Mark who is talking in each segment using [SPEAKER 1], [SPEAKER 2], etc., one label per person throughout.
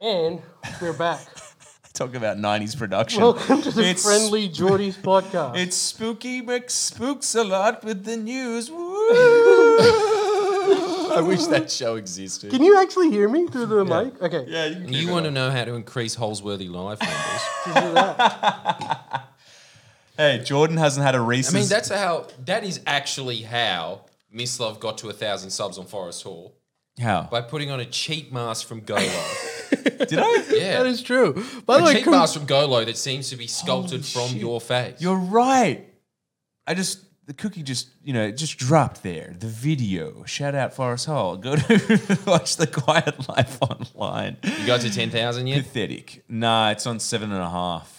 [SPEAKER 1] And we're back.
[SPEAKER 2] Talk about 90s production.
[SPEAKER 1] Welcome to the
[SPEAKER 2] It's-
[SPEAKER 1] Friendly Geordie's podcast.
[SPEAKER 2] It's spooky McSpooks a lot with the news. Woo! I wish that show existed.
[SPEAKER 1] Can you actually hear me through the mic? Okay.
[SPEAKER 2] Yeah, you, can
[SPEAKER 3] You
[SPEAKER 2] keep it
[SPEAKER 3] want to
[SPEAKER 2] on.
[SPEAKER 3] know how to increase Holsworthy live numbers?
[SPEAKER 1] just do that.
[SPEAKER 2] Hey, Jordan hasn't had a
[SPEAKER 3] I
[SPEAKER 2] Reese's.
[SPEAKER 3] mean, that's how. That is actually how Miss Love got to a thousand subs on Forest Hall
[SPEAKER 2] how
[SPEAKER 3] by putting on a cheap mask from Golo.
[SPEAKER 2] did I?
[SPEAKER 3] Yeah,
[SPEAKER 4] That is true. By the
[SPEAKER 3] a
[SPEAKER 4] way,
[SPEAKER 3] cheap
[SPEAKER 4] con-
[SPEAKER 3] mask from Golo that seems to be sculpted from your face.
[SPEAKER 2] You're right. I just the cookie just you know it just dropped there. The video. Shout out Forest Hall. Go to watch the Quiet Life online.
[SPEAKER 3] You got to ten thousand yet?
[SPEAKER 2] Pathetic. Nah, it's on seven and a half.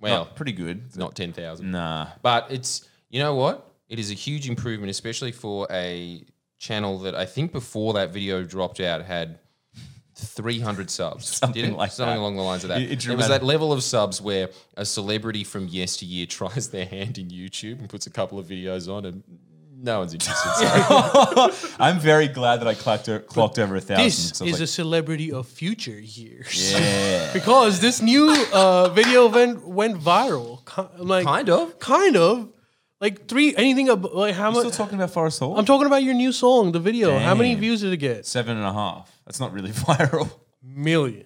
[SPEAKER 3] Well,
[SPEAKER 2] Not- pretty good.
[SPEAKER 3] not ten thousand.
[SPEAKER 2] Nah.
[SPEAKER 3] But it's you know what? It is a huge improvement, especially for a channel that I think before that video dropped out had 300 subs.
[SPEAKER 2] Something
[SPEAKER 3] Did it?
[SPEAKER 2] like
[SPEAKER 3] something
[SPEAKER 2] that.
[SPEAKER 3] along the lines of that.
[SPEAKER 2] It- it
[SPEAKER 3] It, was
[SPEAKER 2] dramatic-
[SPEAKER 3] that level of subs where a celebrity from yesteryear tries their hand in YouTube and puts a couple of videos on, and no one's interested. So
[SPEAKER 2] I'm very glad that I clocked, o- clocked over a thousand.
[SPEAKER 4] this is
[SPEAKER 2] 'cause I was
[SPEAKER 4] a celebrity of future years.
[SPEAKER 2] like, yeah.
[SPEAKER 4] Because this new uh, video went went viral. Ki- I'm Like,
[SPEAKER 3] Kind of.
[SPEAKER 4] Kind of. Like three, anything, ab- like how
[SPEAKER 2] Still
[SPEAKER 4] much?
[SPEAKER 2] talking about Forest Hall.
[SPEAKER 4] I'm talking about your new song, the video. How many
[SPEAKER 2] Damn.
[SPEAKER 4] views did it get?
[SPEAKER 2] seven and a half. That's not really viral.
[SPEAKER 4] Million.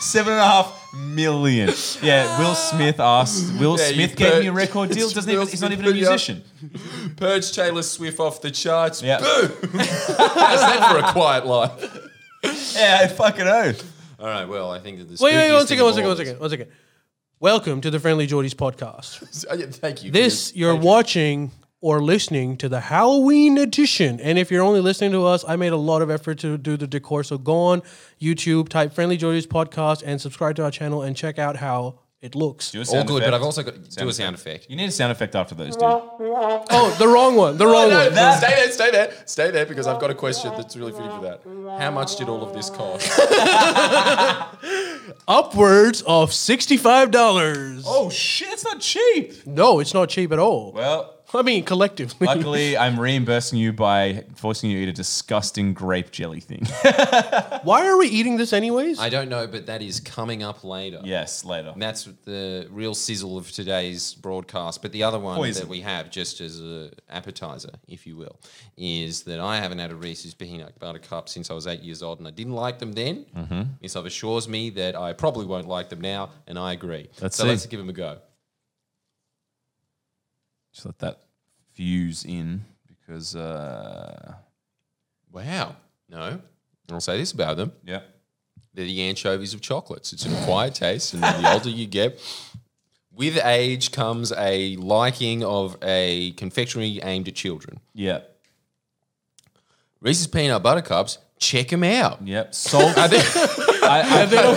[SPEAKER 2] Seven and a half million. Yeah, Will Smith asked. Will
[SPEAKER 3] Yeah, you
[SPEAKER 2] Smith gave me a
[SPEAKER 3] put-
[SPEAKER 2] record deal.
[SPEAKER 3] it's
[SPEAKER 2] Doesn't even,
[SPEAKER 3] Will
[SPEAKER 2] he's not
[SPEAKER 3] Smith
[SPEAKER 2] even a
[SPEAKER 3] put you up.
[SPEAKER 2] musician.
[SPEAKER 3] purge Taylor Swift off the charts.
[SPEAKER 2] Yeah.
[SPEAKER 3] How's that for a quiet life?
[SPEAKER 2] Yeah, fucking oath.
[SPEAKER 3] All right. Well, I think that this.
[SPEAKER 4] Wait, wait, one second, one second, one second, one second. Welcome to the Friendly Geordies podcast.
[SPEAKER 3] Thank you. for
[SPEAKER 4] This, you're watching or listening to the Halloween edition. And if you're only listening to us, I made a lot of effort to do the decor. So go on YouTube, type Friendly Geordies podcast, and subscribe to our channel and check out how it looks.
[SPEAKER 2] Do a
[SPEAKER 3] All
[SPEAKER 2] sound
[SPEAKER 3] good,
[SPEAKER 2] effect.
[SPEAKER 3] but I've also got do a sound effect.
[SPEAKER 2] You need a sound effect after those, dude.
[SPEAKER 4] Oh, the wrong one, the wrong one.
[SPEAKER 3] stay there, stay there, stay there, because I've got a question that's really fitting for that. How much did all of this cost?
[SPEAKER 4] Upwards of $65.
[SPEAKER 2] Oh shit, it's not cheap.
[SPEAKER 4] No, it's not cheap at all.
[SPEAKER 2] Well,
[SPEAKER 4] I mean, collectively.
[SPEAKER 2] luckily I'm reimbursing you by forcing you to eat a disgusting grape jelly thing.
[SPEAKER 4] Why are we eating this anyways?
[SPEAKER 3] I don't know, but that is coming up later.
[SPEAKER 2] yes, later.
[SPEAKER 3] And that's the real sizzle of today's broadcast. But the other one
[SPEAKER 2] Poison.
[SPEAKER 3] that we have, just as an appetizer, if you will, is that I haven't had a Reese's peanut butter cup since I was eight years old, and I didn't like them then.
[SPEAKER 2] Mm-hmm.
[SPEAKER 3] Miss Love assures me that I probably won't like them now, and I agree.
[SPEAKER 2] Let's
[SPEAKER 3] so
[SPEAKER 2] see.
[SPEAKER 3] let's give them a go.
[SPEAKER 2] Just let that fuse in because uh
[SPEAKER 3] Wow. No. I'll say this about them.
[SPEAKER 2] yeah.
[SPEAKER 3] They're the anchovies of chocolates. It's an acquired taste, and the older you get, with age comes a liking of a confectionery aimed at children.
[SPEAKER 2] Yeah.
[SPEAKER 3] Reese's peanut butter cups. Check them out.
[SPEAKER 2] Yep. Salt.
[SPEAKER 3] I,
[SPEAKER 2] I,
[SPEAKER 3] think,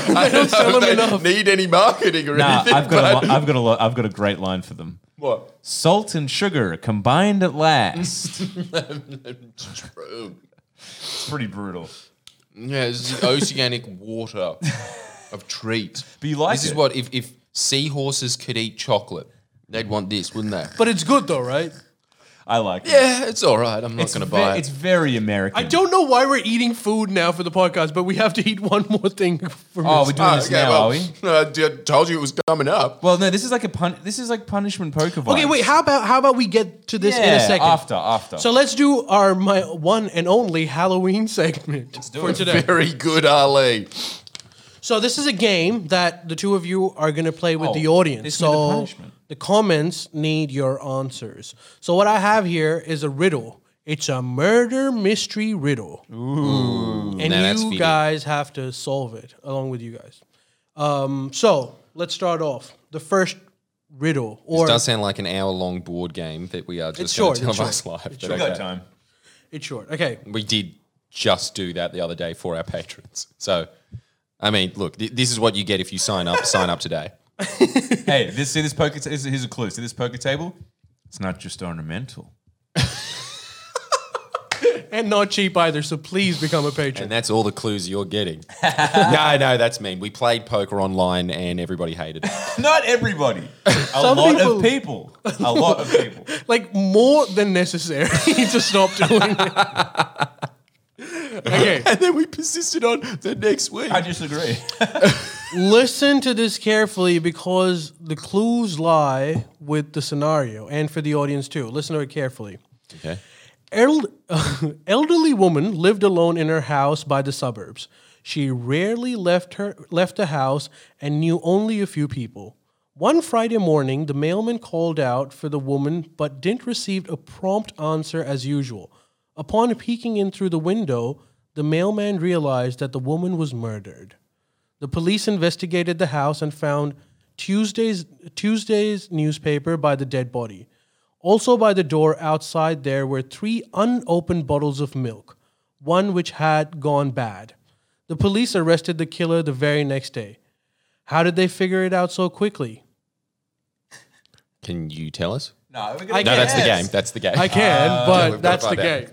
[SPEAKER 2] I,
[SPEAKER 3] I don't know if they need any marketing or
[SPEAKER 2] nah,
[SPEAKER 3] anything.
[SPEAKER 2] I've got a, li- I've got a lo- I've got a great line for them.
[SPEAKER 3] What?
[SPEAKER 2] Salt and sugar combined at last.
[SPEAKER 3] True.
[SPEAKER 2] it's pretty brutal.
[SPEAKER 3] Yeah, this is the oceanic water of treats.
[SPEAKER 2] But you like
[SPEAKER 3] this is
[SPEAKER 2] it.
[SPEAKER 3] what if if seahorses could eat chocolate, they'd want this, wouldn't they?
[SPEAKER 4] but it's good though, right?
[SPEAKER 2] I like it.
[SPEAKER 3] Yeah, it's all right. I'm not
[SPEAKER 2] It's,
[SPEAKER 3] going to
[SPEAKER 2] ve-
[SPEAKER 3] buy it.
[SPEAKER 2] it's very American.
[SPEAKER 4] I don't know why we're eating food now for the podcast, but we have to eat one more thing for oh,
[SPEAKER 2] Oh, we're
[SPEAKER 3] Ah,
[SPEAKER 2] doing this now, are we?
[SPEAKER 3] I told you it was coming up.
[SPEAKER 2] Well, no, this is like a pun. This is like punishment poker vibes.
[SPEAKER 4] Okay, wait, how about how about we get to this in
[SPEAKER 2] Yeah,
[SPEAKER 4] a second?
[SPEAKER 2] After, after.
[SPEAKER 4] So let's do our my one and only Halloween segment for
[SPEAKER 2] it.
[SPEAKER 4] today.
[SPEAKER 3] Very good, Ali.
[SPEAKER 4] So this is a game that the two of you are going to play with
[SPEAKER 2] Oh,
[SPEAKER 4] the audience.
[SPEAKER 2] this means the
[SPEAKER 4] so
[SPEAKER 2] punishment.
[SPEAKER 4] the comments need your answers. So what I have here is a riddle. It's a murder mystery riddle. And
[SPEAKER 3] Now that's
[SPEAKER 4] you
[SPEAKER 3] feeding.
[SPEAKER 4] guys have to solve it along with you guys. Um, so let's start off. The first riddle or
[SPEAKER 3] It does sound like an hour-long board game that we are
[SPEAKER 4] It's
[SPEAKER 3] just going to
[SPEAKER 4] short, it's
[SPEAKER 3] televise
[SPEAKER 4] short.
[SPEAKER 3] live. but
[SPEAKER 2] we
[SPEAKER 3] okay.
[SPEAKER 2] got time.
[SPEAKER 4] it's short. Okay.
[SPEAKER 3] We did just do that the other day for our patrons. So, I mean, look, th- this is what you get if you sign up. sign up today.
[SPEAKER 2] Hey, this see this poker. Ta- here's a clue. See this poker table. It's not just ornamental.
[SPEAKER 4] And not cheap either, so please become a patron.
[SPEAKER 3] And that's all the clues you're getting. no, no, that's mean. We played poker online and everybody hated it.
[SPEAKER 2] Not everybody. A
[SPEAKER 4] Some
[SPEAKER 2] lot
[SPEAKER 4] people-
[SPEAKER 2] of people. A lot of people.
[SPEAKER 4] like more than necessary to stop doing it. Okay.
[SPEAKER 3] and then we persisted on the next week.
[SPEAKER 2] I disagree.
[SPEAKER 4] Listen to this carefully because the clues lie with the scenario and for the audience too. Listen to it carefully.
[SPEAKER 3] okay.
[SPEAKER 4] Eld- elderly woman lived alone in her house by the suburbs. She rarely left her left the house and knew only a few people. One Friday morning, the mailman called out for the woman but didn't receive a prompt answer as usual. Upon peeking in through the window, the mailman realized that the woman was murdered. The police investigated the house and found Tuesday's Tuesday's newspaper by the dead body. Also by the door outside there were three unopened bottles of milk, one which had gone bad. The police arrested the killer the very next day. How did they figure it out so quickly?
[SPEAKER 3] Can you tell us?
[SPEAKER 2] no, we're
[SPEAKER 4] I
[SPEAKER 2] gonna
[SPEAKER 3] No, that's the
[SPEAKER 4] Yes.
[SPEAKER 3] game. That's the game.
[SPEAKER 4] I can, but
[SPEAKER 3] we've gotta
[SPEAKER 4] that's the
[SPEAKER 3] find out.
[SPEAKER 4] game.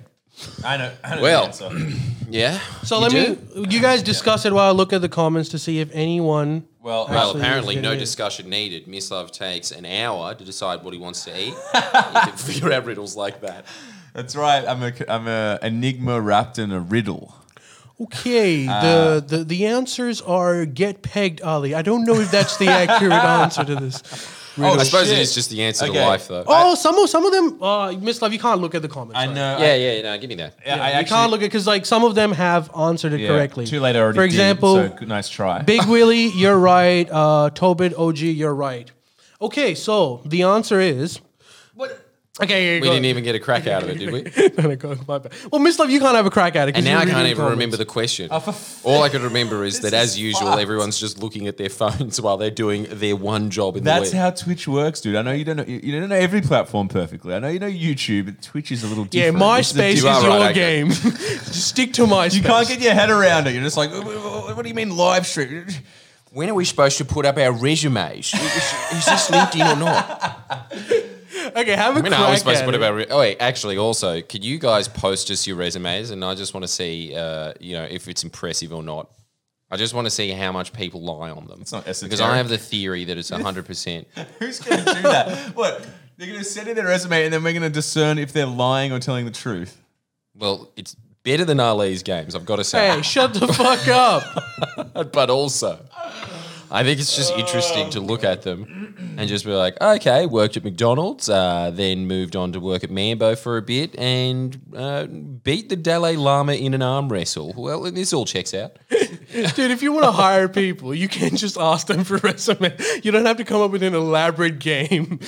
[SPEAKER 2] I know. I know
[SPEAKER 3] Well.
[SPEAKER 2] the answer.
[SPEAKER 3] Yeah.
[SPEAKER 4] So
[SPEAKER 3] You
[SPEAKER 4] let
[SPEAKER 3] do?
[SPEAKER 4] me you guys discuss it while I look at the comments to see if anyone
[SPEAKER 2] well,
[SPEAKER 3] Well,
[SPEAKER 4] Actually,
[SPEAKER 3] apparently,
[SPEAKER 4] he's
[SPEAKER 3] no
[SPEAKER 4] getting it.
[SPEAKER 3] discussion needed. Mislav takes an hour to decide what he wants to eat. you can figure out riddles like that.
[SPEAKER 2] that's right. I'm a I'm a enigma wrapped in a riddle.
[SPEAKER 4] Okay, the,
[SPEAKER 2] Uh,
[SPEAKER 4] the the answers are get pegged, Ali. I don't know if that's the accurate answer to this.
[SPEAKER 2] Oh,
[SPEAKER 3] I suppose
[SPEAKER 2] shit.
[SPEAKER 3] it is just the answer
[SPEAKER 2] Okay.
[SPEAKER 3] to life, though.
[SPEAKER 4] Oh, some of some of them, uh, Miss Love, you can't look at the comments.
[SPEAKER 2] I
[SPEAKER 4] sorry.
[SPEAKER 2] know.
[SPEAKER 3] yeah, yeah, no, give me that.
[SPEAKER 2] I, yeah, I
[SPEAKER 4] you
[SPEAKER 2] actually,
[SPEAKER 4] can't look at because like some of them have answered it
[SPEAKER 2] yeah,
[SPEAKER 4] correctly.
[SPEAKER 2] Too late. I already.
[SPEAKER 4] For
[SPEAKER 2] did,
[SPEAKER 4] example,
[SPEAKER 2] so good- nice try.
[SPEAKER 4] Big Willie, you're right. Uh, Tobit OG, you're right. Okay, so the answer is. Okay,
[SPEAKER 3] We didn't even get a crack out of it, did we?
[SPEAKER 4] even. well, Miss Love, you can't have a crack at it. 'cause
[SPEAKER 3] And
[SPEAKER 4] you're
[SPEAKER 3] now I can't
[SPEAKER 4] reading
[SPEAKER 3] even
[SPEAKER 4] comments.
[SPEAKER 3] remember the question.
[SPEAKER 2] Oh,
[SPEAKER 3] All I could remember is that, as
[SPEAKER 2] is
[SPEAKER 3] usual,
[SPEAKER 2] fucked.
[SPEAKER 3] everyone's just looking at their phones while they're doing their one job in
[SPEAKER 2] That's
[SPEAKER 3] the week.
[SPEAKER 2] how Twitch works, dude. I know you don't know you, you don't know every platform perfectly. I know you know YouTube, but Twitch is a little
[SPEAKER 4] Yeah,
[SPEAKER 2] different. This a
[SPEAKER 4] MySpace is
[SPEAKER 2] diff-
[SPEAKER 4] your
[SPEAKER 3] are right, okay.
[SPEAKER 4] game. Just Stick to MySpace.
[SPEAKER 2] you can't get your head around it. You're just like, "Wh- wh- wh- what do you mean live stream?
[SPEAKER 3] when are we supposed to put up our resumes? is, is this LinkedIn or not?
[SPEAKER 4] Okay, have a
[SPEAKER 3] When
[SPEAKER 4] crack
[SPEAKER 3] are we supposed
[SPEAKER 4] at
[SPEAKER 3] to put
[SPEAKER 4] it.
[SPEAKER 3] up our? Re- oh, wait, actually, also, could you guys post us your resumes? And I just want to see, uh, you know, if it's impressive or not. I just want to see how much people lie on them. It's
[SPEAKER 2] not
[SPEAKER 3] because
[SPEAKER 2] esoteric.
[SPEAKER 3] I have the theory that it's hundred percent.
[SPEAKER 2] Who's going to do that? What? They're going to send in their resume, and then we're going to discern if they're lying or telling the truth.
[SPEAKER 3] Well, it's better than Ali's games. I've got to say.
[SPEAKER 4] Hey, shut the fuck up.
[SPEAKER 3] but also I think it's just interesting to look at them and just be like, okay, worked at McDonald's, uh, then moved on to work at Mambo for a bit and uh, beat the Dalai Lama in an arm wrestle. Well, this all checks out.
[SPEAKER 4] Dude, if you want to hire people, you can just ask them for resume. You don't have to come up with an elaborate game.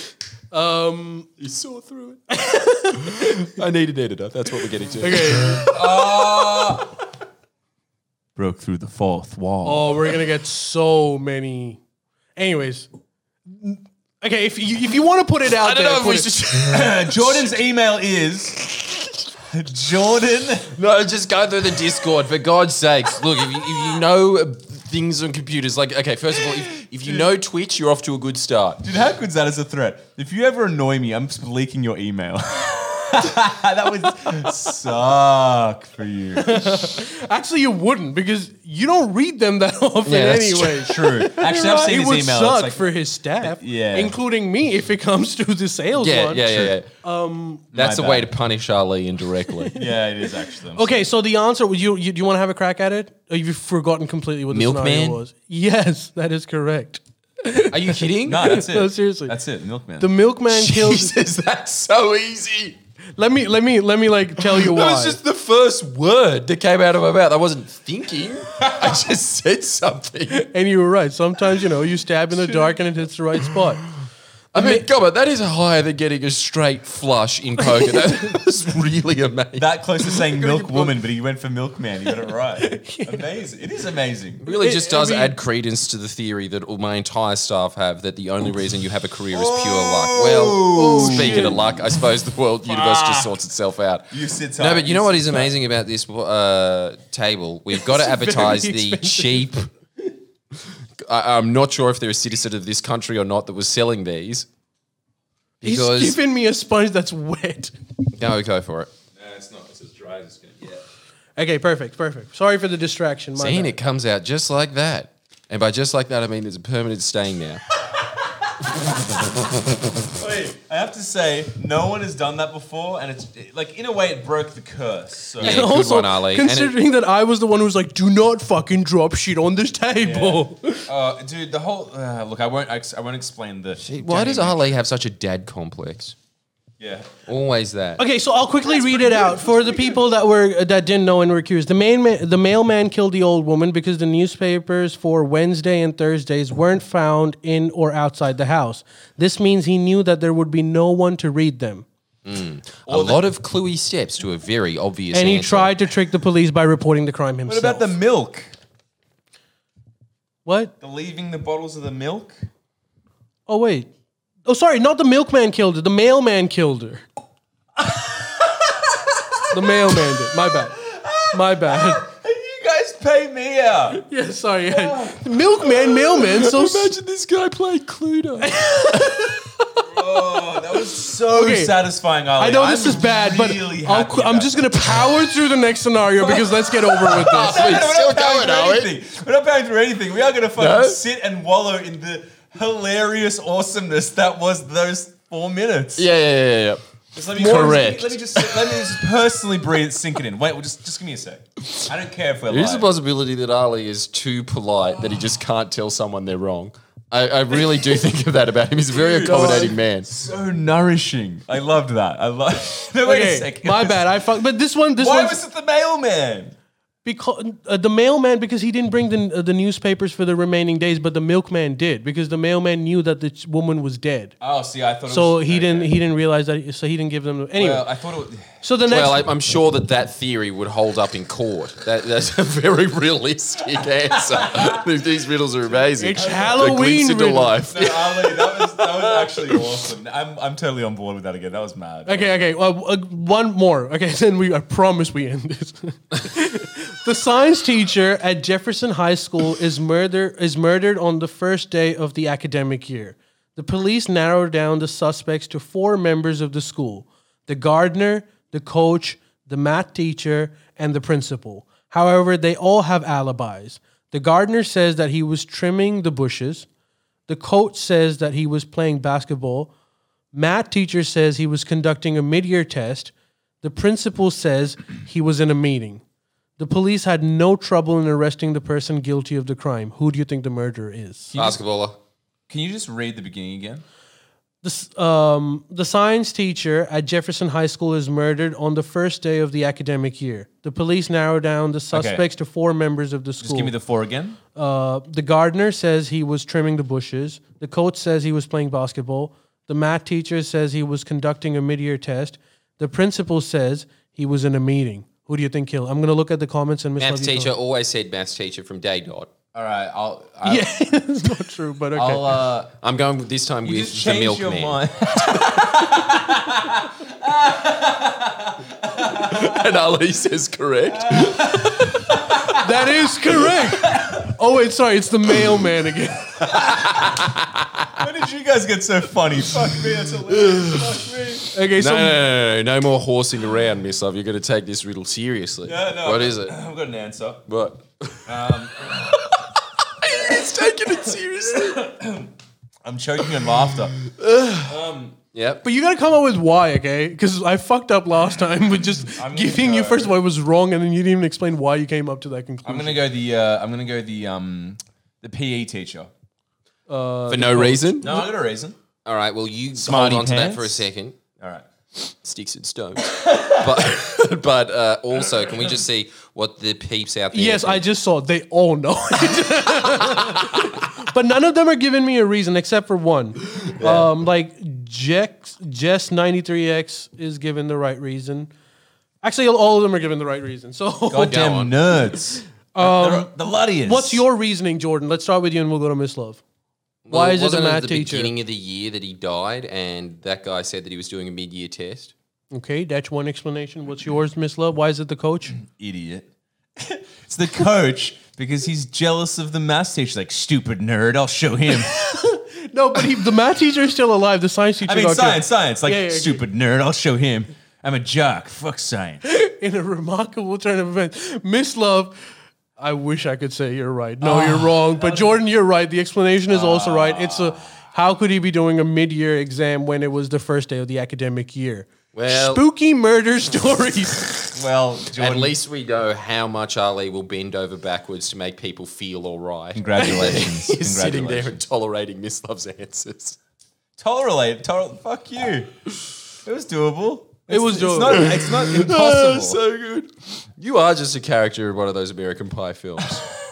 [SPEAKER 4] Um,
[SPEAKER 3] You saw through it. I needed editor. That's what we're getting to.
[SPEAKER 4] okay.
[SPEAKER 2] Broke through the fourth wall.
[SPEAKER 4] Oh, we're gonna get so many. Anyways, okay. If you if you want to put it out
[SPEAKER 3] I don't
[SPEAKER 4] there,
[SPEAKER 3] know if
[SPEAKER 4] put
[SPEAKER 3] we
[SPEAKER 4] it-
[SPEAKER 3] should.
[SPEAKER 2] Jordan's email is Jordan.
[SPEAKER 3] no, just go through the Discord for God's sakes. Look, if you, if you know things on computers, like okay, first of all, if, if you know Twitch, you're off to a good start.
[SPEAKER 2] Dude, how good's that as a threat? If you ever annoy me, I'm leaking your email. that would suck for you.
[SPEAKER 4] actually you wouldn't because you don't read them that often,
[SPEAKER 3] Yeah, that's true.
[SPEAKER 4] anyways.
[SPEAKER 2] True. Actually, I've seen
[SPEAKER 4] it
[SPEAKER 2] his
[SPEAKER 4] would
[SPEAKER 2] email. It's
[SPEAKER 4] suck
[SPEAKER 2] like-
[SPEAKER 4] for his staff,
[SPEAKER 2] Yeah.
[SPEAKER 4] including me, if it comes to the sales
[SPEAKER 3] Yeah,
[SPEAKER 4] one.
[SPEAKER 3] yeah, yeah, yeah.
[SPEAKER 4] Um,
[SPEAKER 3] That's
[SPEAKER 2] My
[SPEAKER 3] a way to
[SPEAKER 2] bad.
[SPEAKER 3] punish Ali indirectly.
[SPEAKER 2] Yeah, it is actually. I'm
[SPEAKER 4] Okay, so the answer was you. you do you want to have a crack at it? Or you've forgotten completely what the
[SPEAKER 3] Milkman?
[SPEAKER 4] scenario was. Yes, that is correct.
[SPEAKER 3] Are you kidding?
[SPEAKER 2] No, that's it.
[SPEAKER 4] No, seriously.
[SPEAKER 2] That's it, Milkman.
[SPEAKER 4] The milkman kills.
[SPEAKER 3] Jesus, that's so easy.
[SPEAKER 4] Let me let me let me like tell you
[SPEAKER 3] That
[SPEAKER 4] why.
[SPEAKER 3] was just the first word that came out of my mouth. I wasn't thinking. I just said something.
[SPEAKER 4] and you were right. Sometimes you know you stab in the dark and it hits the right spot.
[SPEAKER 3] I mean, come on, that is higher than getting a straight flush in poker. That was really amazing.
[SPEAKER 2] that close to saying milk woman, but he went for milkman. You got it right. Amazing. It is amazing.
[SPEAKER 3] really
[SPEAKER 4] It-
[SPEAKER 3] just
[SPEAKER 4] I
[SPEAKER 3] does
[SPEAKER 4] mean-
[SPEAKER 3] add credence to the theory that all my entire staff have that the only reason you have a career is pure luck.
[SPEAKER 4] Oh,
[SPEAKER 3] Well, speaking of luck, I suppose the world universe just sorts itself out.
[SPEAKER 2] You sit tight.
[SPEAKER 3] No, but you know
[SPEAKER 2] sit
[SPEAKER 3] what is
[SPEAKER 2] tight.
[SPEAKER 3] amazing about this uh, table? We've got to advertise the cheap. I, I'm not sure if they're a citizen of this country or not that was selling these.
[SPEAKER 4] He's
[SPEAKER 3] Because
[SPEAKER 4] giving me a sponge that's wet.
[SPEAKER 3] no, go for it.
[SPEAKER 2] No, it's not. It's as dry as it's going to get.
[SPEAKER 4] Okay, perfect, perfect. Sorry for the distraction. My
[SPEAKER 3] And
[SPEAKER 4] bad.
[SPEAKER 3] it comes out just like that. And by just like that, I mean there's a permanent stain now.
[SPEAKER 2] Wait, I have to say, no one has done that before, and it's like in a way it broke the curse. So.
[SPEAKER 3] Yeah, good one, Ali. And it-
[SPEAKER 4] considering that I was the one who was like, "Do not fucking drop shit on this table."
[SPEAKER 2] Uh, dude, the whole uh, look. I won't. ex- I won't explain the.
[SPEAKER 3] Why does Ali have such a dad complex?
[SPEAKER 2] Yeah.
[SPEAKER 3] Always that.
[SPEAKER 4] Okay, so I'll quickly read it out for the people that were uh, that didn't know and were curious. The main ma- the mailman killed the old woman because the newspapers for Wednesday and Thursdays weren't found in or outside the house. This means he knew that there would be no one to read them,
[SPEAKER 3] A lot of cluey steps to a very obvious
[SPEAKER 4] and he
[SPEAKER 3] answer.
[SPEAKER 4] tried to trick the police by reporting the crime
[SPEAKER 2] What
[SPEAKER 4] himself.
[SPEAKER 2] about the milk?
[SPEAKER 4] what?
[SPEAKER 2] The leaving the bottles of the milk.
[SPEAKER 4] Oh wait. Oh sorry, not the milkman killed her. The mailman killed her. the mailman did. My bad. My bad.
[SPEAKER 2] You guys pay me out.
[SPEAKER 4] Yeah, sorry. milkman, mailman. So s-
[SPEAKER 3] this guy played Cluedo.
[SPEAKER 2] Oh, that was so
[SPEAKER 4] Okay.
[SPEAKER 2] satisfying, Ali.
[SPEAKER 4] I know
[SPEAKER 2] I'm
[SPEAKER 4] this is bad,
[SPEAKER 2] really
[SPEAKER 4] but I'll,
[SPEAKER 2] happy
[SPEAKER 4] qu- I'm
[SPEAKER 2] about
[SPEAKER 4] just gonna power through the next scenario because let's get over with this.
[SPEAKER 2] We're
[SPEAKER 3] still
[SPEAKER 2] not powering
[SPEAKER 3] going, are we?
[SPEAKER 2] through anything. We're not powering through anything. We are going to fucking
[SPEAKER 3] No?
[SPEAKER 2] sit and wallow in the hilarious awesomeness that was those four minutes.
[SPEAKER 3] Yeah, yeah, yeah, yeah.
[SPEAKER 2] Just let me,
[SPEAKER 3] Correct.
[SPEAKER 2] Let me, just let me just personally breathe, sink it in. Wait, well, just just give me a sec. I don't care if we're
[SPEAKER 3] There is a
[SPEAKER 2] live.
[SPEAKER 3] possibility that Ali is too polite that he just can't tell someone they're wrong. I, I really do think of that about him. He's a very accommodating man.
[SPEAKER 2] so nourishing. I loved that. I love. no, wait a
[SPEAKER 4] Okay,
[SPEAKER 2] second.
[SPEAKER 4] my bad. I fuck. But this one, this
[SPEAKER 2] Why
[SPEAKER 4] one,
[SPEAKER 2] was it the mailman?
[SPEAKER 4] because uh, the mailman because he didn't bring the uh, the newspapers for the remaining days, but the milkman did because the mailman knew that this woman was dead.
[SPEAKER 2] Oh, see, I thought. it
[SPEAKER 4] So
[SPEAKER 2] was,
[SPEAKER 4] he
[SPEAKER 2] okay.
[SPEAKER 4] didn't. He didn't realize that. So he didn't give them. Anyway,
[SPEAKER 2] Well, I thought it was.
[SPEAKER 4] so the next.
[SPEAKER 3] Well, I, I'm sure that that theory would hold up in court. That, that's a very realistic answer. These riddles are amazing.
[SPEAKER 4] It's
[SPEAKER 3] The
[SPEAKER 4] Halloween
[SPEAKER 3] glimpse into
[SPEAKER 4] riddle.
[SPEAKER 3] life.
[SPEAKER 2] No, Ali, that was that was actually awesome. I'm I'm totally on board with that again. That was mad.
[SPEAKER 4] okay, okay. Well, uh, one more. Okay, then we. I promise we end this. the science teacher at Jefferson High School is murder is murdered on the first day of the academic year. The police narrowed down the suspects to four members of the school: the gardener, the coach, the math teacher, and the principal. However, they all have alibis. The gardener says that he was trimming the bushes. The coach says that he was playing basketball. Math teacher says he was conducting a mid-year test. The principal says he was in a meeting. The police had no trouble in arresting the person guilty of the crime. Who do you think the murderer is?
[SPEAKER 3] Basketballer.
[SPEAKER 2] Can you just read the beginning again?
[SPEAKER 4] The, s- um, the science teacher at Jefferson High School is murdered on the first day of the academic year. The police narrow down the suspects to four members of the school.
[SPEAKER 2] Just give me the four again.
[SPEAKER 4] Uh, the gardener says he was trimming the bushes. The coach says he was playing basketball. The math teacher says he was conducting a mid-year test. The principal says he was in a meeting. Who do you think killed? I'm going to look at the comments and Miss
[SPEAKER 3] Maths
[SPEAKER 4] Lovey-
[SPEAKER 3] teacher always said maths teacher from day dot.
[SPEAKER 2] All right, I'll. I'll
[SPEAKER 4] Yeah, it's not true, but okay.
[SPEAKER 2] I'll uh,
[SPEAKER 3] I'm going with- this time
[SPEAKER 2] you
[SPEAKER 3] with
[SPEAKER 2] just
[SPEAKER 3] the
[SPEAKER 2] change your
[SPEAKER 3] milkman.
[SPEAKER 2] mind.
[SPEAKER 3] and Ali says correct.
[SPEAKER 4] that is correct. Oh wait, sorry, it's the mailman again.
[SPEAKER 2] Why did you guys get so funny? Fuck me, that's hilarious. Fuck me.
[SPEAKER 4] Okay, so
[SPEAKER 3] No, no, no, no, no, no more horsing around, Miss Love. You're going to take this riddle seriously.
[SPEAKER 2] Yeah, no. Um,
[SPEAKER 3] What is it?
[SPEAKER 2] I've got an answer.
[SPEAKER 3] What? He's taking it seriously.
[SPEAKER 2] I'm choking on laughter.
[SPEAKER 3] Yep.
[SPEAKER 4] but you got to come up with why, okay? Because I fucked up last time with just
[SPEAKER 2] I'm gonna
[SPEAKER 4] giving you
[SPEAKER 2] go.
[SPEAKER 4] first of all it was wrong, and then you didn't even explain why you came up to that conclusion.
[SPEAKER 2] I'm gonna go the. Uh, I'm gonna go the. Um, the PE teacher.
[SPEAKER 3] For no reason.
[SPEAKER 2] No, I got a reason.
[SPEAKER 3] All right. Well, you
[SPEAKER 2] Smarty
[SPEAKER 3] hold on to that
[SPEAKER 2] pants.
[SPEAKER 3] for a second.
[SPEAKER 2] All right.
[SPEAKER 3] Sticks and stones. but but uh, also, can we just see what the peeps out there?
[SPEAKER 4] Yes,
[SPEAKER 3] think?
[SPEAKER 4] I just saw. it. They all know it. but none of them are giving me a reason except for one. Um, like Jex, Jess 93X is given the right reason. Actually, all of them are given the right reason. So,
[SPEAKER 2] Goddamn
[SPEAKER 3] on.
[SPEAKER 2] nerds. Um, the bloodiest.
[SPEAKER 4] what's your reasoning, Jordan? Let's start with you and we'll go to Miss Love. Why is it a
[SPEAKER 3] wasn't
[SPEAKER 4] math
[SPEAKER 3] the
[SPEAKER 4] teacher?
[SPEAKER 3] beginning of the year that he died, and that guy said that he was doing a mid-year test?
[SPEAKER 4] Okay, that's one explanation. What's yours, Miss Love? Why is it the coach?
[SPEAKER 2] idiot. it's the coach because he's jealous of the math teacher. He's Like stupid nerd, I'll show him.
[SPEAKER 4] No, but he, the math teacher is still alive. The science teacher
[SPEAKER 2] I mean
[SPEAKER 4] got killed.
[SPEAKER 2] science, science. Like
[SPEAKER 4] Yeah, yeah, okay.
[SPEAKER 2] stupid nerd, I'll show him. I'm a jock. Fuck science.
[SPEAKER 4] in a remarkable turn of events. Miss Love,
[SPEAKER 2] Ah,
[SPEAKER 4] I wish I could say you're right. No, you're wrong. But Jordan, you're right. The explanation is also right. It's a How could he be doing a mid-year exam when it was the first day of the academic year?
[SPEAKER 3] Well-
[SPEAKER 4] spooky murder stories.
[SPEAKER 2] Well,
[SPEAKER 3] At
[SPEAKER 2] Jordan,
[SPEAKER 3] least we know how much Ali will bend over backwards to make people feel all right.
[SPEAKER 2] congratulations.
[SPEAKER 3] He's sitting there
[SPEAKER 2] Congratulations.
[SPEAKER 3] and tolerating Miss Love's answers.
[SPEAKER 2] Tolerate. Tol- fuck you. It was doable. It
[SPEAKER 4] was doable.
[SPEAKER 2] It's not, it's not
[SPEAKER 3] Oh,
[SPEAKER 2] impossible.
[SPEAKER 3] so good. You are just a character in one of those American Pie films.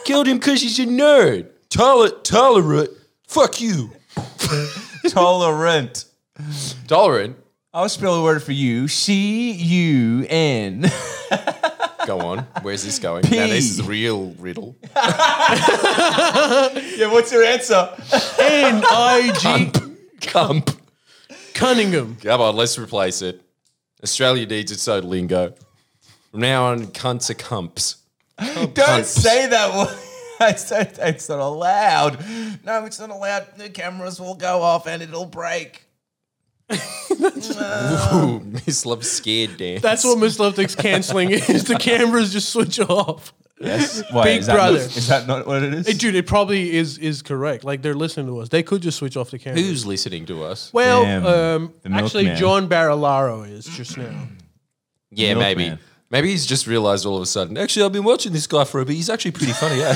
[SPEAKER 3] Killed him because he's a nerd. Tolerant, tolerant. Fuck you.
[SPEAKER 2] Tolerant.
[SPEAKER 3] Tolerant.
[SPEAKER 2] I'll spell the word for you. C U N.
[SPEAKER 3] Go on. Where's this going? Now this is a real riddle.
[SPEAKER 2] Yeah, what's your answer?
[SPEAKER 4] N I G
[SPEAKER 3] Cump.
[SPEAKER 4] Cunningham.
[SPEAKER 3] Come on, let's replace it. Australia needs its own lingo. From now on, cunts are cumps.
[SPEAKER 2] Don't
[SPEAKER 3] Cunts.
[SPEAKER 2] say that word. It's not, it's not allowed. No, it's not allowed. The cameras will go off and it'll break.
[SPEAKER 3] Ooh, Miss Love's scared, Dan.
[SPEAKER 4] That's what Miss Love thinks canceling is. The cameras just switch off.
[SPEAKER 2] Yes. Why,
[SPEAKER 4] Big
[SPEAKER 2] is that
[SPEAKER 4] Brother.
[SPEAKER 2] Not, is that not what it is?
[SPEAKER 4] Hey, dude, it probably is is correct. Like they're listening to us. They could just switch off the cameras.
[SPEAKER 3] Who's listening to us?
[SPEAKER 2] Damn,
[SPEAKER 4] well, um,
[SPEAKER 2] the
[SPEAKER 4] actually,
[SPEAKER 2] milkman.
[SPEAKER 4] John Barilaro is just now.
[SPEAKER 3] Yeah, maybe.
[SPEAKER 2] Milkman.
[SPEAKER 3] Maybe he's just realised all of a sudden. Actually, I've been watching this guy for a bit. He's actually pretty funny. Eh?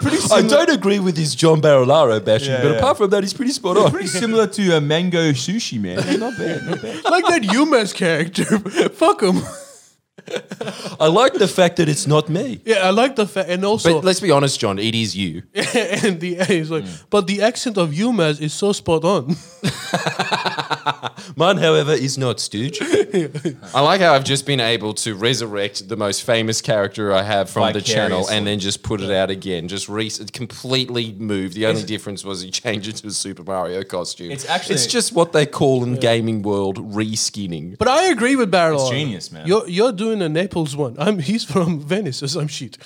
[SPEAKER 3] pretty I don't agree with his John Barilaro bashing,
[SPEAKER 2] Yeah,
[SPEAKER 3] but
[SPEAKER 2] yeah.
[SPEAKER 3] apart from that, he's pretty spot on.
[SPEAKER 2] Pretty similar to a mango sushi, man. Not bad. Not bad.
[SPEAKER 4] like that UMass character. Fuck him.
[SPEAKER 3] I like the fact that it's not me.
[SPEAKER 4] Yeah, I like the fact, and also,
[SPEAKER 3] But Mm. let's be honest, John. It is you.
[SPEAKER 4] and the he's like, but the accent of UMass is so spot on.
[SPEAKER 3] Mine, however, is not Stooge. I like how I've just been able to resurrect the most famous character I have from the channel
[SPEAKER 2] Vicariously.
[SPEAKER 3] and then just put it out again. Just re- completely moved. The only difference was he changed it to a Super Mario costume.
[SPEAKER 2] It's actually-
[SPEAKER 3] it's just what they call in gaming world reskinning.
[SPEAKER 4] But I agree with Barrel.
[SPEAKER 2] It's genius, man.
[SPEAKER 4] You're you're doing a Naples one. I'm he's from Venice or some shit.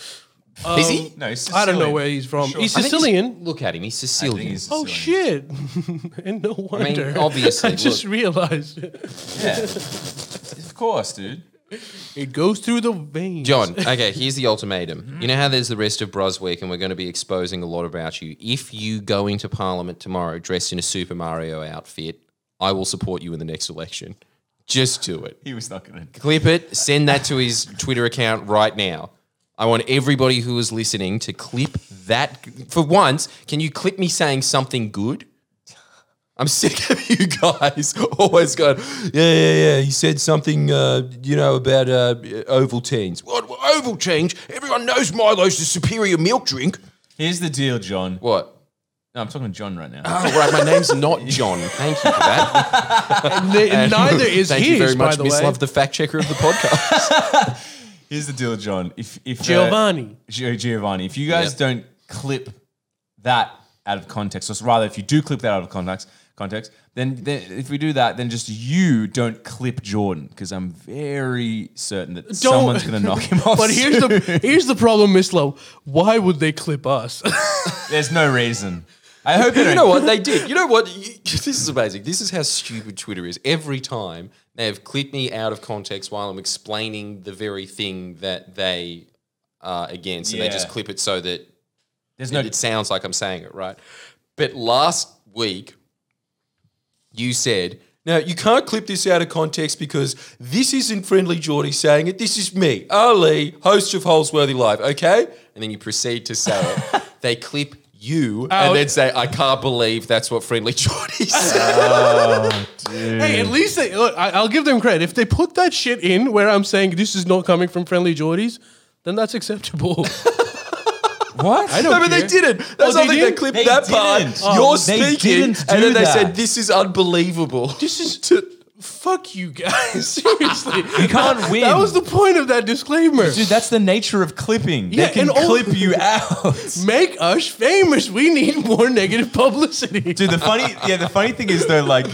[SPEAKER 3] is he?
[SPEAKER 2] No, it's
[SPEAKER 4] I don't know
[SPEAKER 2] Sicilian.
[SPEAKER 4] where he's from.
[SPEAKER 2] Sure.
[SPEAKER 4] He's
[SPEAKER 3] I think he's-
[SPEAKER 4] Sicilian.
[SPEAKER 3] Look at him. He's
[SPEAKER 2] Um, I think
[SPEAKER 3] Sicilian.
[SPEAKER 2] he's
[SPEAKER 4] Oh
[SPEAKER 2] Sicilian.
[SPEAKER 4] shit! and no wonder.
[SPEAKER 3] obviously,
[SPEAKER 4] I just
[SPEAKER 3] look.
[SPEAKER 4] realized
[SPEAKER 2] Yeah. of course, dude.
[SPEAKER 4] it goes through the veins.
[SPEAKER 3] John, okay, here's the ultimatum. You know how there's the rest of Brunswick, and we're going to be exposing a lot about you. If you go into Parliament tomorrow dressed in a Super Mario outfit, I will support you in the next election. Just do it.
[SPEAKER 2] He was not going to.
[SPEAKER 3] Clip it, send that to his Twitter account right now. I want everybody who is listening to clip that. For once, can you clip me saying something good? I'm sick of you guys always going, yeah, yeah, yeah. He said something, uh, you know, about uh, Oval teens. What? Oval change? Everyone knows Milo's the superior milk drink.
[SPEAKER 2] Here's the deal, John.
[SPEAKER 3] What?
[SPEAKER 2] No, I'm talking to John right now.
[SPEAKER 4] Ah.
[SPEAKER 3] Oh, right. My name's not John. Thank you for that.
[SPEAKER 4] And they- and neither is
[SPEAKER 3] Thank
[SPEAKER 4] his.
[SPEAKER 3] you very
[SPEAKER 4] by
[SPEAKER 3] much,
[SPEAKER 4] the
[SPEAKER 3] Miss
[SPEAKER 4] way,
[SPEAKER 3] Love, the fact checker of the podcast.
[SPEAKER 2] Here's the deal, John. If if uh,
[SPEAKER 4] Giovanni.
[SPEAKER 2] Gio- Giovanni, if you guys
[SPEAKER 3] Yep.
[SPEAKER 2] don't clip that out of context, or rather, if you do clip that out of context, context, then, then if we do that, then just you don't clip Jordan because I'm very certain that someone's going to knock him off.
[SPEAKER 4] But here's
[SPEAKER 2] soon.
[SPEAKER 4] the here's the problem, Miss Lowe. Why would they clip us?
[SPEAKER 2] there's no reason. I hope they
[SPEAKER 3] you
[SPEAKER 2] don't-
[SPEAKER 3] know what they did. You know what? You- this is amazing. This is how stupid Twitter is. Every time they have clipped me out of context while I'm explaining the very thing that they are against, and they just
[SPEAKER 2] Yeah.
[SPEAKER 3] clip it so that
[SPEAKER 2] There's no.
[SPEAKER 3] it sounds like I'm saying it right. But last week, you said. Now, you can't clip this out of context because this isn't Friendly Geordie saying it. This is me, Ali, host of Holsworthy Live, okay? And then you proceed to say it. They clip you
[SPEAKER 4] Out.
[SPEAKER 3] and then say, I can't believe that's what Friendly Geordie said.
[SPEAKER 4] Hey, at least they look. I, I'll give them credit. If they put that shit in where I'm saying this is not coming from friendly Geordies, then that's acceptable.
[SPEAKER 2] What? I
[SPEAKER 4] don't-
[SPEAKER 3] No, but they
[SPEAKER 4] care.
[SPEAKER 3] didn't.
[SPEAKER 4] Oh,
[SPEAKER 3] That's why
[SPEAKER 4] they
[SPEAKER 3] I think they
[SPEAKER 4] didn't?
[SPEAKER 3] clipped
[SPEAKER 2] They
[SPEAKER 3] that
[SPEAKER 2] didn't.
[SPEAKER 3] part.
[SPEAKER 2] Oh,
[SPEAKER 3] You're
[SPEAKER 2] they
[SPEAKER 3] speaking.
[SPEAKER 2] didn't
[SPEAKER 3] And
[SPEAKER 2] do
[SPEAKER 3] then they
[SPEAKER 2] that.
[SPEAKER 3] said, This is unbelievable.
[SPEAKER 4] this is to fuck you guys. Seriously, you
[SPEAKER 2] can't
[SPEAKER 4] That
[SPEAKER 2] win.
[SPEAKER 4] was the point of that disclaimer.
[SPEAKER 2] Dude, that's the nature of clipping.
[SPEAKER 4] Yeah,
[SPEAKER 2] they can
[SPEAKER 4] and all-
[SPEAKER 2] clip you out.
[SPEAKER 4] Make us famous. We need more negative publicity.
[SPEAKER 2] Dude, the funny, yeah, the funny thing is though, like,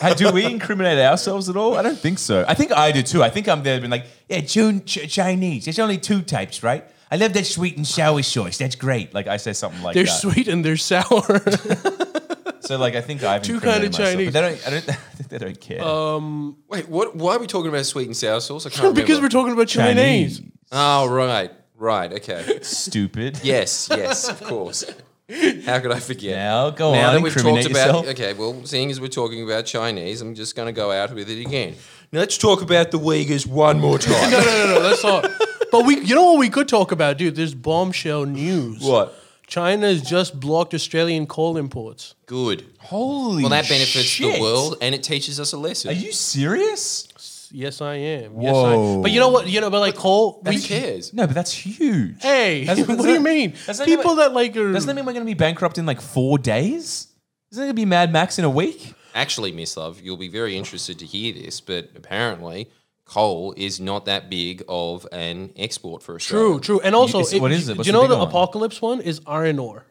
[SPEAKER 2] how, do we incriminate ourselves at all? I don't think so. I think I do too. I think I'm there, been like, yeah, June ch- Chinese. There's only two types, right? I love that sweet and sour sauce. That's great. Like I say something like
[SPEAKER 4] they're
[SPEAKER 2] that.
[SPEAKER 4] sweet and they're sour.
[SPEAKER 2] so like I think I've
[SPEAKER 4] Two
[SPEAKER 2] two
[SPEAKER 4] kinda Oh.
[SPEAKER 2] kind of Chinese. But they don't. I don't. I think they don't care.
[SPEAKER 3] Wait, what? why are we talking about sweet and sour sauce? I can't remember.
[SPEAKER 4] because we're talking about Chinese.
[SPEAKER 2] Chinese,
[SPEAKER 3] Oh, right. Right. Okay.
[SPEAKER 2] stupid.
[SPEAKER 3] Yes, yes, of course. How could I forget?
[SPEAKER 2] Now, go
[SPEAKER 3] now
[SPEAKER 2] on,
[SPEAKER 3] That we've
[SPEAKER 2] incriminate
[SPEAKER 3] talked about,
[SPEAKER 2] yourself.
[SPEAKER 3] okay, well, seeing as we're talking about Chinese, I'm just going to go out with it again. Now, let's talk about the Uyghurs one more time.
[SPEAKER 4] No, no, no, no. That's not. But we, you know what we could talk about, dude? There's bombshell news.
[SPEAKER 3] What?
[SPEAKER 4] China's just blocked Australian coal imports.
[SPEAKER 3] Good.
[SPEAKER 2] Holy
[SPEAKER 3] Well, that benefits
[SPEAKER 2] shit.
[SPEAKER 3] the world and it teaches us a lesson.
[SPEAKER 2] Are you serious?
[SPEAKER 4] Yes, I am. Yes, I
[SPEAKER 2] Whoa.
[SPEAKER 4] But you know what? You know, but like coal,
[SPEAKER 3] Who
[SPEAKER 4] we
[SPEAKER 3] cares?
[SPEAKER 2] No, but that's huge.
[SPEAKER 4] Hey,
[SPEAKER 2] That's-
[SPEAKER 4] what
[SPEAKER 2] that's
[SPEAKER 4] do you
[SPEAKER 2] not-
[SPEAKER 4] mean?
[SPEAKER 2] that's not
[SPEAKER 4] People
[SPEAKER 2] even-
[SPEAKER 4] that like are.
[SPEAKER 2] Doesn't that mean we're going to be bankrupt in like four days? Isn't it going to be Mad Max in a week?
[SPEAKER 3] Actually, Miss Love, you'll be very interested to hear this, but apparently coal is not that big of an export for Australia.
[SPEAKER 4] True, true. And also,
[SPEAKER 2] it's-
[SPEAKER 4] it-
[SPEAKER 2] what is it?
[SPEAKER 4] do
[SPEAKER 2] What's
[SPEAKER 4] you
[SPEAKER 2] the
[SPEAKER 4] know
[SPEAKER 2] big
[SPEAKER 4] the
[SPEAKER 2] one?
[SPEAKER 4] apocalypse one is iron ore.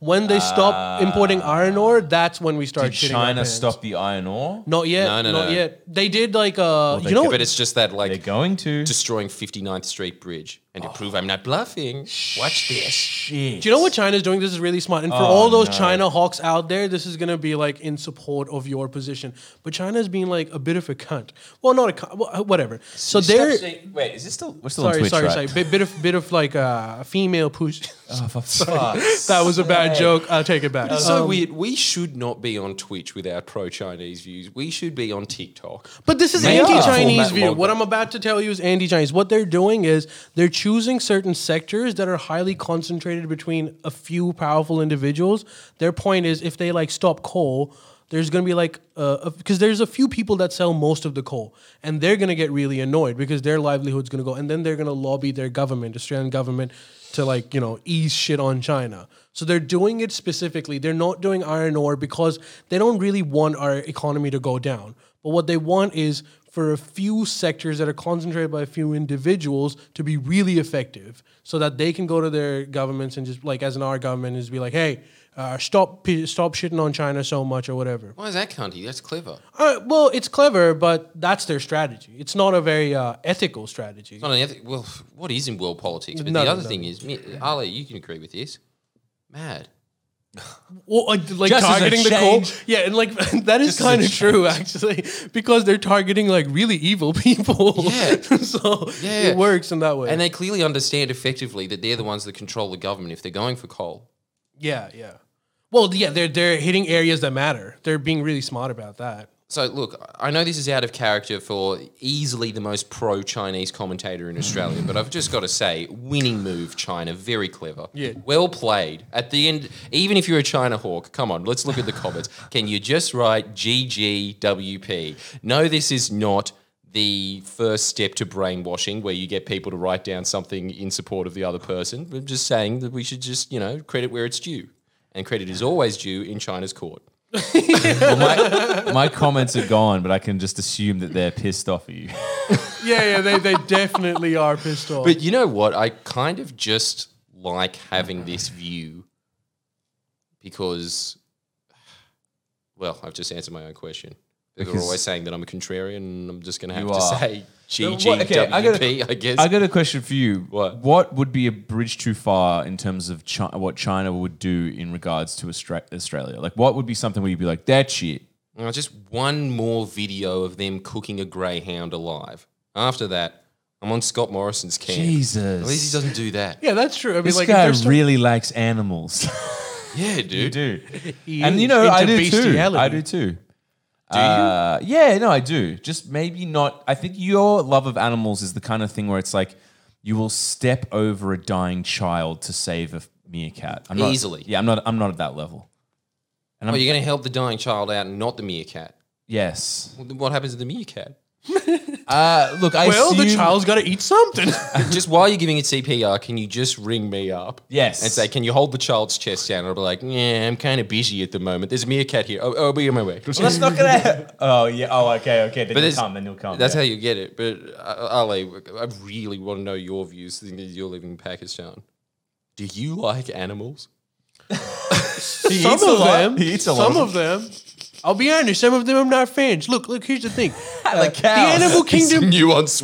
[SPEAKER 4] When they stop importing iron ore, that's when we start.
[SPEAKER 2] Did
[SPEAKER 4] shitting our
[SPEAKER 2] Ah. China
[SPEAKER 4] pants.
[SPEAKER 2] stop the iron ore?
[SPEAKER 4] Not yet.
[SPEAKER 3] No, no,
[SPEAKER 4] not
[SPEAKER 3] no.
[SPEAKER 4] yet. They did like uh, you know,
[SPEAKER 3] But it's just that,
[SPEAKER 2] They're
[SPEAKER 3] like,
[SPEAKER 2] going to.
[SPEAKER 3] destroying 59th Street Bridge. And to prove I'm not bluffing, watch this.
[SPEAKER 2] Shit.
[SPEAKER 4] Do you know what China's doing? This is really smart. And for
[SPEAKER 2] Oh,
[SPEAKER 4] all those China hawks out there, this is going to be like in support of your position. But China's being like a bit of a cunt. Well, not a cunt, wha- whatever. So they're.
[SPEAKER 2] Stop saying- Wait, is this still? We're still on
[SPEAKER 4] Sorry,
[SPEAKER 2] Twitch,
[SPEAKER 4] sorry,
[SPEAKER 2] right?
[SPEAKER 4] sorry. Bit, bit of bit of like uh, female push.
[SPEAKER 2] Oh, for fuck's
[SPEAKER 4] that was a bad
[SPEAKER 2] sake.
[SPEAKER 4] joke. I'll take it back.
[SPEAKER 3] It's so
[SPEAKER 4] Um,
[SPEAKER 3] weird. We should not be on Twitch with our pro Chinese views. We should be on TikTok.
[SPEAKER 4] But this is
[SPEAKER 3] Maybe
[SPEAKER 4] anti
[SPEAKER 3] format
[SPEAKER 4] Chinese view.
[SPEAKER 3] longer.
[SPEAKER 4] What I'm about to tell you is anti Chinese. What they're doing is they're choosing certain sectors that are highly concentrated between a few powerful individuals. Their point is if they like stop coal, there's going to be like, because there's a few people that sell most of the coal, and they're going to get really annoyed because their livelihood's going to go, and then they're going to lobby their government, Australian government, to like, you know, ease shit on China. So they're doing it specifically. They're not doing iron ore because they don't really want our economy to go down. But what they want is for a few sectors that are concentrated by a few individuals to be really effective so that they can go to their governments and just like as an our government is be like hey uh, stop p- stop shitting on china so much or whatever
[SPEAKER 3] Why is that cunty? That's clever.
[SPEAKER 4] uh, well it's clever but that's their strategy it's not a very uh, ethical strategy
[SPEAKER 3] Not an ethic. Well, what is in world politics? But
[SPEAKER 4] No,
[SPEAKER 3] the
[SPEAKER 4] no,
[SPEAKER 3] other
[SPEAKER 4] no,
[SPEAKER 3] thing is, me- Ali, you can agree with this. Mad.
[SPEAKER 4] Well, uh, like
[SPEAKER 2] Just as a
[SPEAKER 4] targeting the coal
[SPEAKER 2] change.
[SPEAKER 4] yeah and like that is
[SPEAKER 2] Just as a
[SPEAKER 4] kind of true actually because they're targeting like really evil people
[SPEAKER 3] Yeah.
[SPEAKER 4] so
[SPEAKER 3] Yeah.
[SPEAKER 4] it works in that way
[SPEAKER 3] And they clearly understand effectively that they're the ones that control the government if they're going for coal.
[SPEAKER 4] Yeah, yeah. Well, yeah, they're they're hitting areas that matter. They're being really smart about that.
[SPEAKER 3] So, look, I know this is out of character for easily the most pro Chinese commentator in Australia, but I've just got to say, winning move, China. Very clever.
[SPEAKER 4] Yeah.
[SPEAKER 3] Well played. At the end, even if you're a China hawk, come on, let's look at the comments. Can you just write GGWP? No, this is not the first step to brainwashing where you get people to write down something in support of the other person. I'm just saying that we should just, you know, credit where it's due. And credit is always due in China's court.
[SPEAKER 2] Well, my, my comments are gone, but I can just assume that they're pissed off at you.
[SPEAKER 4] Yeah, yeah, they, they definitely are pissed off.
[SPEAKER 3] But you know what? I kind of just like having this view because, well, I've just answered my own question. People are
[SPEAKER 2] Because-
[SPEAKER 3] always saying that I'm a contrarian, and I'm just going to have
[SPEAKER 2] You
[SPEAKER 3] to
[SPEAKER 2] are.
[SPEAKER 3] say GGWP,
[SPEAKER 2] what- okay, I gotta-
[SPEAKER 3] I guess.
[SPEAKER 2] I got a question for you.
[SPEAKER 3] What?
[SPEAKER 2] What would be a bridge too far in terms of Chi- what China would do in regards to Austra- Australia? Like, what would be something where you'd be like, that shit?
[SPEAKER 3] Now, just one more video of them cooking a greyhound alive. After that, I'm on Scott Morrison's camp. At least he
[SPEAKER 2] Jesus.
[SPEAKER 3] doesn't do that.
[SPEAKER 4] yeah, that's true. I mean,
[SPEAKER 2] This
[SPEAKER 4] like if
[SPEAKER 2] guy
[SPEAKER 4] they're still-
[SPEAKER 2] really likes animals.
[SPEAKER 3] Yeah, dude.
[SPEAKER 2] do.
[SPEAKER 4] He
[SPEAKER 2] and
[SPEAKER 4] is
[SPEAKER 2] you know, I
[SPEAKER 4] into
[SPEAKER 2] do too.
[SPEAKER 4] bestiality.
[SPEAKER 2] I do too. Do you? Uh, yeah, no, I do. Just maybe not. I think your love of animals is the kind of thing where it's like you will step over a dying child to save a meerkat. I'm not,
[SPEAKER 3] Easily.
[SPEAKER 2] Yeah, I'm not. I'm not at that level. And I'm
[SPEAKER 3] Oh, you're going to help the dying child out and not the meerkat.
[SPEAKER 2] yes.
[SPEAKER 3] Well, then What happens to the meerkat?
[SPEAKER 2] Uh, look, I
[SPEAKER 4] Well, the
[SPEAKER 2] assume-
[SPEAKER 4] child's got to eat something.
[SPEAKER 3] just while you're giving it CPR, uh, can you just ring me up?
[SPEAKER 2] Yes.
[SPEAKER 3] And say, can you hold the child's chest down? And I'll be like, yeah, I'm kind of busy at the moment. There's a meerkat here. Oh, oh, I'll be on my way.
[SPEAKER 2] Well, that's not gonna. Oh yeah. Oh okay. Okay. Then you'll
[SPEAKER 3] it's-
[SPEAKER 2] come. Then you'll come.
[SPEAKER 3] That's
[SPEAKER 2] yeah.
[SPEAKER 3] how you get it. But uh, Ali, I really want to know your views. Seeing as you're living in Pakistan, do you like animals?
[SPEAKER 2] He
[SPEAKER 4] some
[SPEAKER 2] eats a
[SPEAKER 4] of
[SPEAKER 2] lot.
[SPEAKER 4] them.
[SPEAKER 2] He eats a
[SPEAKER 4] some
[SPEAKER 2] lot.
[SPEAKER 4] of them. I'll be honest. Some of them I'm not fans. Look, look. Here's the thing.
[SPEAKER 2] Like
[SPEAKER 4] The
[SPEAKER 2] cows.
[SPEAKER 4] animal
[SPEAKER 3] It's a
[SPEAKER 4] kingdom.
[SPEAKER 3] nuanced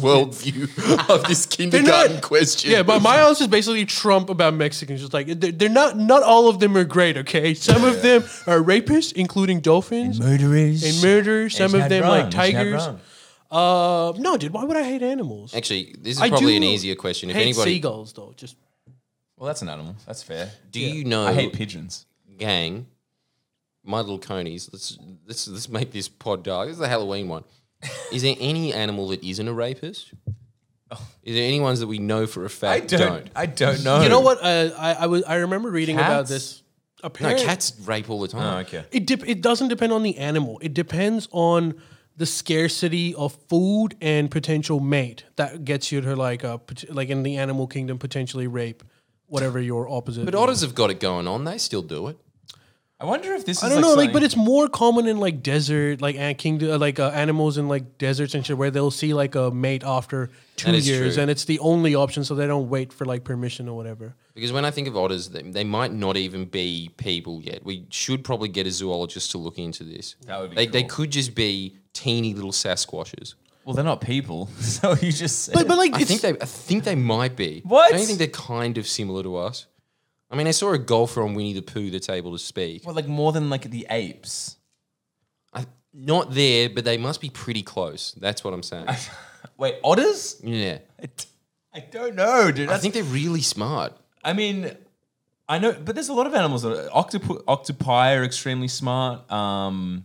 [SPEAKER 3] worldview of this kindergarten question.
[SPEAKER 4] Yeah, but my house is basically Trump about Mexicans. Just like they're, they're not. Not all of them are great. Okay, some of them are rapists, including dolphins.
[SPEAKER 2] Murderers.
[SPEAKER 4] and murder. Some of
[SPEAKER 2] not
[SPEAKER 4] them
[SPEAKER 2] wrong.
[SPEAKER 4] like
[SPEAKER 2] It's not
[SPEAKER 4] tigers.
[SPEAKER 2] wrong.
[SPEAKER 4] Uh, no, dude. Why would I hate animals?
[SPEAKER 3] Actually, this is
[SPEAKER 4] I
[SPEAKER 3] probably
[SPEAKER 4] do
[SPEAKER 3] an easier question. If
[SPEAKER 4] hate
[SPEAKER 3] anybody,
[SPEAKER 4] seagulls though. Just
[SPEAKER 2] Well, that's an animal. That's fair.
[SPEAKER 3] Do you know,
[SPEAKER 2] I hate pigeons.
[SPEAKER 3] gang, My Little Conies? Let's let's let's make this pod dark. This is the Halloween one. Is there any animal that isn't a rapist? Is there any ones that we know for a
[SPEAKER 2] Oh. I
[SPEAKER 3] fact
[SPEAKER 2] don't. I don't know.
[SPEAKER 4] You know what? Uh, I I, was, I remember reading about
[SPEAKER 2] Cats?
[SPEAKER 4] this.
[SPEAKER 3] No,
[SPEAKER 4] Apparently,
[SPEAKER 3] cats rape all the
[SPEAKER 2] Oh,
[SPEAKER 3] time.
[SPEAKER 2] okay.
[SPEAKER 4] It dep it doesn't depend on the animal. It depends on the scarcity of food and potential mate that gets you to like a pot- like in the animal kingdom potentially rape whatever your opposite.
[SPEAKER 3] But otters have got it going on. They still do it.
[SPEAKER 2] I wonder if this.
[SPEAKER 4] I
[SPEAKER 2] is
[SPEAKER 4] don't
[SPEAKER 2] like
[SPEAKER 4] know, like, but
[SPEAKER 2] something-
[SPEAKER 4] it's more common in like desert, like ant kingdom, uh, like uh, animals in like deserts and shit, where they'll see like a mate after two
[SPEAKER 3] That is
[SPEAKER 4] years,
[SPEAKER 3] true.
[SPEAKER 4] and it's the only option, so they don't wait for like permission or whatever.
[SPEAKER 3] Because when I think of otters, they, they might not even be people yet. We should probably get a zoologist to look into this.
[SPEAKER 2] That would be
[SPEAKER 3] they, they
[SPEAKER 2] cool.
[SPEAKER 3] could just be teeny little Sasquatches.
[SPEAKER 2] Well, they're not people, so you just. Said
[SPEAKER 4] But but like
[SPEAKER 3] I
[SPEAKER 4] it's,
[SPEAKER 3] think they I think they might be.
[SPEAKER 2] What?
[SPEAKER 3] Don't you think they're kind of similar to us? I mean, I saw a golfer on Winnie the Pooh that's able to speak.
[SPEAKER 2] well, like more than like the apes.
[SPEAKER 3] I, not there, but they must be pretty close. That's what I'm saying.
[SPEAKER 2] Wait, otters?
[SPEAKER 3] yeah.
[SPEAKER 2] I d- I don't know, dude.
[SPEAKER 3] I
[SPEAKER 2] That's-
[SPEAKER 3] think they're really smart.
[SPEAKER 2] I mean, I know, but there's a lot of animals that are octopu- octopi are extremely smart. Um,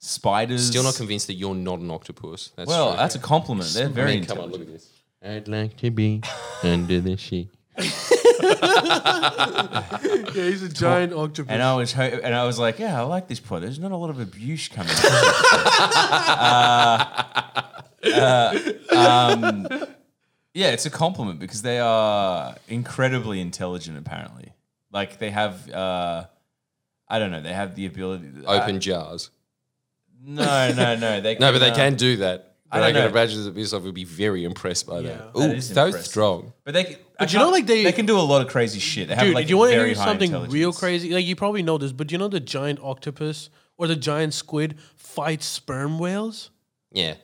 [SPEAKER 2] spiders.
[SPEAKER 3] Still not convinced that you're not an octopus. That's
[SPEAKER 2] Well,
[SPEAKER 3] true.
[SPEAKER 2] that's a compliment. They're
[SPEAKER 3] I
[SPEAKER 2] very.
[SPEAKER 3] mean, come on, look at this. I'd like to be under the sheet.
[SPEAKER 1] Yeah, he's a giant octopus.
[SPEAKER 2] And I was ho- and I was like, yeah, I like this pod. There's not a lot of abuse coming. out of it." Uh, uh, um, yeah, it's a compliment because they are incredibly intelligent. Apparently, like they have, uh, I don't know, they have the ability. uh,
[SPEAKER 3] Open jars.
[SPEAKER 2] no, no, no. They
[SPEAKER 3] No, but they
[SPEAKER 2] uh,
[SPEAKER 3] can do that.
[SPEAKER 2] I
[SPEAKER 3] But I,
[SPEAKER 2] don't
[SPEAKER 3] can
[SPEAKER 2] know.
[SPEAKER 3] imagine that myself would be very impressed by that.
[SPEAKER 2] That
[SPEAKER 3] Ooh,
[SPEAKER 2] is
[SPEAKER 3] so
[SPEAKER 2] impressive.
[SPEAKER 3] strong.
[SPEAKER 2] But they,
[SPEAKER 4] But you know, like, they-
[SPEAKER 2] they can do a lot of crazy shit. They have
[SPEAKER 4] dude,
[SPEAKER 2] like
[SPEAKER 4] do you want to
[SPEAKER 2] very
[SPEAKER 4] hear
[SPEAKER 2] high
[SPEAKER 4] something
[SPEAKER 2] intelligence.
[SPEAKER 4] real crazy? Like you probably know this, but do you know the giant octopus or the giant squid fight sperm whales?
[SPEAKER 3] Yeah.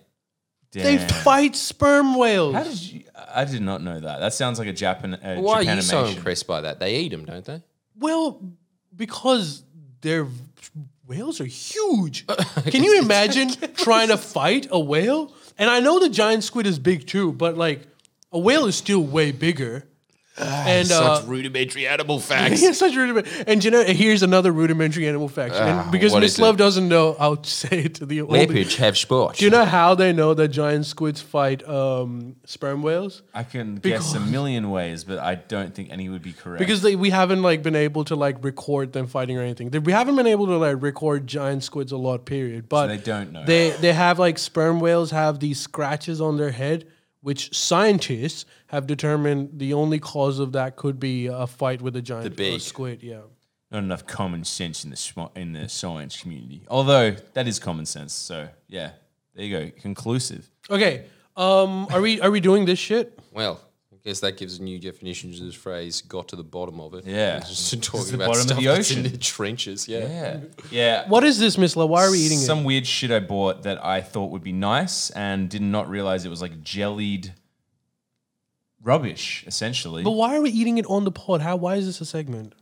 [SPEAKER 2] Damn.
[SPEAKER 4] They fight sperm whales.
[SPEAKER 2] How did you? I did not know that. That sounds like a Japan. Uh,
[SPEAKER 3] Why are you
[SPEAKER 2] Japanimation.
[SPEAKER 3] so impressed by that? They eat them, don't they?
[SPEAKER 4] Well, because their whales are huge.
[SPEAKER 3] Uh,
[SPEAKER 4] Can you imagine trying to fight a whale? And I know the giant squid is big too, but like a whale is still way bigger. And uh,
[SPEAKER 3] Ah, Such rudimentary animal facts.
[SPEAKER 4] yeah, such rudimentary. And you know, here's another rudimentary animal fact. and because
[SPEAKER 3] Ah, what
[SPEAKER 4] Miss
[SPEAKER 3] is it?
[SPEAKER 4] Love doesn't know, I'll say it to the old.
[SPEAKER 3] Leopards
[SPEAKER 4] Do
[SPEAKER 3] have spots.
[SPEAKER 4] you know how they know that giant squids fight um, sperm whales?
[SPEAKER 2] I can guess a million ways, but I don't think any would be correct.
[SPEAKER 4] because they, we haven't like been able to like record them fighting or anything. They- We haven't been able to like record giant squids a lot. Period. But
[SPEAKER 2] they don't know.
[SPEAKER 4] They they have like sperm whales have these scratches on their head, which scientists have determined the only cause of that could be a fight with a giant
[SPEAKER 3] The beak.
[SPEAKER 4] squid. Yeah.
[SPEAKER 2] not enough common sense in the sm- in the science community. Although that is common sense. So yeah, there you go. Conclusive.
[SPEAKER 4] Okay. Um. Are we are we doing this shit?
[SPEAKER 3] Well, I guess that gives a new definition to this phrase, got to the bottom of it.
[SPEAKER 2] Yeah.
[SPEAKER 3] It's Just talking
[SPEAKER 2] the
[SPEAKER 3] about
[SPEAKER 2] bottom of
[SPEAKER 3] stuff
[SPEAKER 2] the
[SPEAKER 3] that's in
[SPEAKER 2] ocean.
[SPEAKER 3] the trenches. Yeah.
[SPEAKER 2] Yeah. Yeah.
[SPEAKER 4] What is this, Miss La? Why are we eating
[SPEAKER 2] some weird shit I bought that I thought would be nice and did not realize it was like jellied rubbish, essentially.
[SPEAKER 4] it? But why are we eating it on the pod? How? Why is this a segment?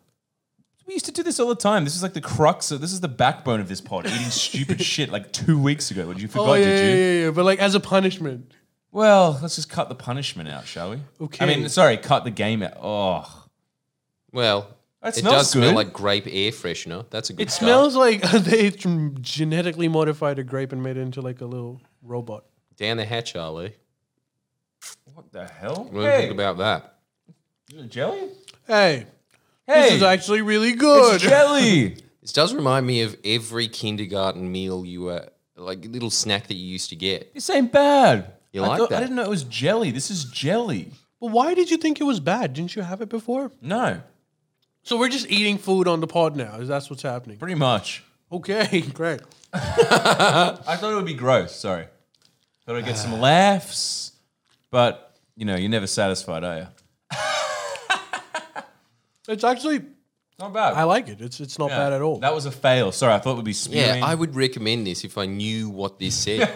[SPEAKER 2] we used to do this all the time. This is like the crux of this is the backbone of this pod. Eating stupid shit like two weeks ago. What you forgot, did you?
[SPEAKER 4] Oh, yeah, yeah. But like as a punishment.
[SPEAKER 2] Well, let's just cut the punishment out, shall we?
[SPEAKER 4] Okay.
[SPEAKER 2] I mean, sorry, cut the game out. Oh.
[SPEAKER 3] Well,
[SPEAKER 2] That
[SPEAKER 3] it
[SPEAKER 2] smells
[SPEAKER 3] does smell
[SPEAKER 2] good.
[SPEAKER 3] like grape air freshener. That's a good
[SPEAKER 4] It
[SPEAKER 2] uh,
[SPEAKER 3] start.
[SPEAKER 4] smells like they genetically modified a grape and made it into like a little robot.
[SPEAKER 3] Down the hatch, Charlie.
[SPEAKER 2] What the hell?
[SPEAKER 3] What do you
[SPEAKER 2] hey,
[SPEAKER 3] think about that?
[SPEAKER 2] is it jelly?
[SPEAKER 4] Hey,
[SPEAKER 2] Hey,
[SPEAKER 4] this is actually really
[SPEAKER 2] it's
[SPEAKER 4] good.
[SPEAKER 2] jelly.
[SPEAKER 3] This does remind me of every kindergarten meal you were, like little snack that you used to get.
[SPEAKER 2] this ain't bad.
[SPEAKER 3] You
[SPEAKER 2] I
[SPEAKER 3] like
[SPEAKER 2] thought- I
[SPEAKER 3] that?
[SPEAKER 2] didn't know it was jelly. This is jelly.
[SPEAKER 4] but why did you think it was bad? Didn't you have it before?
[SPEAKER 2] No,
[SPEAKER 4] So we're just eating food on the pod now. Is that's what's happening?
[SPEAKER 2] pretty much.
[SPEAKER 4] Okay, great.
[SPEAKER 2] I thought it would be gross. Sorry. Thought I'd get some laughs, but you know, you're never satisfied, are you?
[SPEAKER 4] It's actually
[SPEAKER 2] Not bad.
[SPEAKER 4] I like it. It's it's not bad at all.
[SPEAKER 2] That was a fail. Sorry, I thought it would be
[SPEAKER 3] Yeah,
[SPEAKER 2] spewing.
[SPEAKER 3] I would recommend this if I knew what this said.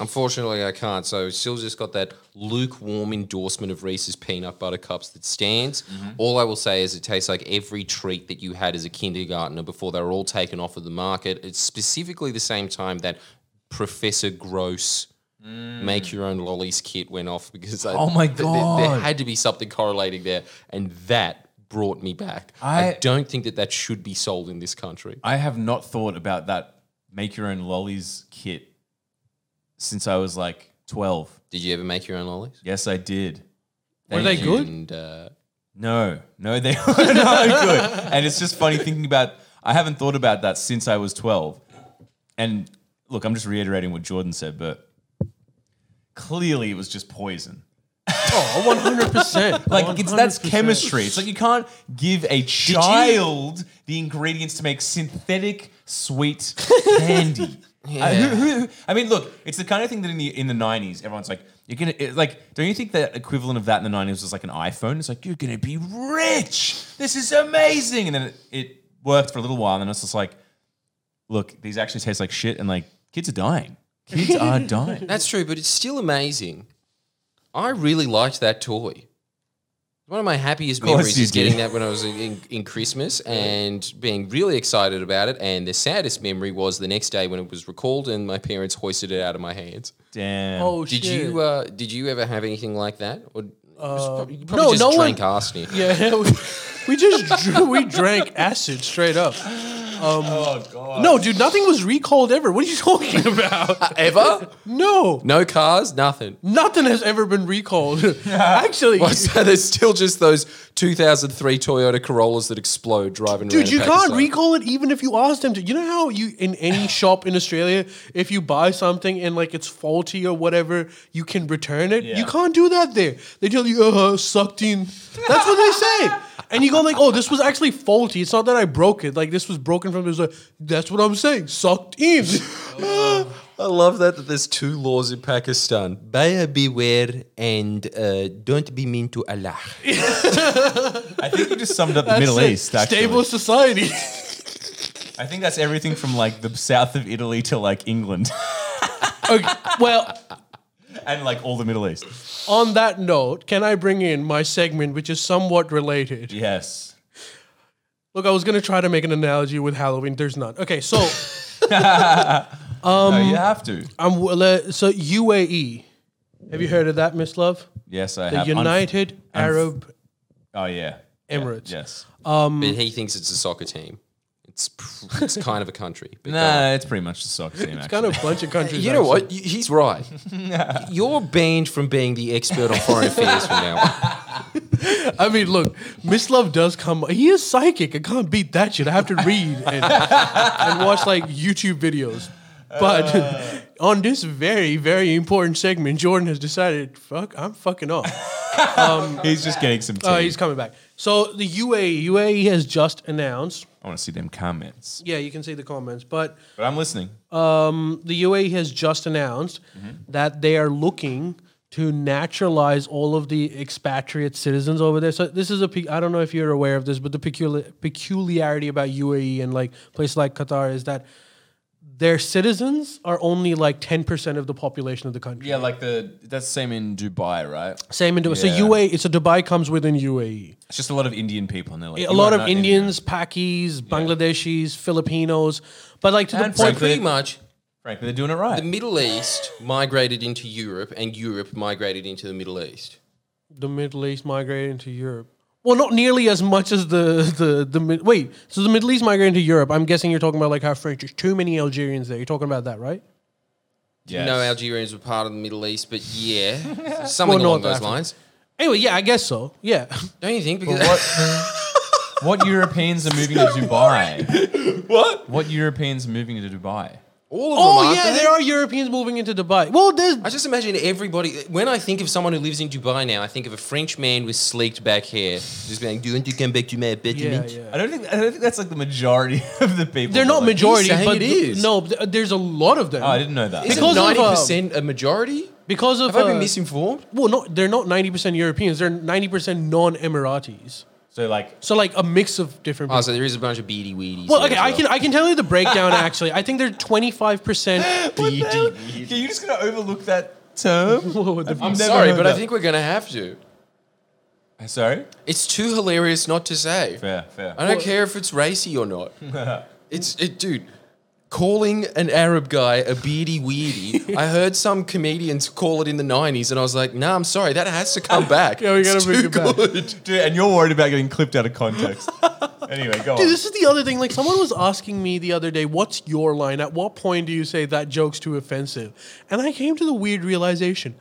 [SPEAKER 3] Unfortunately, I can't. So, still just got that lukewarm endorsement of Reese's peanut butter cups that stands.
[SPEAKER 2] Mm-hmm.
[SPEAKER 3] All I will say is it tastes like every treat that you had as a kindergartner before they were all taken off of the market. It's specifically the same time that Professor Gross make your own lollies kit went off because I,
[SPEAKER 2] Mm. Oh my
[SPEAKER 3] th- th- there,
[SPEAKER 2] God.
[SPEAKER 3] had to be something correlating there, and that brought me back. I,
[SPEAKER 2] I-
[SPEAKER 3] don't think that that should be sold in this country.
[SPEAKER 2] I have not thought about that make your own lollies kit since I was like 12.
[SPEAKER 3] Did you ever make your own lollies?
[SPEAKER 2] Yes, I did.
[SPEAKER 4] Were they good?
[SPEAKER 3] And uh,
[SPEAKER 2] No, no, they were not good. And it's just funny thinking about. I haven't thought about that since I was twelve. And look, I'm just reiterating what Jordan said, but clearly it was just poison.
[SPEAKER 4] Oh, 100%.
[SPEAKER 2] Like it's, that's
[SPEAKER 4] 100%.
[SPEAKER 2] chemistry. It's like you can't give a child the ingredients to make synthetic sweet candy. I, who- who- I mean, look, it's the kind of thing that in the in the nineties, everyone's like, "You're gonna it, like." Don't you think the equivalent of that in the nineties was like an iPhone? It's like you're gonna be rich. This is amazing, and then it, it worked for a little while, and then it's just like, look, these actually taste like shit, and like kids are dying. Kids are dying.
[SPEAKER 3] that's true, but it's still amazing. I really liked that toy. One of my happiest
[SPEAKER 2] course
[SPEAKER 3] memories
[SPEAKER 2] you
[SPEAKER 3] is getting
[SPEAKER 2] did.
[SPEAKER 3] that when I was in, in, in Christmas and being really excited about it. And the saddest memory was the next day when it was recalled and my parents hoisted it out of my hands.
[SPEAKER 2] Damn.
[SPEAKER 4] Oh,
[SPEAKER 3] Did
[SPEAKER 4] shit. Uh,
[SPEAKER 3] you uh, did you ever have anything like that? Or you probably
[SPEAKER 4] no,
[SPEAKER 3] just
[SPEAKER 4] no one-
[SPEAKER 3] drank arsenic.
[SPEAKER 4] Yeah, we, we just dr- we drank acid straight up. Um,
[SPEAKER 2] oh god. Uh,
[SPEAKER 4] No, dude, nothing was recalled ever. What are you talking about?
[SPEAKER 3] Ever?
[SPEAKER 4] No,
[SPEAKER 3] No cars, nothing.
[SPEAKER 4] nothing has ever been recalled. Actually,
[SPEAKER 3] Well, so there's still just those 2003 Toyota Corollas that explode driving around.
[SPEAKER 4] Dude, you
[SPEAKER 3] in Pakistan.
[SPEAKER 4] can't recall it even if you ask them to. You know how you in any shop in Australia, if you buy something and like it's faulty or whatever, you can return it. You
[SPEAKER 2] Yeah.
[SPEAKER 4] can't do that there. They tell you, uh, sucked in. That's what they say. And you go like, oh, this was actually faulty. It's not that I broke it. Like this was broken from this. Like, that's what I'm saying. Sucked in.
[SPEAKER 3] I love that, that there's two laws in Pakistan buyer beware and uh, don't be mean to Allah.
[SPEAKER 2] I think you just summed up the Middle
[SPEAKER 4] That's it.
[SPEAKER 2] East. Actually.
[SPEAKER 4] Stable society.
[SPEAKER 2] I think that's everything from like the south of Italy to like England
[SPEAKER 4] okay, well,
[SPEAKER 2] and like all the Middle East.
[SPEAKER 4] on that note, can I bring in my segment, which is somewhat related?
[SPEAKER 2] Yes.
[SPEAKER 4] Look, I was gonna try to make an analogy with Halloween. There's none. Okay, so
[SPEAKER 2] no, Oh,
[SPEAKER 4] Um,
[SPEAKER 2] you have to.
[SPEAKER 4] I'm le- so UAE. Have you heard of that, Miss Love?
[SPEAKER 2] Yes, I
[SPEAKER 4] The
[SPEAKER 2] have. Unf-
[SPEAKER 4] United Arab
[SPEAKER 2] oh yeah.
[SPEAKER 4] Emirates.
[SPEAKER 2] Yes.
[SPEAKER 3] but he thinks it's a soccer team. It's, pr- it's kind of a country. But uh,
[SPEAKER 2] Nah, it's pretty much the soccer team.
[SPEAKER 4] It's kind of a bunch of countries.
[SPEAKER 3] You know
[SPEAKER 4] actually.
[SPEAKER 3] what? Y- He's right. You're banned from being the expert on foreign affairs from now on.
[SPEAKER 4] I mean, look, Miss Love does come. He is psychic. I can't beat that shit. I have to read and, and watch like YouTube videos. But
[SPEAKER 3] Uh.
[SPEAKER 4] on this very, very important segment, Jordan has decided, fuck, I'm fucking off.
[SPEAKER 2] He's just getting some. Tea.
[SPEAKER 4] Uh, he's coming back. So the E, UAE, UAE has just announced.
[SPEAKER 2] I want to see them comments,
[SPEAKER 4] Yeah, you can see the comments, but
[SPEAKER 2] but I'm listening.
[SPEAKER 4] the UAE has just announced that they are looking to naturalize all of the expatriate citizens over there. So this is a pe- I don't know if you're aware of this, but the peculi- peculiarity about UAE and like places like Qatar is that their citizens are only like 10% of the population of the country.
[SPEAKER 2] Yeah, like the that's the same in Dubai, right?
[SPEAKER 4] Same in Dubai.
[SPEAKER 2] Yeah.
[SPEAKER 4] So UAE, it's a Dubai comes within UAE.
[SPEAKER 2] It's just a lot of Indian people, and they're like
[SPEAKER 4] a lot of Indians, Pakis, Bangladeshis, Filipinos, but like to
[SPEAKER 2] And
[SPEAKER 4] the point
[SPEAKER 2] frankly-
[SPEAKER 3] Pretty much.
[SPEAKER 2] Frankly, they're doing it
[SPEAKER 3] The
[SPEAKER 2] right.
[SPEAKER 3] Middle East migrated into Europe, and Europe migrated into the Middle East.
[SPEAKER 4] the Middle East migrated into Europe. Well, not nearly as much as the the the Mid- wait. So the Middle East migrated into Europe. I'm guessing you're talking about like how French. There's too many Algerians there. You're talking about that, right?
[SPEAKER 2] Yes.
[SPEAKER 3] No Algerians were part of the Middle East, but yeah, something
[SPEAKER 4] Well, North
[SPEAKER 3] along those
[SPEAKER 4] Africa.
[SPEAKER 3] lines.
[SPEAKER 4] Anyway, yeah, I guess so. Yeah,
[SPEAKER 3] Don't you think? Because
[SPEAKER 2] What Europeans are moving to Dubai? what? What Europeans are moving to Dubai?
[SPEAKER 3] all of them
[SPEAKER 4] Oh
[SPEAKER 3] aren't
[SPEAKER 4] yeah,
[SPEAKER 3] they?
[SPEAKER 4] there are Europeans moving into Dubai. Well, there's
[SPEAKER 3] I just imagine everybody. When I think of someone who lives in Dubai now, I think of a French man with sleeked back hair, just being, "Do you want to come back to my
[SPEAKER 4] yeah,
[SPEAKER 3] apartment?"
[SPEAKER 2] I
[SPEAKER 4] yeah.
[SPEAKER 2] don't think I don't think that's like the majority of the people.
[SPEAKER 4] They're
[SPEAKER 2] that,
[SPEAKER 4] not
[SPEAKER 2] like-
[SPEAKER 4] majority,
[SPEAKER 3] saying
[SPEAKER 4] but
[SPEAKER 3] it
[SPEAKER 4] th-
[SPEAKER 3] is.
[SPEAKER 4] no, th- there's a lot of them.
[SPEAKER 2] Oh, I didn't know that.
[SPEAKER 3] Isn't
[SPEAKER 4] Because of,
[SPEAKER 3] ninety
[SPEAKER 4] uh,
[SPEAKER 3] percent a majority?
[SPEAKER 4] Because of
[SPEAKER 3] Have I been
[SPEAKER 4] uh,
[SPEAKER 3] misinformed?
[SPEAKER 4] well, no, they're not ninety percent Europeans. They're ninety percent non-Emiratis.
[SPEAKER 2] so like
[SPEAKER 4] So like a mix of different.
[SPEAKER 3] Oh,
[SPEAKER 4] people.
[SPEAKER 3] so there is a bunch of beady weedies.
[SPEAKER 4] Well,
[SPEAKER 3] there
[SPEAKER 4] okay, I
[SPEAKER 3] as
[SPEAKER 4] can I can tell you the breakdown. actually, I think they're twenty five percent
[SPEAKER 2] Are you just gonna overlook that term?
[SPEAKER 3] I'm
[SPEAKER 2] I've never
[SPEAKER 3] sorry,
[SPEAKER 2] heard
[SPEAKER 3] but I
[SPEAKER 2] that.
[SPEAKER 3] think we're gonna have to.
[SPEAKER 2] Sorry.
[SPEAKER 3] It's too hilarious not to say.
[SPEAKER 2] Fair, fair.
[SPEAKER 3] I don't care if it's racy or not. it's it, dude. calling an Arab guy a beardy weirdy. I heard some comedians call it in the 90s, and I was like, nah, I'm sorry, that has to come back.
[SPEAKER 1] Yeah, we gotta
[SPEAKER 3] It's
[SPEAKER 1] bring
[SPEAKER 3] too
[SPEAKER 1] it back.
[SPEAKER 3] good.
[SPEAKER 2] Dude, and you're worried about getting clipped out of context. anyway, go
[SPEAKER 4] Dude,
[SPEAKER 2] on.
[SPEAKER 4] this is the other thing. Like, someone was asking me the other day, what's your line? At what point do you say that joke's too offensive? And I came to the weird realization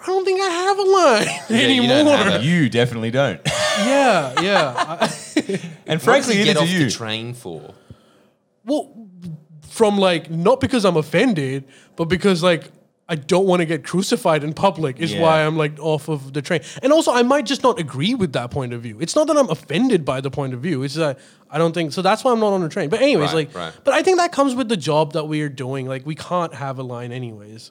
[SPEAKER 4] I don't think I have a line
[SPEAKER 3] you don't have
[SPEAKER 4] anymore.
[SPEAKER 3] it.
[SPEAKER 2] You definitely don't.
[SPEAKER 4] Yeah, yeah. I-
[SPEAKER 2] And
[SPEAKER 3] What does
[SPEAKER 2] frankly,
[SPEAKER 3] he
[SPEAKER 2] neither
[SPEAKER 3] get
[SPEAKER 2] do
[SPEAKER 3] off
[SPEAKER 2] you.
[SPEAKER 3] the train for?
[SPEAKER 4] well, from like, not because I'm offended, but because like, I don't want to get crucified in public is
[SPEAKER 2] Yeah.
[SPEAKER 4] why I'm like off of the train. And also I might just not agree with that point of view. It's not that I'm offended by the point of view. It's that I don't think so that's why I'm not on the train. But anyways,
[SPEAKER 3] Right,
[SPEAKER 4] like
[SPEAKER 3] right.
[SPEAKER 4] but I think that comes with the job that we are doing. Like we can't have a line anyways.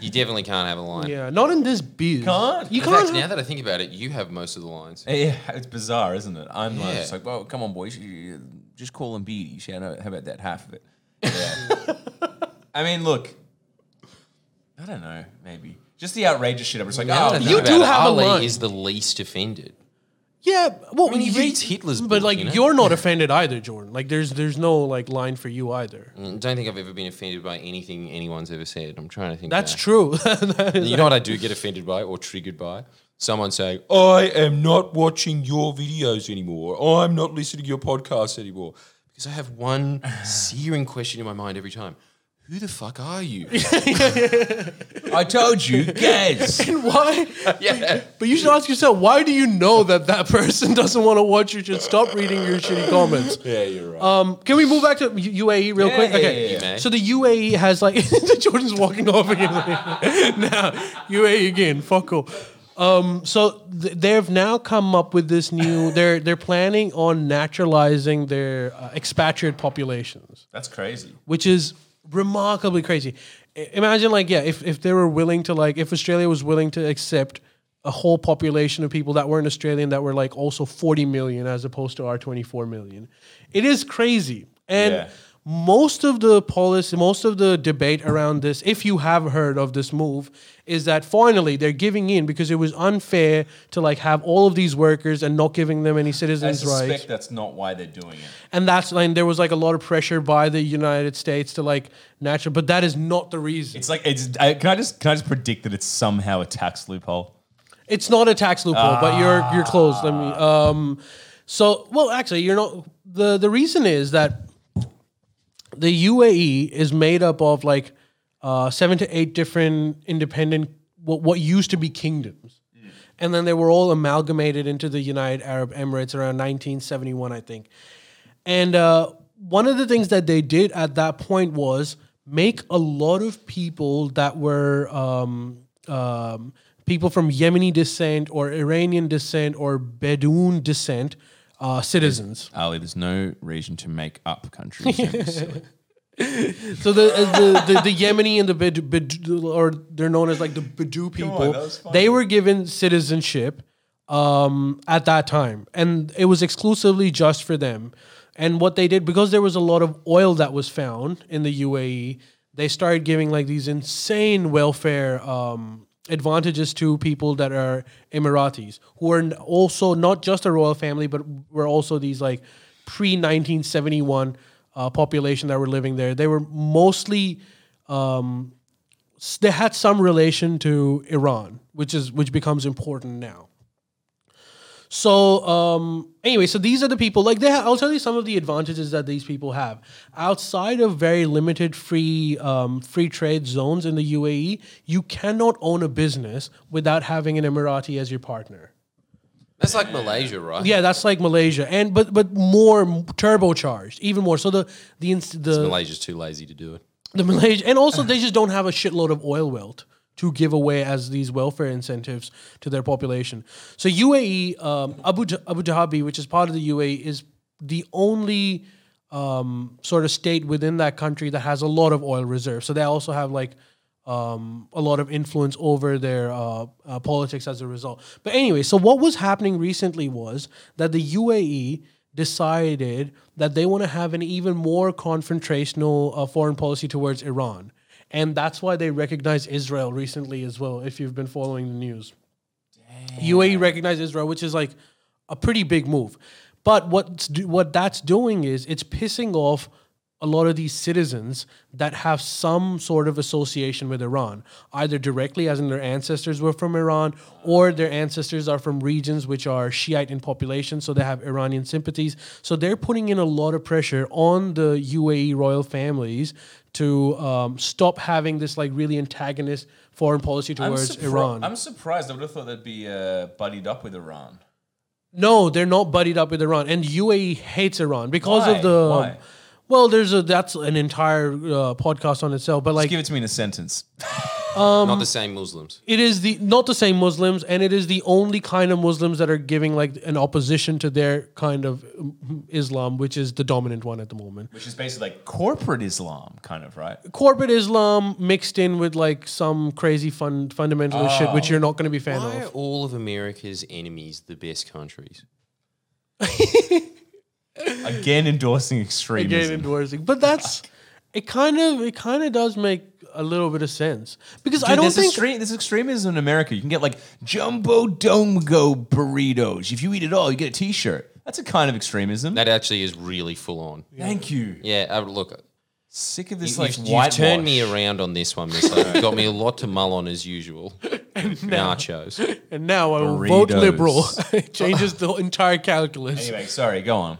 [SPEAKER 3] You definitely can't have a line.
[SPEAKER 4] Yeah, not in this biz.
[SPEAKER 2] Can't?
[SPEAKER 4] You
[SPEAKER 3] In fact,
[SPEAKER 4] can't
[SPEAKER 3] now
[SPEAKER 4] have,
[SPEAKER 3] that I think about it, you have most of the lines.
[SPEAKER 2] Yeah, it's bizarre, isn't it? I'm like,
[SPEAKER 3] Yeah.
[SPEAKER 2] just like, well, come on, boys, you- you- just call them beaties. Yeah, no, how about that half of it? Yeah. I mean, look, I don't know, maybe just the outrageous shit. I'm just like,
[SPEAKER 3] Now
[SPEAKER 2] oh,
[SPEAKER 3] that
[SPEAKER 2] no.
[SPEAKER 3] I think
[SPEAKER 4] you
[SPEAKER 3] about
[SPEAKER 4] do
[SPEAKER 3] it,
[SPEAKER 4] have a
[SPEAKER 3] Ali
[SPEAKER 4] line.
[SPEAKER 3] is the least offended.
[SPEAKER 4] Yeah, well,
[SPEAKER 3] mean, he
[SPEAKER 4] you-
[SPEAKER 3] reads Hitler's
[SPEAKER 4] but
[SPEAKER 3] book,
[SPEAKER 4] like
[SPEAKER 3] you know?
[SPEAKER 4] are not offended either, Jordan. Like there's there's no like line for you either.
[SPEAKER 3] I don't think I've ever been offended by anything anyone's ever said. I'm trying to think.
[SPEAKER 4] That's
[SPEAKER 3] now.
[SPEAKER 4] true.
[SPEAKER 3] You know what I do get offended by or triggered by? Someone saying, I am not watching your videos anymore. I'm not listening to your podcasts anymore. Because I have one searing question in my mind every time. Who the fuck are you?
[SPEAKER 2] I told you, guys.
[SPEAKER 4] why?
[SPEAKER 3] yeah.
[SPEAKER 4] But you should ask yourself, why do you know that that person doesn't want to watch you? Should stop reading your shitty comments.
[SPEAKER 3] Yeah, you're right.
[SPEAKER 4] Um, can we move back to U- UAE real
[SPEAKER 2] Yeah,
[SPEAKER 4] quick?
[SPEAKER 2] yeah,
[SPEAKER 4] okay.
[SPEAKER 2] yeah,
[SPEAKER 3] yeah.
[SPEAKER 4] So the UAE has like Jordan's walking off again. now UAE again. Fuck off. Um, so th- they've now come up with this new. They're they're planning on naturalizing their uh, expatriate populations
[SPEAKER 2] That's crazy.
[SPEAKER 4] which is remarkably crazy. I- Imagine like yeah, if if they were willing to like if Australia was willing to accept a whole population of people that weren't Australian that were like also 40 million as opposed to our 24 million. It is crazy. And
[SPEAKER 2] Yeah.
[SPEAKER 4] most of the policy, most of the debate around this, if you have heard of this move, is that finally they're giving in because it was unfair to like have all of these workers and not giving them any
[SPEAKER 2] I
[SPEAKER 4] citizens'
[SPEAKER 2] suspect
[SPEAKER 4] rights
[SPEAKER 2] that's not why they're doing it.
[SPEAKER 4] and that's and there was like a lot of pressure by the United States to like natural, but that is not the reason.
[SPEAKER 2] It's like, it's. I, can I just can I just predict that it's somehow a tax loophole?
[SPEAKER 4] It's not a tax loophole, but you're you're close. Let me. Um, so well, actually, you're not. the The reason is that the UAE is made up of like uh, seven to eight different independent what, what used to be kingdoms. And then they were all amalgamated into the United Arab Emirates around 1971, I think. And uh, one of the things that they did at that point was make a lot of people that were um, um, people from Yemeni descent or Iranian descent or Bedouin descent uh, citizens.
[SPEAKER 2] Ali, there's no reason to make up countries. Don't be silly.
[SPEAKER 4] So the, uh, the, the the Yemeni and the Bid, Bid, or they're known as like the Bidou people.
[SPEAKER 2] that was funny.
[SPEAKER 4] they were given citizenship um, at that time, and it was exclusively just for them. And what they did because there was a lot of oil that was found in the UAE, they started giving like these insane welfare um, advantages to people that are Emiratis who are n- also not just a royal family, but were also these like pre 1971 uh, population that were living there. They were mostly um, s- they had some relation to Iran, which is which becomes important now. So um, anyway, so these are the people. Like they, ha- I'll tell you some of the advantages that these people have outside of very limited free um, free trade zones in the UAE. You cannot own a business without having an Emirati as your partner.
[SPEAKER 3] That's like Malaysia, right?
[SPEAKER 4] Yeah, that's like Malaysia, and but but more turbocharged, even more. So the the ins- the
[SPEAKER 3] Malaysia's too lazy to do it.
[SPEAKER 4] the Malaysia, and also they just don't have a shitload of oil wealth to give away as these welfare incentives to their population. So UAE, um, Abu Dha- Abu Dhabi, which is part of the UAE, is the only um, sort of state within that country that has a lot of oil reserves. So they also have like um, a lot of influence over their uh, uh, politics as a result. But anyway, so what was happening recently was that the UAE decided that they want to have an even more confrontational uh, foreign policy towards Iran. And that's why they recognize Israel recently as well, if you've been following the news. UAE recognized E Israel, which is like a pretty big move. But what's do, what that's doing is it's pissing off a lot of these citizens that have some sort of association with Iran, either directly, as in their ancestors were from Iran, or their ancestors are from regions which are Shiite in population, so they have Iranian sympathies. So they're putting in a lot of pressure on the UAE royal families to um, stop having this like really antagonist foreign policy towards
[SPEAKER 2] surpri-
[SPEAKER 4] Iran.
[SPEAKER 2] I'm surprised. I would have thought they'd be uh, buddied up with Iran.
[SPEAKER 4] No, they're not buddied up with Iran, and UAE hates Iran because
[SPEAKER 2] Why?
[SPEAKER 4] of the. um,
[SPEAKER 2] Why?
[SPEAKER 4] Well, there's a that's an entire uh, podcast on itself, but like
[SPEAKER 2] Just give it to me in a sentence.
[SPEAKER 3] Not the same Muslims.
[SPEAKER 4] it is the not the same Muslims, and it is the only kind of Muslims that are giving like an opposition to their kind of um, Islam, which is the dominant one at the moment.
[SPEAKER 2] Which is basically like corporate Islam, kind of, right?
[SPEAKER 4] Corporate Islam mixed in with like some crazy fun fundamentalist shit,
[SPEAKER 2] Oh.
[SPEAKER 4] which you're not going to be a fan
[SPEAKER 3] Why are
[SPEAKER 4] of.
[SPEAKER 3] all of America's enemies the best countries?
[SPEAKER 2] Again, endorsing extremism.
[SPEAKER 4] Again, endorsing, but that's it. Kind of it kind of does make a little bit of sense because I
[SPEAKER 2] Dude,
[SPEAKER 4] don't
[SPEAKER 2] there's
[SPEAKER 4] think
[SPEAKER 2] extreme, there's extremism in America. You can get like jumbo dongo burritos. If you eat it all, you get a T-shirt. That's a kind of extremism.
[SPEAKER 3] That actually is really full on.
[SPEAKER 2] Thank you.
[SPEAKER 3] Yeah, uh, look,
[SPEAKER 2] Sick of this
[SPEAKER 3] you,
[SPEAKER 2] like
[SPEAKER 3] have
[SPEAKER 2] whitewash.
[SPEAKER 3] turned me around on this one, Miso. got me a lot to mull on as usual. Nachos.
[SPEAKER 4] And now I will vote
[SPEAKER 2] Burritos.
[SPEAKER 4] liberal. it changes the entire calculus.
[SPEAKER 2] Anyway, sorry. Go on.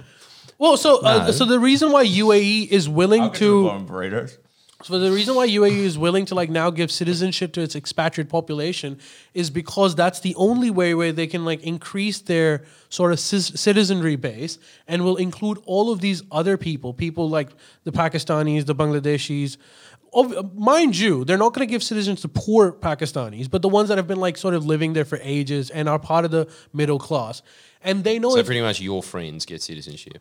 [SPEAKER 4] Well, so uh, so the reason why UAE is willing
[SPEAKER 2] I'll get the
[SPEAKER 4] to
[SPEAKER 2] bottom of burritos.
[SPEAKER 4] so the reason why UAE is willing to like now give citizenship to its expatriate population is because that's the only way where they can like increase their sort of cis- citizenry base and will include all of these other people, people like the Pakistanis, the Bangladeshis. Ob- mind you, they're not going to give citizens to poor Pakistanis, but the ones that have been like sort of living there for ages and are part of the middle class. And they know
[SPEAKER 3] So
[SPEAKER 4] if
[SPEAKER 3] pretty much your friends get citizenship.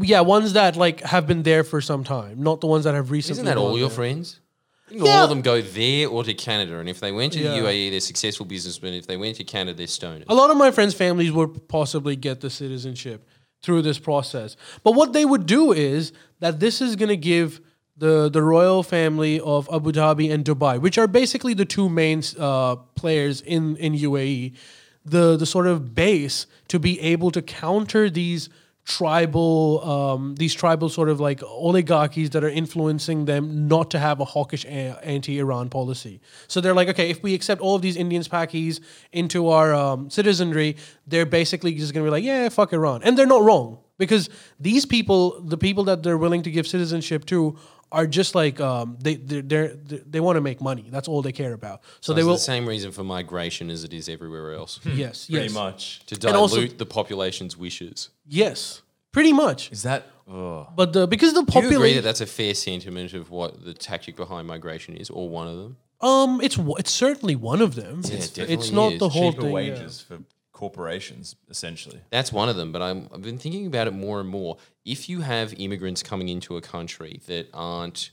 [SPEAKER 4] Yeah, ones that like have been there for some time, not the ones that have recently.
[SPEAKER 3] Isn't that all
[SPEAKER 4] gone
[SPEAKER 3] your
[SPEAKER 4] there.
[SPEAKER 3] friends? Didn't
[SPEAKER 4] Yeah.
[SPEAKER 3] all of them go there or to Canada? And if they went to
[SPEAKER 4] Yeah. Oh,
[SPEAKER 3] the UAE, they're successful businessmen. If they went to Canada, they're stoners.
[SPEAKER 4] A lot of my friends' families would possibly get the citizenship through this process, but what they would do is that this is going to give the the royal family of Abu Dhabi and Dubai, which are basically the two main uh, players in in UAE, the the sort of base to be able to counter these tribal um, these tribal sort of like oligarchies that are influencing them not to have a hawkish a- anti-iran policy so they're like okay if we accept all of these indians pakis into our um, citizenry they're basically just going to be like yeah fuck iran and they're not wrong because these people the people that they're willing to give citizenship to are just like um, they they're, they're, they want to make money that's all they care about so they
[SPEAKER 3] It's
[SPEAKER 4] will
[SPEAKER 3] the same reason for migration as it is everywhere else
[SPEAKER 4] yes
[SPEAKER 2] Pretty
[SPEAKER 4] yes
[SPEAKER 2] much.
[SPEAKER 3] to
[SPEAKER 4] And
[SPEAKER 3] dilute
[SPEAKER 4] also-
[SPEAKER 3] the population's wishes.
[SPEAKER 4] yes pretty much
[SPEAKER 2] Is that? Oh.
[SPEAKER 4] but the because the
[SPEAKER 3] Do you agree that
[SPEAKER 4] population
[SPEAKER 3] that's a fair sentiment of what the tactic behind migration is, or one of them?
[SPEAKER 4] um it's w- it's certainly one of them
[SPEAKER 3] it
[SPEAKER 4] it's,
[SPEAKER 3] definitely
[SPEAKER 4] it's not
[SPEAKER 3] is.
[SPEAKER 4] the whole
[SPEAKER 2] Cheaper
[SPEAKER 4] thing yeah.
[SPEAKER 2] wages for corporations, essentially.
[SPEAKER 3] That's one of them, but I'm, I've been thinking about it more and more. If you have immigrants coming into a country that aren't,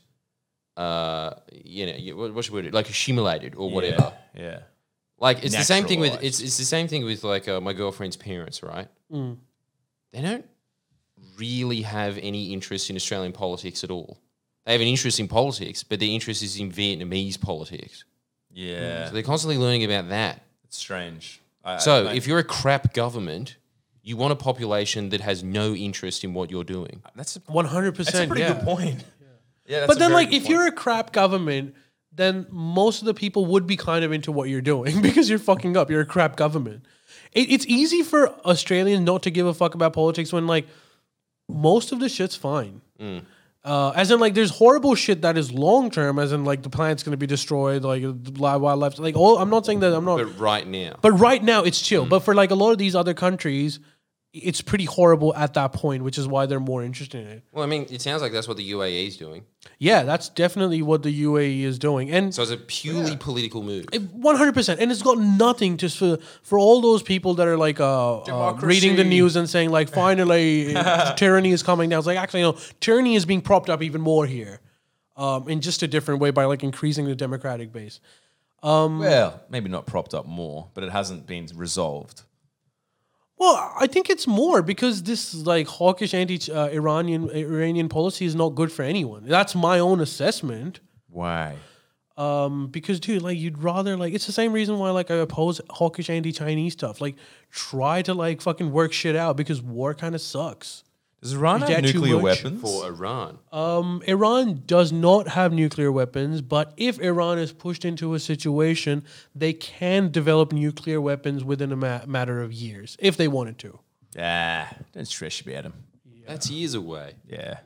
[SPEAKER 3] uh, you know, you- what- what's the word? Like assimilated or whatever.
[SPEAKER 2] Yeah. yeah.
[SPEAKER 3] Like it's the same thing with
[SPEAKER 2] Naturalized.
[SPEAKER 3] it's it's the same thing with like uh, my girlfriend's parents, right? They don't really have any interest in Australian politics at all. They have an interest in politics, but their interest is in Vietnamese politics.
[SPEAKER 2] Yeah.
[SPEAKER 3] So they're constantly learning about that.
[SPEAKER 2] It's strange. I,
[SPEAKER 3] So
[SPEAKER 2] I-
[SPEAKER 3] if you're a crap government, you want a population that has no interest in what you're doing.
[SPEAKER 2] that's a,
[SPEAKER 4] One hundred
[SPEAKER 2] that's a
[SPEAKER 4] percent.
[SPEAKER 2] pretty
[SPEAKER 4] Yeah.
[SPEAKER 2] good point. Yeah. that's
[SPEAKER 4] But
[SPEAKER 2] a
[SPEAKER 4] then,
[SPEAKER 2] very
[SPEAKER 4] like,
[SPEAKER 2] good
[SPEAKER 4] if
[SPEAKER 2] point.
[SPEAKER 4] you're a crap government, then most of the people would be kind of into what you're doing because you're fucking up. You're a crap government. It, it's easy for Australians not to give a fuck about politics when, like, most of the shit's fine.
[SPEAKER 2] Mm.
[SPEAKER 4] Uh, as in, like, there's horrible shit that is long term. As in, like, the planet's going to be destroyed, like, the wild- wildlife. Like, all I'm not saying that I'm not.
[SPEAKER 3] But right now,
[SPEAKER 4] But right now it's chill. But for like a lot of these other countries, it's pretty horrible at that point, which is why they're more interested in it.
[SPEAKER 3] well, I mean, it sounds like that's what the UAE is doing.
[SPEAKER 4] Yeah, that's definitely what the UAE is doing. And
[SPEAKER 3] So it's a purely political move.
[SPEAKER 4] 100% and it's got nothing just for for all those people that are like uh, uh reading the
[SPEAKER 2] Democracy.
[SPEAKER 4] news and saying like finally uh, tyranny is coming down it's like actually no tyranny is being propped up even more here um in just a different way by like increasing the democratic base
[SPEAKER 2] well, maybe not propped up more, but it hasn't been resolved.
[SPEAKER 4] Well, I think it's more because this like hawkish anti-Iranian Iranian policy is not good for anyone. That's my own assessment.
[SPEAKER 2] Why?
[SPEAKER 4] Um, because dude, like you'd rather like it's the same reason why like I oppose hawkish anti-Chinese stuff. Like try to like fucking work shit out because war kind of sucks.
[SPEAKER 2] Does Iran
[SPEAKER 4] Is
[SPEAKER 2] have
[SPEAKER 4] that too
[SPEAKER 2] nuclear
[SPEAKER 4] much?
[SPEAKER 2] weapons?
[SPEAKER 3] for Iran.
[SPEAKER 4] Um, Iran does not have nuclear weapons, but if Iran is pushed into a situation, they can develop nuclear weapons within a ma- matter of years if they wanted to.
[SPEAKER 2] ah, don't stress about them.
[SPEAKER 3] That's years away.
[SPEAKER 2] Yeah.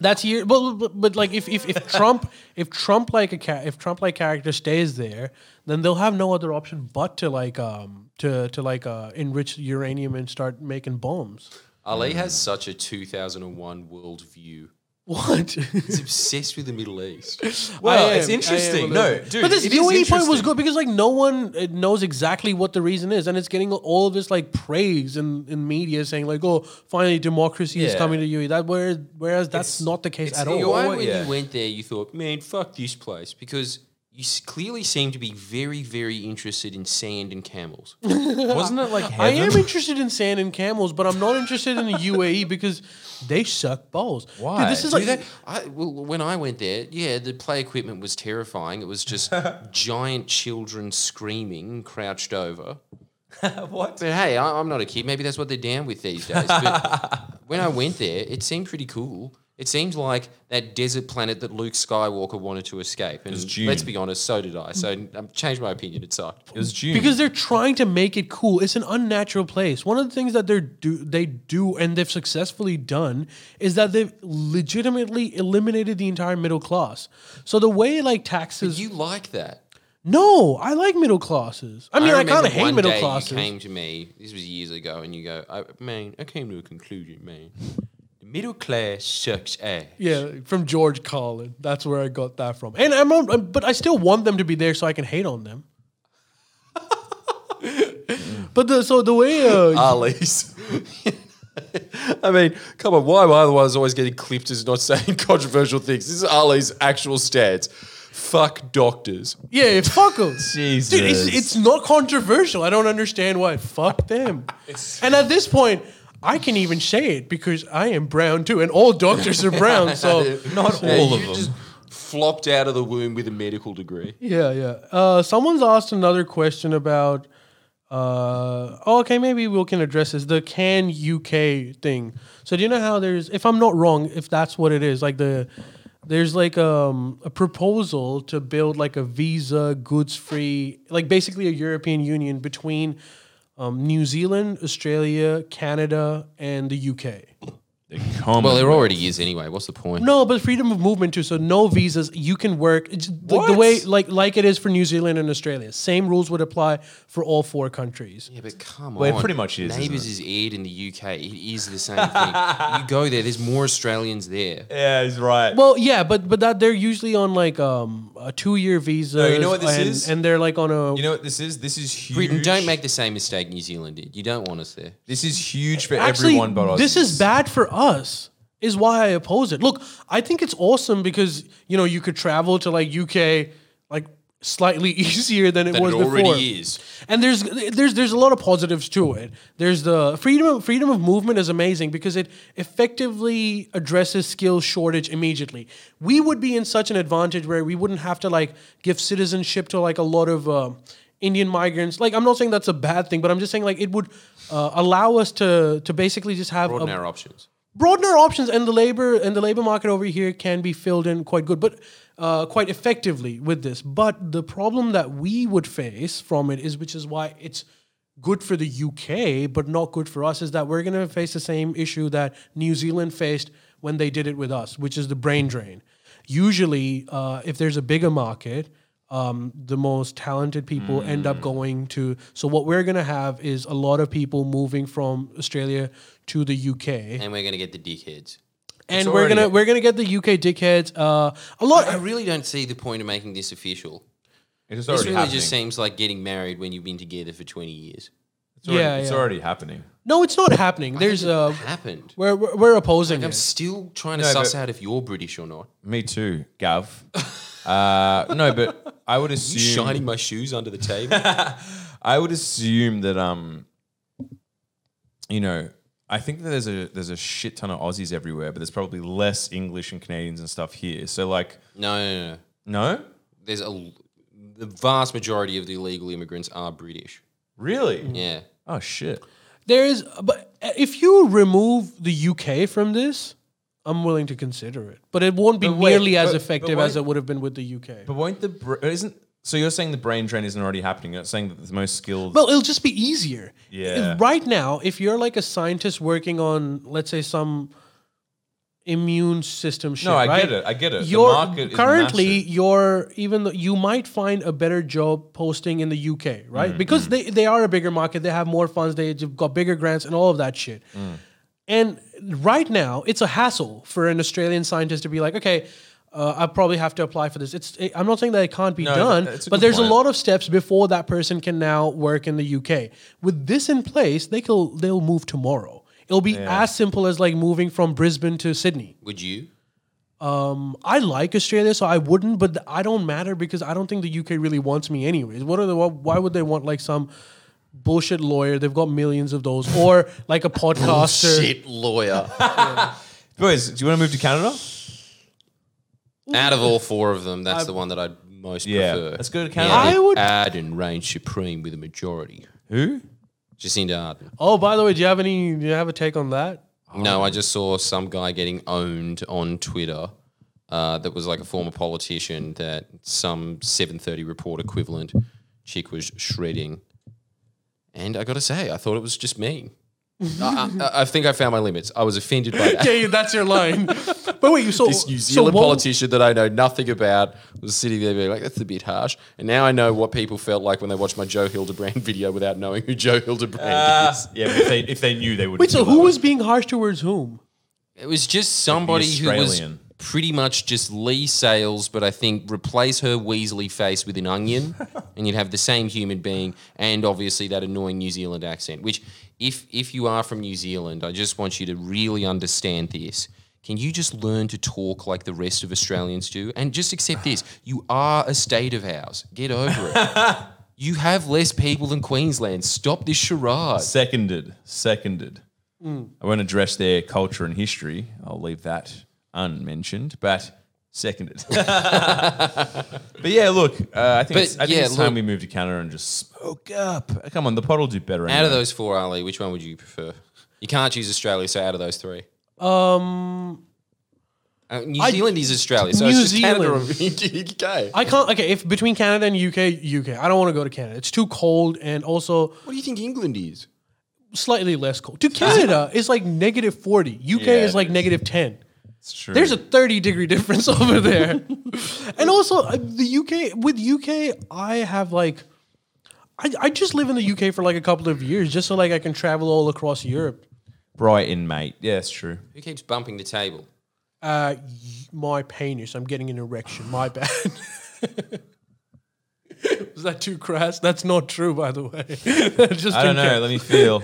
[SPEAKER 4] That's year, but, but but like if if, if Trump if Trump like a ca- if Trump like character stays there, then they'll have no other option but to like um to to like uh enrich uranium and start making bombs.
[SPEAKER 2] Mm.
[SPEAKER 3] Ali has such a 2001 world view.
[SPEAKER 4] What?
[SPEAKER 3] He's obsessed with the Middle East.
[SPEAKER 2] Well,
[SPEAKER 4] I
[SPEAKER 2] it's
[SPEAKER 4] am- I am
[SPEAKER 2] interesting.
[SPEAKER 4] a
[SPEAKER 2] No,
[SPEAKER 4] little-
[SPEAKER 2] dude.
[SPEAKER 4] but this
[SPEAKER 2] it is
[SPEAKER 4] viewing point was
[SPEAKER 2] interesting.
[SPEAKER 4] good because like no one uh, knows exactly what the reason is, and it's getting all this like praise in, in media saying like, oh, finally democracy is
[SPEAKER 2] Yeah.
[SPEAKER 4] coming to you. That whereas, whereas that's not the case
[SPEAKER 2] it's
[SPEAKER 4] at
[SPEAKER 2] the
[SPEAKER 4] all.
[SPEAKER 2] oil-
[SPEAKER 3] Why,
[SPEAKER 2] Oh,
[SPEAKER 3] when
[SPEAKER 2] yeah.
[SPEAKER 3] you went there, you thought, man, fuck this place, because you s- clearly seem to be very, very interested in sand and camels.
[SPEAKER 2] Wasn't it like
[SPEAKER 4] I am
[SPEAKER 2] heaven?
[SPEAKER 4] interested in sand and camels, but I'm not interested in the UAE because they suck balls. Dude,
[SPEAKER 2] Why?
[SPEAKER 4] this is
[SPEAKER 3] Do
[SPEAKER 4] like
[SPEAKER 3] they? I, well, when I went there, yeah, the play equipment was terrifying. It was just giant children screaming, crouched over.
[SPEAKER 2] what?
[SPEAKER 3] But hey, I, I'm not a kid. Maybe that's what they're down with these days. But when I went there, it seemed pretty cool. It seemed like that desert planet that Luke Skywalker wanted to escape. And
[SPEAKER 2] was Dune.
[SPEAKER 3] let's be honest, so did I. So I changed my opinion. It sucked.
[SPEAKER 2] It was June.
[SPEAKER 4] because they're trying to make it cool. It's an unnatural place. One of the things that they do they do and they've successfully done is that they've legitimately eliminated the entire middle class. So the way like taxes
[SPEAKER 3] You like that?
[SPEAKER 4] No, I like middle classes. I mean I, kind
[SPEAKER 3] remember
[SPEAKER 4] of hate
[SPEAKER 3] one
[SPEAKER 4] middle
[SPEAKER 3] day
[SPEAKER 4] classes.
[SPEAKER 3] You came to me. This was years ago, and you go, I, "Man, I came to a conclusion, man. The middle class sucks ass."
[SPEAKER 4] yeah, from George Carlin. That's where I got that from. And I'm, on- but I still want them to be there so I can hate on them. but the, so the way uh,
[SPEAKER 3] Ali's. I mean, come on, why am I the one that's always getting clipped as not saying controversial things? This is Ali's actual stance. Fuck doctors.
[SPEAKER 4] Yeah, fuck them.
[SPEAKER 2] Jesus.
[SPEAKER 4] Dude, it's, it's not controversial. I don't understand why. Fuck them. and at this point, I can even say it because I am brown too, and all doctors are brown. So,
[SPEAKER 2] not
[SPEAKER 3] Yeah,
[SPEAKER 2] all of
[SPEAKER 3] you
[SPEAKER 2] them.
[SPEAKER 3] Just flopped out of the womb with a medical degree.
[SPEAKER 4] yeah, yeah. Uh, someone's asked another question about. Uh, oh, okay, maybe we can address this. The can UK thing. So, do you know how there's, if I'm not wrong, if that's what it is, like the. There's like um, a proposal to build like a visa goods free, like basically a European Union between um, New Zealand, Australia, Canada, and the UK.
[SPEAKER 3] Well, there already is anyway. What's the point?
[SPEAKER 4] No, but freedom of movement too. So no visas. You can work it's like the
[SPEAKER 2] What?
[SPEAKER 4] way like like it is for New Zealand and Australia. Same rules would apply for all four countries.
[SPEAKER 3] Yeah, but come
[SPEAKER 2] Well, it
[SPEAKER 3] on.
[SPEAKER 2] pretty much is, isn't
[SPEAKER 3] Neighbours is aired in the UK. It is the same thing. you go there, there's more Australians there.
[SPEAKER 2] yeah, he's right.
[SPEAKER 4] Well, yeah, but but that they're usually on like um a two year visa.
[SPEAKER 2] you know what this
[SPEAKER 4] and,
[SPEAKER 2] is?
[SPEAKER 4] And they're like on a
[SPEAKER 2] you know what this is? This is huge.
[SPEAKER 3] Britain, don't make the same mistake New Zealand did. You don't want us there.
[SPEAKER 2] This is huge for
[SPEAKER 4] actually
[SPEAKER 2] everyone but us.
[SPEAKER 4] this is bad for us. Is why I oppose it. Look, I think it's awesome because you know you could travel to like UK like slightly easier than it
[SPEAKER 3] That
[SPEAKER 4] was
[SPEAKER 3] it already
[SPEAKER 4] before.
[SPEAKER 3] is.
[SPEAKER 4] And there's there's there's a lot of positives to it. There's the freedom of, freedom of movement is amazing because it effectively addresses skill shortage immediately. We would be in such an advantage where we wouldn't have to like give citizenship to like a lot of um Indian migrants. Like I'm not saying that's a bad thing, but I'm just saying like it would uh, allow us to to basically just have
[SPEAKER 3] Broaden
[SPEAKER 4] a,
[SPEAKER 2] Um,
[SPEAKER 3] our options.
[SPEAKER 4] broaden our options and the labor and the labor market over here can be filled in quite good but uh, quite effectively with this but the problem that we would face from it is which is why it's good for the uk but not good for us is that we're going to face the same issue that new zealand faced when they did it with us which is the brain drain usually uh, if there's a bigger market um, the most talented people end up going to. So what we're gonna have is a lot of people moving from Australia to the UK, and,
[SPEAKER 3] And we're going to get the dickheads.
[SPEAKER 4] we're
[SPEAKER 2] already-
[SPEAKER 4] gonna we're gonna get the UK dickheads. Uh, a lot.
[SPEAKER 3] I really don't see the point of making this official.
[SPEAKER 2] It is
[SPEAKER 3] This
[SPEAKER 2] already
[SPEAKER 3] really
[SPEAKER 2] happening.
[SPEAKER 3] just seems like getting married when you've been together for 20 years.
[SPEAKER 2] it's already,
[SPEAKER 4] Yeah,
[SPEAKER 2] it's
[SPEAKER 4] yeah.
[SPEAKER 2] already happening.
[SPEAKER 4] no, it's not happening. There's
[SPEAKER 3] It
[SPEAKER 4] uh,
[SPEAKER 3] happened.
[SPEAKER 4] we're we're, we're opposing
[SPEAKER 3] I'm
[SPEAKER 4] it.
[SPEAKER 3] still trying to
[SPEAKER 2] No,
[SPEAKER 3] suss
[SPEAKER 2] but-
[SPEAKER 3] out if you're British or not.
[SPEAKER 2] Me too, Gav. uh, no, but I would
[SPEAKER 3] You
[SPEAKER 2] assume
[SPEAKER 3] shining my shoes under the table.
[SPEAKER 2] I would assume that um, you know, I think that there's a there's a shit ton of Aussies everywhere, but there's probably less English and Canadians and stuff here. So like,
[SPEAKER 3] no, no, no.
[SPEAKER 2] no,
[SPEAKER 3] There's a l- the vast majority of the illegal immigrants are British.
[SPEAKER 2] really?
[SPEAKER 3] Yeah.
[SPEAKER 2] Oh shit!
[SPEAKER 4] There is, but if you remove the UK from this, I'm willing to consider it, but it won't be
[SPEAKER 3] But wait,
[SPEAKER 4] nearly as
[SPEAKER 3] but- but
[SPEAKER 4] effective
[SPEAKER 3] why-
[SPEAKER 4] as it would have been with the UK.
[SPEAKER 2] But won't the br- isn't so you're saying the brain drain isn't already happening? You're not saying that the most skilled.
[SPEAKER 4] Well, it'll just be easier.
[SPEAKER 2] Yeah.
[SPEAKER 4] If- Right now, if you're like a scientist working on, let's say, some immune system shit,
[SPEAKER 2] no, I
[SPEAKER 4] right?
[SPEAKER 2] get it. I get it.
[SPEAKER 4] You're
[SPEAKER 2] the market
[SPEAKER 4] currently
[SPEAKER 2] is
[SPEAKER 4] you're even though you might find a better job posting in the UK, right?
[SPEAKER 2] Mm,
[SPEAKER 4] Because they, they are a bigger market, they have more funds, they've got bigger grants and all of that shit.
[SPEAKER 2] Mm.
[SPEAKER 4] And right now, it's a hassle for an Australian scientist to be like, okay, uh, I probably have to apply for this. It's I'm not saying that it can't be
[SPEAKER 2] No,
[SPEAKER 4] done,
[SPEAKER 2] that's a
[SPEAKER 4] but
[SPEAKER 2] good
[SPEAKER 4] there's
[SPEAKER 2] point.
[SPEAKER 4] a lot of steps before that person can now work in the UK. With this in place, they can they'll move tomorrow. It'll be as simple as like moving from Brisbane to Sydney.
[SPEAKER 3] Would you?
[SPEAKER 4] I like Australia, so I wouldn't. But th- I don't matter because I don't think the UK really wants me anyways. What are the wh- why would they want like some bullshit lawyer? They've got millions of those, or like a podcaster.
[SPEAKER 3] Shit lawyer.
[SPEAKER 2] boys. Do you want to move to Canada?
[SPEAKER 3] Out of all four of them, that's the one that I'd most
[SPEAKER 2] Yeah.
[SPEAKER 3] prefer.
[SPEAKER 2] Let's go to
[SPEAKER 3] Now
[SPEAKER 2] Canada.
[SPEAKER 4] I
[SPEAKER 3] that
[SPEAKER 4] would-
[SPEAKER 3] Arden reigns supreme with a majority.
[SPEAKER 2] Who?
[SPEAKER 3] Jacinda Arden.
[SPEAKER 4] Oh, by the way, do you have any? Do you have a take on that?
[SPEAKER 3] No, I
[SPEAKER 4] Um,
[SPEAKER 3] just saw some guy getting owned on Twitter. Uh, that was like a former politician that some 7:30 report equivalent chick was shredding, and I got to say, I thought it was just mean. I, I, I think I found my limits. I was offended by that.
[SPEAKER 4] Yeah, that's your line. but wait, you saw
[SPEAKER 3] This New Zealand
[SPEAKER 4] so what-
[SPEAKER 3] politician that I know nothing about was sitting there being like, "That's a bit harsh." And now I know what people felt like when they watched my Joe Hildebrand video without knowing who Joe Hildebrand is.
[SPEAKER 2] Uh, yeah, but if they, if they knew, they would.
[SPEAKER 4] Wait, so who was being harsh towards whom?
[SPEAKER 3] It was just somebody who was
[SPEAKER 2] Australian.
[SPEAKER 3] pretty much just Lee Sales, but I think replace her Weasley face with an onion, and you'd have the same human being, and obviously that annoying New Zealand accent. Which, if if you are from New Zealand, I just want you to really understand this. Can you just learn to talk like the rest of Australians do, and just accept this? You are a state of ours. Get over it. You have less people than Queensland. Stop this charade.
[SPEAKER 2] seconded? Seconded.
[SPEAKER 4] Hmm.
[SPEAKER 2] I won't address their culture and history. I'll leave that unmentioned, but seconded. but yeah, look, uh, I think,
[SPEAKER 3] But
[SPEAKER 2] it's, I think
[SPEAKER 3] yeah,
[SPEAKER 2] it's time
[SPEAKER 3] look-
[SPEAKER 2] we move to Canada and just smoke up. Come on, the pod will do better.
[SPEAKER 3] Out
[SPEAKER 2] Anyway.
[SPEAKER 3] of those four, Ali, which one would you prefer? You can't choose Australia, so out of those three.
[SPEAKER 4] Um,
[SPEAKER 3] Uh, New Zealand is Australia, so
[SPEAKER 4] New
[SPEAKER 3] it's just Canada or UK.
[SPEAKER 4] I can't. Okay, if between Canada and UK, UK, I don't want to go to Canada. It's too cold, and also
[SPEAKER 3] What do you think England is?
[SPEAKER 4] slightly less cold. To Canada, it's like negative 40. UK
[SPEAKER 2] Yeah,
[SPEAKER 4] is
[SPEAKER 2] it
[SPEAKER 4] like
[SPEAKER 2] is.
[SPEAKER 4] negative 10.
[SPEAKER 2] It's true.
[SPEAKER 4] There's a 30 degree difference over there. and also, uh, the UK, with UK, I have like, I, I just live in the UK for like a couple of years just so like I can travel all across Europe.
[SPEAKER 2] Brighton, mate. Yeah, it's true.
[SPEAKER 3] Who keeps bumping the table?
[SPEAKER 4] Uh, y- my penis, I'm getting an erection. My bad. Was that too crass? That's not true, by the way. just
[SPEAKER 2] I
[SPEAKER 4] in
[SPEAKER 2] don't know.
[SPEAKER 4] case.
[SPEAKER 2] Let me feel.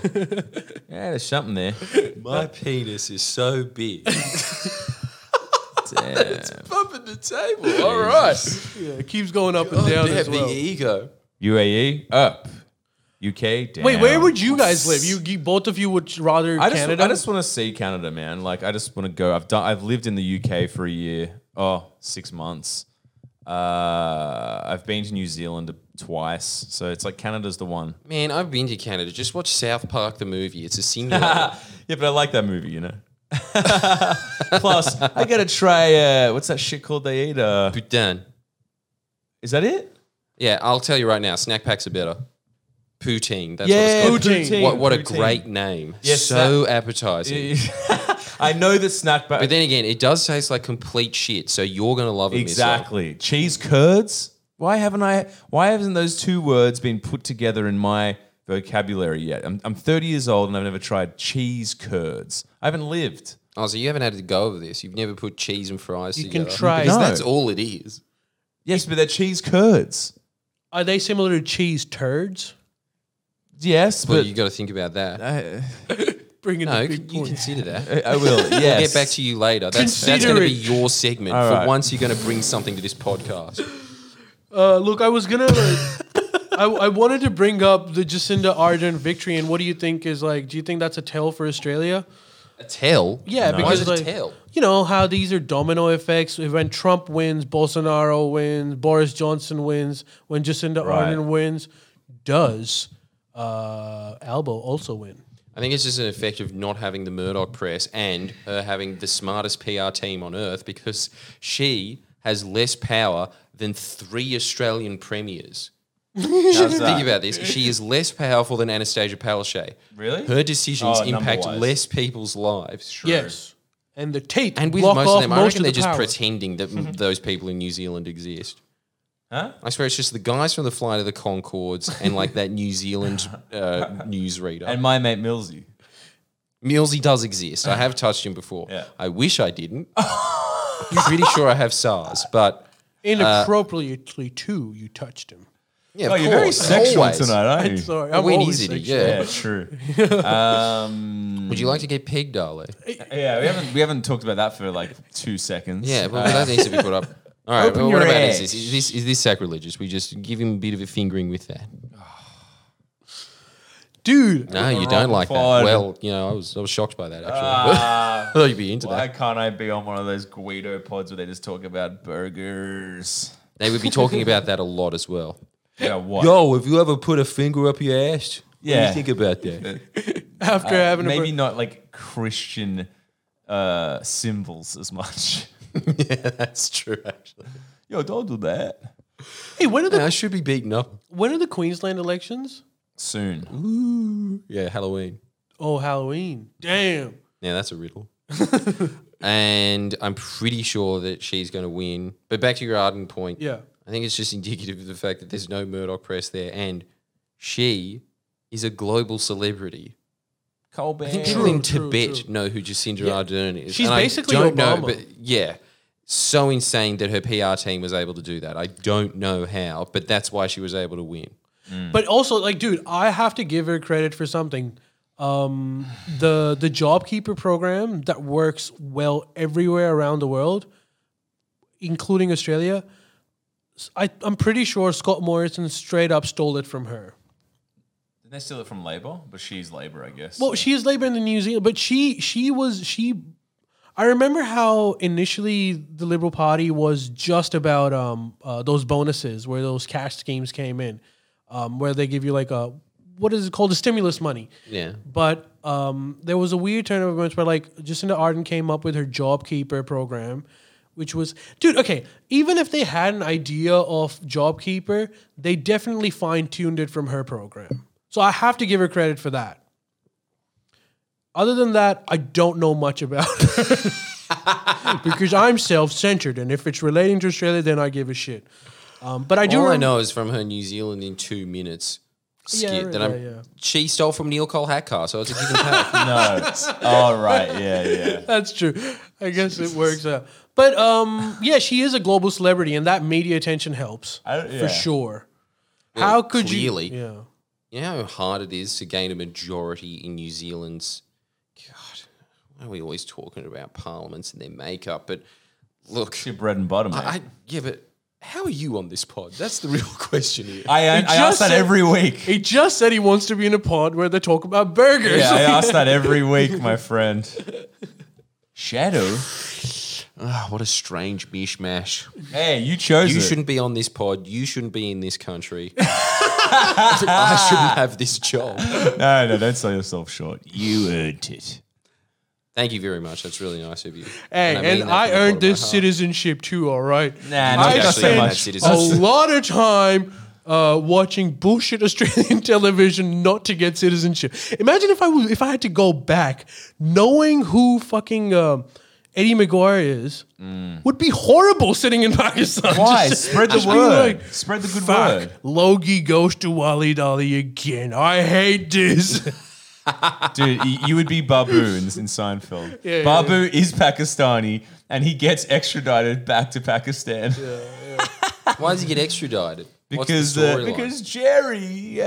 [SPEAKER 2] yeah, there's something there.
[SPEAKER 3] My penis is so big.
[SPEAKER 2] Damn.
[SPEAKER 3] bumping the table. All right.
[SPEAKER 4] Yeah, it keeps going up
[SPEAKER 3] Oh,
[SPEAKER 4] and down as well.
[SPEAKER 3] ego.
[SPEAKER 2] UAE E, up, UK down.
[SPEAKER 4] Wait, where would you guys live? You, you both of you would rather
[SPEAKER 2] I just,
[SPEAKER 4] Canada.
[SPEAKER 2] I just want to see Canada, man. Like, I just want to go. I've done. I've lived in the UK for a year. Oh, six months. Uh, I've been to New Zealand twice, so it's like Canada's the one.
[SPEAKER 3] Man, I've been to Canada. Just watch South Park the movie. It's a single.
[SPEAKER 2] Yeah, but I like that movie, you know. Plus, I gotta try. Uh, what's that shit called they eat? Uh,
[SPEAKER 3] Putain.
[SPEAKER 2] is that it?
[SPEAKER 3] Yeah, I'll tell you right now. Snack packs are better. Poutine. That's
[SPEAKER 2] Yeah,
[SPEAKER 3] what it's called.
[SPEAKER 4] Poutine.
[SPEAKER 2] poutine,
[SPEAKER 3] What, what a
[SPEAKER 2] poutine.
[SPEAKER 3] great name.
[SPEAKER 2] Yes,
[SPEAKER 3] so appetizing.
[SPEAKER 2] I know the snack, but,
[SPEAKER 3] But then again, it does taste like complete shit. So you're gonna love it. Exactly.
[SPEAKER 2] Exactly. Cheese curds? Why haven't I why haven't those two words been put together in my vocabulary yet? I'm, I'm 30 years old and I've never tried cheese curds. I haven't lived.
[SPEAKER 3] Oh, so you haven't had a go of this. You've never put cheese and fries
[SPEAKER 4] You can
[SPEAKER 3] together.
[SPEAKER 4] try-
[SPEAKER 3] 'Cause
[SPEAKER 2] No.
[SPEAKER 3] That's all it is.
[SPEAKER 2] Yes, but they're cheese curds.
[SPEAKER 4] Are they similar to cheese turds?
[SPEAKER 2] Yes,
[SPEAKER 3] Well,
[SPEAKER 2] but
[SPEAKER 3] you got to think about that.
[SPEAKER 4] Bring it
[SPEAKER 3] no,
[SPEAKER 4] to
[SPEAKER 3] you
[SPEAKER 4] big point.
[SPEAKER 3] consider that.
[SPEAKER 2] I will. Yes.
[SPEAKER 3] We'll get back to you later. That's, that's
[SPEAKER 4] Consider
[SPEAKER 3] going to be
[SPEAKER 4] it.
[SPEAKER 3] your segment.
[SPEAKER 2] All
[SPEAKER 3] For
[SPEAKER 2] right.
[SPEAKER 3] once, you're going to bring something to this podcast.
[SPEAKER 4] Uh, look, I was gonna. like, I, I wanted to bring up the Jacinda Ardern victory, and what do you think is like? Do you think that's a tell for Australia?
[SPEAKER 3] A tell?
[SPEAKER 4] Yeah,
[SPEAKER 3] Why
[SPEAKER 4] because
[SPEAKER 3] is it
[SPEAKER 4] like,
[SPEAKER 3] a tell?
[SPEAKER 4] you know how these are domino effects. When Trump wins, Bolsonaro wins, Boris Johnson wins. When Jacinda
[SPEAKER 2] Right.
[SPEAKER 4] Ardern wins, does uh, Albo also win?
[SPEAKER 3] I think it's just an effect of not having the Murdoch press and her having the smartest PR team on earth because she has less power than three Australian premiers. Now, think about this. She is less powerful than Anastasia Palaszczuk.
[SPEAKER 2] Really?
[SPEAKER 3] Her decisions
[SPEAKER 2] Oh,
[SPEAKER 3] impact
[SPEAKER 2] number-wise.
[SPEAKER 3] less people's lives.
[SPEAKER 4] Yes. And the tape
[SPEAKER 3] And with
[SPEAKER 4] block
[SPEAKER 3] most
[SPEAKER 4] off
[SPEAKER 3] of them, I
[SPEAKER 4] most
[SPEAKER 3] reckon they're
[SPEAKER 4] of the
[SPEAKER 3] just uh,
[SPEAKER 4] power.
[SPEAKER 3] pretending that m- those people in New Zealand exist.
[SPEAKER 2] Mm-hmm. Huh?
[SPEAKER 3] I swear it's just the guys from the Flight of the Concords and like that New Zealand uh, newsreader.
[SPEAKER 2] And my mate Millsy.
[SPEAKER 3] Millsy does exist. I have touched him before.
[SPEAKER 2] Yeah.
[SPEAKER 3] I wish I didn't. I'm pretty sure I have SARS, but
[SPEAKER 4] Inappropriately too, you touched him.
[SPEAKER 3] yeah, of
[SPEAKER 2] Oh, you're very
[SPEAKER 3] course,
[SPEAKER 2] sexual
[SPEAKER 3] always.
[SPEAKER 2] tonight, aren't you?
[SPEAKER 4] Sorry,
[SPEAKER 3] But
[SPEAKER 4] I'm
[SPEAKER 3] when
[SPEAKER 4] always
[SPEAKER 3] is it?
[SPEAKER 4] sexual.
[SPEAKER 3] Yeah.
[SPEAKER 2] Yeah, true.
[SPEAKER 3] Would you like to get pegged, darling?
[SPEAKER 2] Yeah, we haven't we haven't talked about that for like two seconds.
[SPEAKER 3] Yeah, well, that needs to be put up. All right,
[SPEAKER 2] Open
[SPEAKER 3] well, what
[SPEAKER 2] your
[SPEAKER 3] about
[SPEAKER 2] ass.
[SPEAKER 3] is this? Is this is this sacrilegious? We just give him a bit of a fingering with that.
[SPEAKER 4] Dude,
[SPEAKER 3] No, you don't like that.
[SPEAKER 2] fine.
[SPEAKER 3] Well, you know, I was I was shocked by that actually. I thought you'd be into
[SPEAKER 2] Why
[SPEAKER 3] that.
[SPEAKER 2] can't I be on one of those Guido pods where they just talk about burgers?
[SPEAKER 3] They would be talking about that a lot as well.
[SPEAKER 2] Yeah, what?
[SPEAKER 3] Yo, have you ever put a finger up your ass?
[SPEAKER 2] Yeah.
[SPEAKER 3] What do you think about that? uh,
[SPEAKER 4] after having a
[SPEAKER 2] Maybe
[SPEAKER 4] bur-
[SPEAKER 2] not like Christian uh, symbols as much.
[SPEAKER 3] yeah, that's true. Actually,
[SPEAKER 2] Yo, don't do that.
[SPEAKER 4] Hey, when are the
[SPEAKER 3] Yeah, I should be beaten up.
[SPEAKER 4] when are the Queensland elections?
[SPEAKER 2] Soon.
[SPEAKER 3] Yeah, Halloween.
[SPEAKER 4] Oh, Halloween. Damn.
[SPEAKER 3] Yeah, that's a riddle. and I'm pretty sure that she's going to win. But back to your Arden point.
[SPEAKER 4] Yeah.
[SPEAKER 3] I think it's just indicative of the fact that there's no Murdoch press there. And she is a global celebrity.
[SPEAKER 2] Colbert.
[SPEAKER 3] I think people in
[SPEAKER 4] True, true,
[SPEAKER 3] Tibet
[SPEAKER 4] true.
[SPEAKER 3] know who Jacinda Ardern is.
[SPEAKER 4] She's
[SPEAKER 3] I
[SPEAKER 4] basically Obama.
[SPEAKER 3] yeah. So insane that her PR team was able to do that. I don't know how, but that's why she was able to win.
[SPEAKER 4] But also, like, dude, I have to give her credit for something. Um, the the JobKeeper program that works well everywhere around the world, including Australia. s- I, I'm pretty sure Scott Morrison straight up stole it from her.
[SPEAKER 2] Didn't they steal it from Labour? But she's Labour, I guess.
[SPEAKER 4] Well, she is Labour in the New Zealand, but she she was she. I remember how initially the Liberal Party was just about um uh, those bonuses where those cash schemes came in, um where they give you like a what is it called the stimulus money.
[SPEAKER 3] Yeah.
[SPEAKER 4] But um, there was a weird turn of events where like Jacinda Arden came up with her JobKeeper program, which was dude. Okay, even if they had an idea of JobKeeper, they definitely fine tuned it from her program. So I have to give her credit for that. Other than that, I don't know much about her because I'm self centered, and if it's relating to Australia, then I give a shit. Um, but I do
[SPEAKER 3] All I
[SPEAKER 4] remem-
[SPEAKER 3] know is from her New Zealand in two minutes skit
[SPEAKER 4] Yeah,
[SPEAKER 3] that I'm,
[SPEAKER 4] yeah, yeah.
[SPEAKER 3] she stole from Neil Cole Hackar, so it's a give and take.
[SPEAKER 2] no. All right. Yeah, yeah.
[SPEAKER 4] That's true. I guess it works out. But um, yeah, she is a global celebrity, and that media attention helps
[SPEAKER 2] I don't- yeah.
[SPEAKER 4] for sure. How could
[SPEAKER 3] clearly.
[SPEAKER 4] you? Yeah.
[SPEAKER 3] You know how hard it is to gain a majority in New Zealand's. God, why are we always talking about parliaments and their makeup? But look,
[SPEAKER 2] Your bread and butter, mate.
[SPEAKER 3] I, I yeah, but how are you on this pod? That's the real question here.
[SPEAKER 2] I, I,
[SPEAKER 4] He
[SPEAKER 2] ask
[SPEAKER 4] just
[SPEAKER 2] that
[SPEAKER 4] said-
[SPEAKER 2] every week.
[SPEAKER 4] He just said he wants to be in a pod where they talk about burgers.
[SPEAKER 2] Yeah, I ask that every week, my friend. Shadow?
[SPEAKER 3] Ah, what a strange mishmash.
[SPEAKER 2] Hey, you chose
[SPEAKER 3] You
[SPEAKER 2] it.
[SPEAKER 3] shouldn't be on this pod. You shouldn't be in this country. I shouldn't have this job.
[SPEAKER 2] No, no, don't sell yourself short. You earned it.
[SPEAKER 3] Thank you very much. That's really nice of you.
[SPEAKER 4] Hey,
[SPEAKER 3] mean
[SPEAKER 4] and I
[SPEAKER 3] that from the
[SPEAKER 4] earned
[SPEAKER 3] bottom of my
[SPEAKER 4] this
[SPEAKER 3] heart.
[SPEAKER 4] citizenship too. All right.
[SPEAKER 2] Nah,
[SPEAKER 4] I
[SPEAKER 2] not
[SPEAKER 3] actually
[SPEAKER 2] so
[SPEAKER 3] earned that
[SPEAKER 2] much.
[SPEAKER 4] a
[SPEAKER 3] citizenship.
[SPEAKER 4] lot of time. Uh, watching bullshit Australian television not to get citizenship. Imagine if I was, if I had to go back, knowing who fucking um, Eddie McGuire is, would be horrible sitting in Pakistan.
[SPEAKER 2] Mm. Why?
[SPEAKER 4] Just-
[SPEAKER 2] Spread the
[SPEAKER 4] just being
[SPEAKER 2] word.
[SPEAKER 4] like,
[SPEAKER 2] Spread the good
[SPEAKER 4] Fuck,
[SPEAKER 2] word.
[SPEAKER 4] Logie goes to Wali Dali again. I hate this.
[SPEAKER 2] Dude, y- you would be Babu in, in Seinfeld.
[SPEAKER 4] Yeah, yeah,
[SPEAKER 2] Babu is Pakistani and he gets extradited back to Pakistan
[SPEAKER 3] Why does he get extradited? What's the
[SPEAKER 2] because uh,
[SPEAKER 3] storyline?
[SPEAKER 2] because Jerry,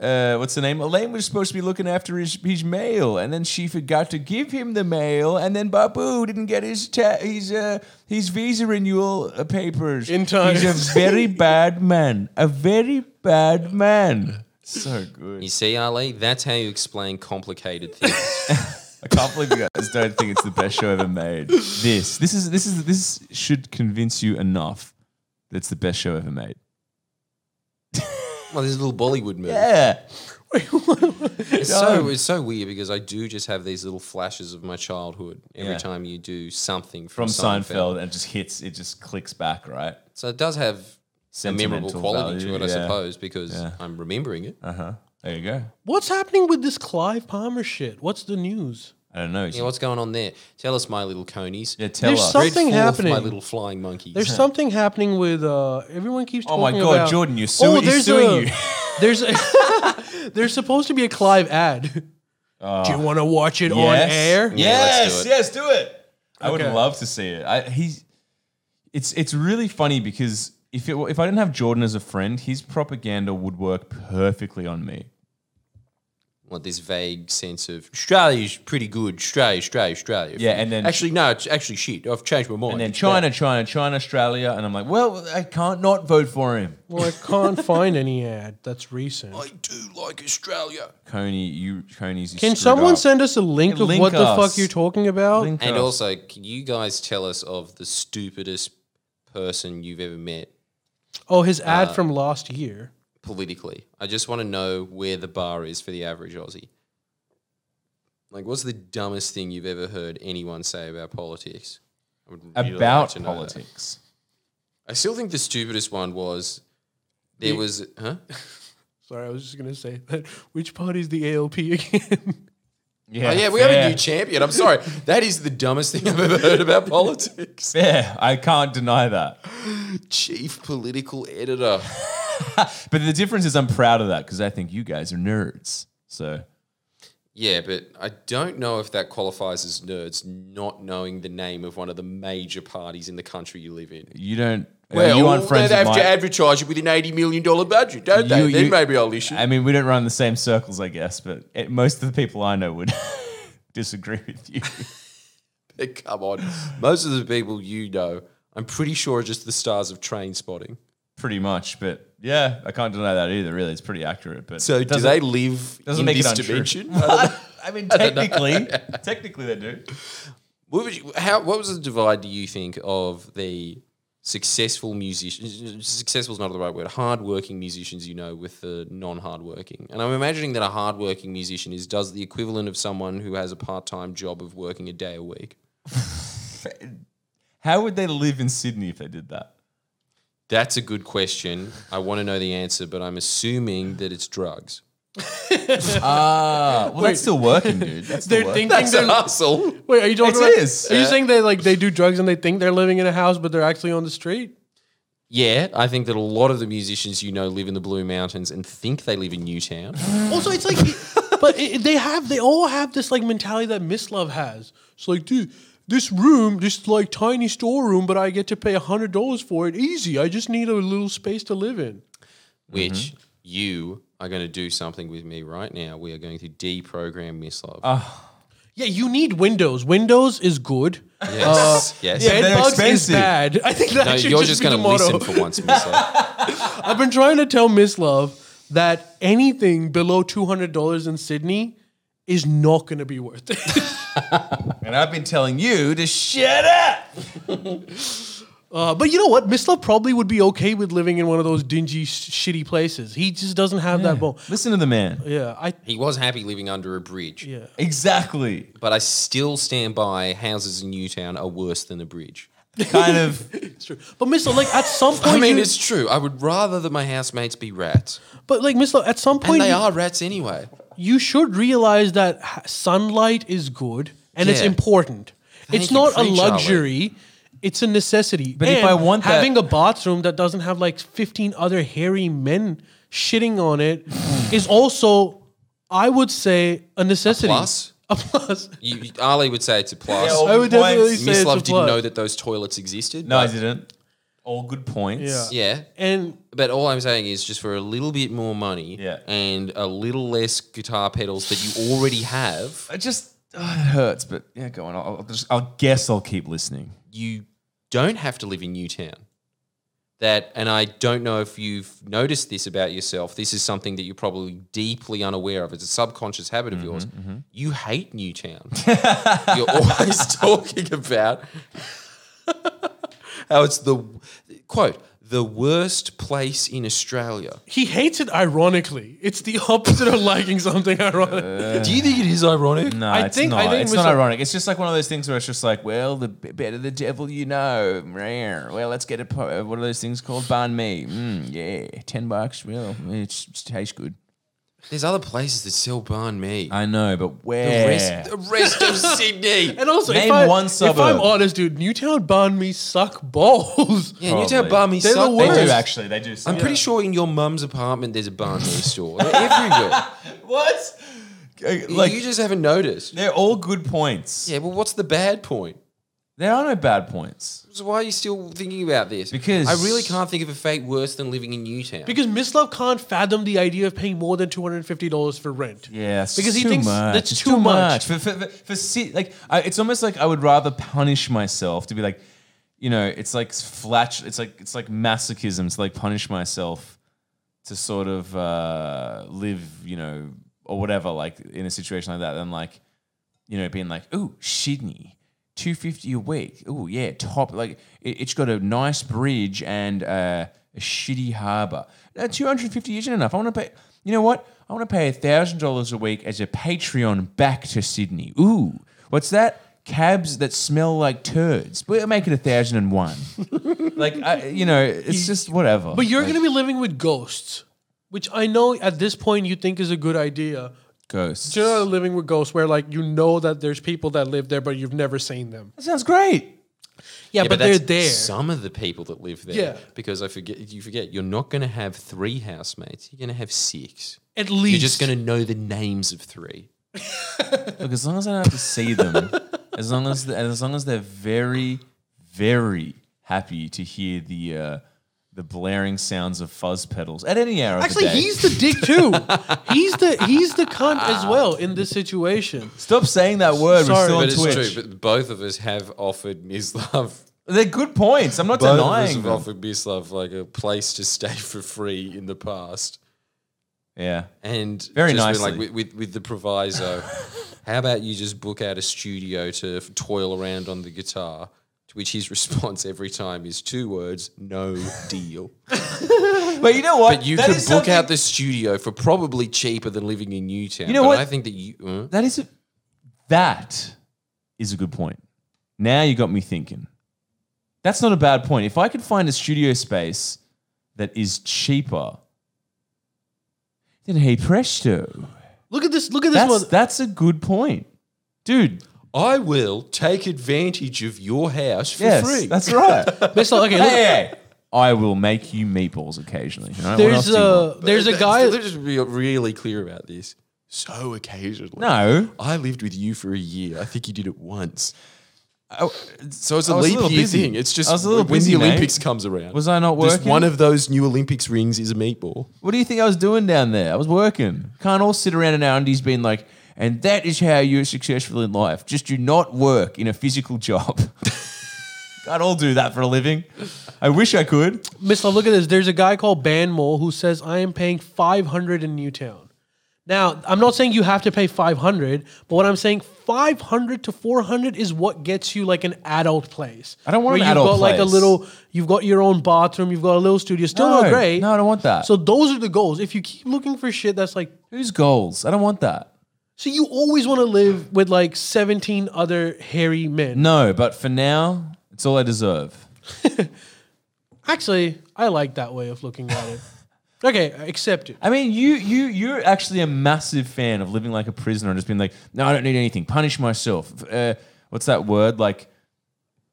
[SPEAKER 2] uh, uh, what's the name? Elaine was supposed to be looking after his, his mail and then she forgot to give him the mail and then Babu didn't get his ta- his uh, his visa renewal uh, papers
[SPEAKER 4] In time.
[SPEAKER 2] He's a very bad man. A very bad man. So good.
[SPEAKER 3] You see, Ali, that's how you explain complicated things.
[SPEAKER 2] I can't believe you guys don't think it's the best show ever made. This, this is, this is, this should convince you enough that it's the best show ever made.
[SPEAKER 3] well, there's a little Bollywood movie.
[SPEAKER 2] Yeah,
[SPEAKER 3] It's so it's so weird because I do just have these little flashes of my childhood every
[SPEAKER 2] Yeah.
[SPEAKER 3] time you do something
[SPEAKER 2] from
[SPEAKER 3] from,
[SPEAKER 2] Seinfeld, and it just hits. It just clicks back, right?
[SPEAKER 3] So it does have a memorable
[SPEAKER 2] Sentimental
[SPEAKER 3] quality to
[SPEAKER 2] value,
[SPEAKER 3] it, I
[SPEAKER 2] yeah.
[SPEAKER 3] suppose, because I'm remembering it.
[SPEAKER 2] Uh huh. There you go.
[SPEAKER 4] What's happening with this Clive Palmer shit? What's the news?
[SPEAKER 2] I don't know.
[SPEAKER 3] Yeah, what's going on there? Tell us, my little conies.
[SPEAKER 2] yeah, tell
[SPEAKER 4] There's
[SPEAKER 2] us.
[SPEAKER 4] some-
[SPEAKER 3] Bread
[SPEAKER 4] Something
[SPEAKER 3] forth, My
[SPEAKER 4] happening.
[SPEAKER 3] little flying monkeys.
[SPEAKER 4] There's something happening with uh, everyone keeps
[SPEAKER 2] Oh
[SPEAKER 4] talking
[SPEAKER 2] my God,
[SPEAKER 4] about-
[SPEAKER 2] Jordan, you're suing- he's
[SPEAKER 4] there's
[SPEAKER 2] suing
[SPEAKER 4] a-
[SPEAKER 2] you.
[SPEAKER 4] There's a- there's supposed to be a Clive ad. Do you want to watch it on
[SPEAKER 2] Uh, Yes.
[SPEAKER 4] air?
[SPEAKER 3] Yeah,
[SPEAKER 2] Yes,
[SPEAKER 3] let's do it.
[SPEAKER 2] yes, do it. I would
[SPEAKER 4] Okay.
[SPEAKER 2] love to see it. I, he's, it's it's really funny because if it, were- if I didn't have Jordan as a friend, his propaganda would work perfectly on me.
[SPEAKER 3] like this vague sense of Australia's pretty good, Australia, Australia, Australia.
[SPEAKER 2] Yeah, and then-
[SPEAKER 3] actually no, it's actually shit. I've changed my mind.
[SPEAKER 2] And then
[SPEAKER 3] It's bad.
[SPEAKER 2] China, China, China, Australia, and I'm like, well, I can't not vote for him.
[SPEAKER 4] Well, I can't find any ad that's recent.
[SPEAKER 2] Oh,
[SPEAKER 3] I do like Australia.
[SPEAKER 2] Coney, you Coney's. you
[SPEAKER 4] Can
[SPEAKER 2] screwed
[SPEAKER 4] someone
[SPEAKER 2] up.
[SPEAKER 4] send us a link
[SPEAKER 2] Yeah,
[SPEAKER 4] of
[SPEAKER 2] link
[SPEAKER 4] what the
[SPEAKER 2] us.
[SPEAKER 4] fuck you're talking about?
[SPEAKER 2] Link
[SPEAKER 3] And
[SPEAKER 2] us.
[SPEAKER 3] also, can you guys tell us of the stupidest person you've ever met
[SPEAKER 4] Oh, his
[SPEAKER 2] uh,
[SPEAKER 4] ad from last year.
[SPEAKER 3] politically? I just want to know where the bar is for the average Aussie. Like, what's the dumbest thing you've ever heard anyone say about politics? I would really like
[SPEAKER 2] about
[SPEAKER 3] to know that. Oh,
[SPEAKER 2] politics.
[SPEAKER 3] I still think the stupidest one was there was huh?
[SPEAKER 4] Sorry, I was just gonna say that. Which party's the ALP again?
[SPEAKER 2] Yeah,
[SPEAKER 3] Oh, yeah, we have a new champion. I'm sorry. That is the dumbest thing I've ever heard about politics.
[SPEAKER 2] Yeah, I can't deny that.
[SPEAKER 3] Chief political editor.
[SPEAKER 2] But the difference is, I'm proud of that because I think you guys are nerds. So
[SPEAKER 3] Yeah, but I don't know if that qualifies as nerds not knowing the name of one of the major parties in the country you live in.
[SPEAKER 2] you don't. you aren't friends
[SPEAKER 3] they
[SPEAKER 2] with
[SPEAKER 3] have
[SPEAKER 2] my,
[SPEAKER 3] to advertise it with an $80 million budget, don't they?
[SPEAKER 2] You-
[SPEAKER 3] then
[SPEAKER 2] you-
[SPEAKER 3] maybe I'll issue.
[SPEAKER 2] I mean, we don't run the same circles, I guess, but it, most of the people I know would disagree with you.
[SPEAKER 3] Come on. Most of the people you know, I'm pretty sure are just the stars of train spotting.
[SPEAKER 2] pretty much, but yeah, I can't deny that either. Really, it's pretty accurate. But
[SPEAKER 3] So do
[SPEAKER 2] doesn't-
[SPEAKER 3] they live
[SPEAKER 2] doesn't
[SPEAKER 3] in
[SPEAKER 2] make it
[SPEAKER 3] this
[SPEAKER 2] untrue.
[SPEAKER 3] dimension?
[SPEAKER 2] I mean, technically, technically they do.
[SPEAKER 3] What would you, how what was the divide do you think of the successful musicians successful is not the right word hardworking musicians you know with the non hardworking and I'm imagining that a hardworking musician is does the equivalent of someone who has a part time job of working a day a week
[SPEAKER 2] How would they live in Sydney if they did that?
[SPEAKER 3] that's a good question I want to know the answer but I'm assuming that it's drugs
[SPEAKER 2] Ah, well, that's still working, dude. That's
[SPEAKER 4] They're thinking
[SPEAKER 3] that's a
[SPEAKER 4] they're.
[SPEAKER 3] hustle
[SPEAKER 4] Wait, are you talking
[SPEAKER 2] It
[SPEAKER 4] about?
[SPEAKER 2] is.
[SPEAKER 4] Are you saying they like they do drugs and they think they're living in a house, but they're actually on the street?
[SPEAKER 3] yeah I think that a lot of the musicians you know live in the Blue Mountains and think they live in Newtown
[SPEAKER 4] Also, it's like, but it, they have they all have this like mentality that Miss Love has. It's like, dude, this room, this like tiny storeroom, but I get to pay hundred dollars for it. Easy. I just need a little space to live in.
[SPEAKER 3] which
[SPEAKER 4] Mm-hmm.
[SPEAKER 3] you are going to do something with me right now. We are going to deprogram Miss Love.
[SPEAKER 4] Ah. Yeah, you need Windows. Windows is good.
[SPEAKER 3] yes,
[SPEAKER 4] Oh.
[SPEAKER 3] yes.
[SPEAKER 2] yeah,
[SPEAKER 4] Bed
[SPEAKER 2] they're
[SPEAKER 4] bugs is
[SPEAKER 2] expensive.
[SPEAKER 4] bad. I think that
[SPEAKER 3] No,
[SPEAKER 4] should
[SPEAKER 3] you're
[SPEAKER 4] just,
[SPEAKER 3] just
[SPEAKER 4] be the
[SPEAKER 3] going to
[SPEAKER 4] motto.
[SPEAKER 3] listen for once, Miss Love.
[SPEAKER 4] I've been trying to tell Miss Love that anything below two hundred dollars in Sydney is not going to be worth it.
[SPEAKER 2] And I've been telling you to shut up.
[SPEAKER 4] Uh, but you know what? Miss Love probably would be okay with living in one of those dingy, sh- shitty places. He just doesn't have that bone.
[SPEAKER 2] Listen to the man.
[SPEAKER 4] Yeah, I.
[SPEAKER 3] He was happy living under a bridge,
[SPEAKER 4] Yeah.
[SPEAKER 2] Exactly.
[SPEAKER 3] but I still stand by houses in Newtown are worse than a bridge.
[SPEAKER 2] Kind of.
[SPEAKER 4] It's true. But Miss Love, like at some point,
[SPEAKER 3] I mean,
[SPEAKER 4] you-
[SPEAKER 3] it's true. I would rather that my housemates be rats,
[SPEAKER 4] but like Miss Love, at some
[SPEAKER 3] and
[SPEAKER 4] point,
[SPEAKER 3] they
[SPEAKER 4] you,
[SPEAKER 3] are rats anyway.
[SPEAKER 4] you should realize that h- sunlight is good and it's
[SPEAKER 3] Yeah.
[SPEAKER 4] important. it's
[SPEAKER 3] you,
[SPEAKER 4] not a
[SPEAKER 3] preach, Charlie.
[SPEAKER 4] luxury. It's a necessity. But
[SPEAKER 2] if I want that-
[SPEAKER 4] having a bathroom that doesn't have like 15 other hairy men shitting on it is also, I would say, a necessity.
[SPEAKER 3] Plus,
[SPEAKER 4] A plus.
[SPEAKER 3] you, you- Ali would say it's a plus.
[SPEAKER 2] Yeah,
[SPEAKER 4] I would
[SPEAKER 2] Points.
[SPEAKER 4] definitely
[SPEAKER 2] Miss
[SPEAKER 4] say
[SPEAKER 3] Miss
[SPEAKER 4] it's
[SPEAKER 3] Love
[SPEAKER 4] a
[SPEAKER 3] didn't
[SPEAKER 4] plus.
[SPEAKER 3] know that those toilets existed.
[SPEAKER 2] No, I
[SPEAKER 3] but-
[SPEAKER 2] didn't. All good points.
[SPEAKER 4] Yeah.
[SPEAKER 3] Yeah,
[SPEAKER 4] And
[SPEAKER 3] But all I'm saying is just for a little bit more money
[SPEAKER 2] Yeah.
[SPEAKER 3] and a little less guitar pedals that you already have,
[SPEAKER 2] I just oh, it hurts, but yeah, go on. I'll, I'll just I'll guess I'll keep listening.
[SPEAKER 3] you don't have to live in Newtown. That and I don't know if you've noticed this about yourself. This is something that you're probably deeply unaware of. It's a subconscious habit of yours. You hate Newtown. you're always talking about how it's the quote the worst place in Australia.
[SPEAKER 4] He hates it ironically. It's the opposite of liking something ironic.
[SPEAKER 3] Do you think it is ironic?
[SPEAKER 2] No,
[SPEAKER 4] I
[SPEAKER 2] it's
[SPEAKER 4] think- I
[SPEAKER 2] not.
[SPEAKER 4] think
[SPEAKER 2] it's
[SPEAKER 4] we
[SPEAKER 2] not
[SPEAKER 4] saw-
[SPEAKER 2] ironic. It's just like one of those things where it's just like, well, the b- better the devil you know. Rare. Well, let's get a po- uh, what are those things called? Banh mi. Mm, yeah, ten bucks. Well, it's, it tastes good.
[SPEAKER 3] There's other places that sell banh mi.
[SPEAKER 2] I know, but where?
[SPEAKER 3] The rest, the rest of Sydney.
[SPEAKER 4] And also, if,
[SPEAKER 2] Name
[SPEAKER 4] I,
[SPEAKER 2] one
[SPEAKER 4] if
[SPEAKER 2] suburb.
[SPEAKER 4] I'm honest, dude, Newtown bun me suck balls.
[SPEAKER 3] Yeah, Newtown banh mi
[SPEAKER 4] They're the
[SPEAKER 3] suck.
[SPEAKER 2] They
[SPEAKER 4] worst.
[SPEAKER 2] do actually. They do.
[SPEAKER 3] I'm
[SPEAKER 2] sell-
[SPEAKER 3] pretty sure in your mum's apartment there's a banh mi store. They're everywhere.
[SPEAKER 2] What? Uh, Like
[SPEAKER 3] you just haven't noticed.
[SPEAKER 2] they're all good points.
[SPEAKER 3] Yeah, well, what's the bad point?
[SPEAKER 2] There are no bad points.
[SPEAKER 3] So why are you still thinking about this?
[SPEAKER 2] Because-
[SPEAKER 3] I really can't think of a fate worse than living in Newtown.
[SPEAKER 4] Because Mislav can't fathom the idea of paying more than $250 for rent.
[SPEAKER 2] Yeah, it's
[SPEAKER 4] Because he
[SPEAKER 2] too
[SPEAKER 4] thinks
[SPEAKER 2] much.
[SPEAKER 4] that's
[SPEAKER 2] It's
[SPEAKER 4] too much.
[SPEAKER 2] For, for, for, for si- like, I, it's almost like I would rather punish myself to be like, you know, it's like flat. It's like it's like masochism to like punish myself to sort of uh, live, you know, or whatever, like in a situation like that, than like, you know, being like, oh, Sydney. 250 a week. Oh yeah, top like it, it's got a nice bridge and uh, a shitty harbor. No, 250 isn't enough. I want to pay You know what? I want to pay $1000 a week as a Patreon back to Sydney. Ooh. What's that? Cabs that smell like turds. We'll make it 1001. like I, you know, it's just whatever.
[SPEAKER 4] But you're going to be living with ghosts, which I know at this point you think is a good idea.
[SPEAKER 2] ghosts.
[SPEAKER 4] Do you know living with ghosts where like you know that there's people that live there, but you've never seen them?
[SPEAKER 2] that sounds great.
[SPEAKER 4] Yeah,
[SPEAKER 3] Yeah,
[SPEAKER 4] but, they're
[SPEAKER 3] that's
[SPEAKER 4] there.
[SPEAKER 3] Some of the people that live there.
[SPEAKER 4] Yeah.
[SPEAKER 3] Because I forget, you forget, you're not going to have three housemates. You're going to have six.
[SPEAKER 4] at least.
[SPEAKER 3] You're just going to know the names of three.
[SPEAKER 2] Look, as long as I don't have to see them, as long as the, as long as they're very, very happy to hear the uh, the blaring sounds of fuzz pedals at any hour
[SPEAKER 4] Actually,
[SPEAKER 2] of the day.
[SPEAKER 4] he's the dick too. he's the he's the cunt as well in this situation.
[SPEAKER 2] Stop saying that word.
[SPEAKER 4] Sorry,
[SPEAKER 2] We're
[SPEAKER 3] But
[SPEAKER 2] still on Twitch.
[SPEAKER 3] it's true. But both of us have offered Ms. Love.
[SPEAKER 2] they're good points. I'm not
[SPEAKER 3] Both of us
[SPEAKER 2] denying
[SPEAKER 3] have
[SPEAKER 2] them.
[SPEAKER 3] offered Ms. Love like a place to stay for free in the past.
[SPEAKER 2] Yeah.
[SPEAKER 3] And
[SPEAKER 2] Very
[SPEAKER 3] just been
[SPEAKER 2] nicely.
[SPEAKER 3] like with, with, with the proviso, how about you just book out a studio to f- toil around on the guitar? To which his response every time is two words: no deal.
[SPEAKER 2] But you know what?
[SPEAKER 3] But you
[SPEAKER 2] That
[SPEAKER 3] could book
[SPEAKER 2] is something-
[SPEAKER 3] out the studio for probably cheaper than living in Newtown.
[SPEAKER 2] You know
[SPEAKER 3] but
[SPEAKER 2] what?
[SPEAKER 3] I think that you. uh,
[SPEAKER 2] That is a, that is a good point. Now you got me thinking. That's not a bad point. If I could find a studio space that is cheaper, then hey presto.
[SPEAKER 4] Look at this. Look at this
[SPEAKER 2] That's
[SPEAKER 4] one.
[SPEAKER 2] that's a good point. Dude,
[SPEAKER 3] I will take advantage of your house for
[SPEAKER 2] yes,
[SPEAKER 3] free.
[SPEAKER 2] that's right.
[SPEAKER 4] It's like, okay,
[SPEAKER 2] hey,
[SPEAKER 4] look,
[SPEAKER 2] hey, I will make you meatballs occasionally. all right? What
[SPEAKER 4] there's
[SPEAKER 2] else do you
[SPEAKER 4] a
[SPEAKER 2] want?
[SPEAKER 4] there's a
[SPEAKER 3] Let's-
[SPEAKER 4] guy.
[SPEAKER 3] Let's just be really clear about this. So occasionally.
[SPEAKER 2] no.
[SPEAKER 3] I lived with you for a year. I think you did it once. Oh,
[SPEAKER 2] I-
[SPEAKER 3] So it's a
[SPEAKER 2] I was a
[SPEAKER 3] leap
[SPEAKER 2] little
[SPEAKER 3] year
[SPEAKER 2] busy.
[SPEAKER 3] thing. It's just
[SPEAKER 2] I was a little
[SPEAKER 3] when
[SPEAKER 2] busy,
[SPEAKER 3] the
[SPEAKER 2] mate.
[SPEAKER 3] Olympics comes around.
[SPEAKER 2] Was I not
[SPEAKER 3] just
[SPEAKER 2] working?
[SPEAKER 3] one of those new Olympics rings is a meatball.
[SPEAKER 2] What do you think I was doing down there? I was working. Can't all sit around in our undies being like, and that is how you're successful in life. Just do not work in a physical job. Can't all do that for a living. I wish I could.
[SPEAKER 4] Miss Love, look at this. There's a guy called Banmole who says I am paying 500 in Newtown. Now, I'm not saying you have to pay 500, but what I'm saying 500 to 400 is what gets you like an adult place.
[SPEAKER 2] I don't want
[SPEAKER 4] Where
[SPEAKER 2] an
[SPEAKER 4] you've
[SPEAKER 2] adult
[SPEAKER 4] got like a
[SPEAKER 2] place.
[SPEAKER 4] little you've got your own bathroom, you've got a little studio. Still
[SPEAKER 2] no,
[SPEAKER 4] not great.
[SPEAKER 2] No, I don't want that.
[SPEAKER 4] So
[SPEAKER 2] So
[SPEAKER 4] those are the goals. If you keep looking for shit that's like
[SPEAKER 2] whose goals? I don't want that.
[SPEAKER 4] so you always want to live with like 17 other hairy men.
[SPEAKER 2] No, but for now, it's all I deserve.
[SPEAKER 4] Actually, I like that way of looking at it. Okay, I accept it.
[SPEAKER 2] I mean, you you you're actually a massive fan of living like a prisoner and just being like, no, I don't need anything. Punish myself. Uh, what's that word? Like,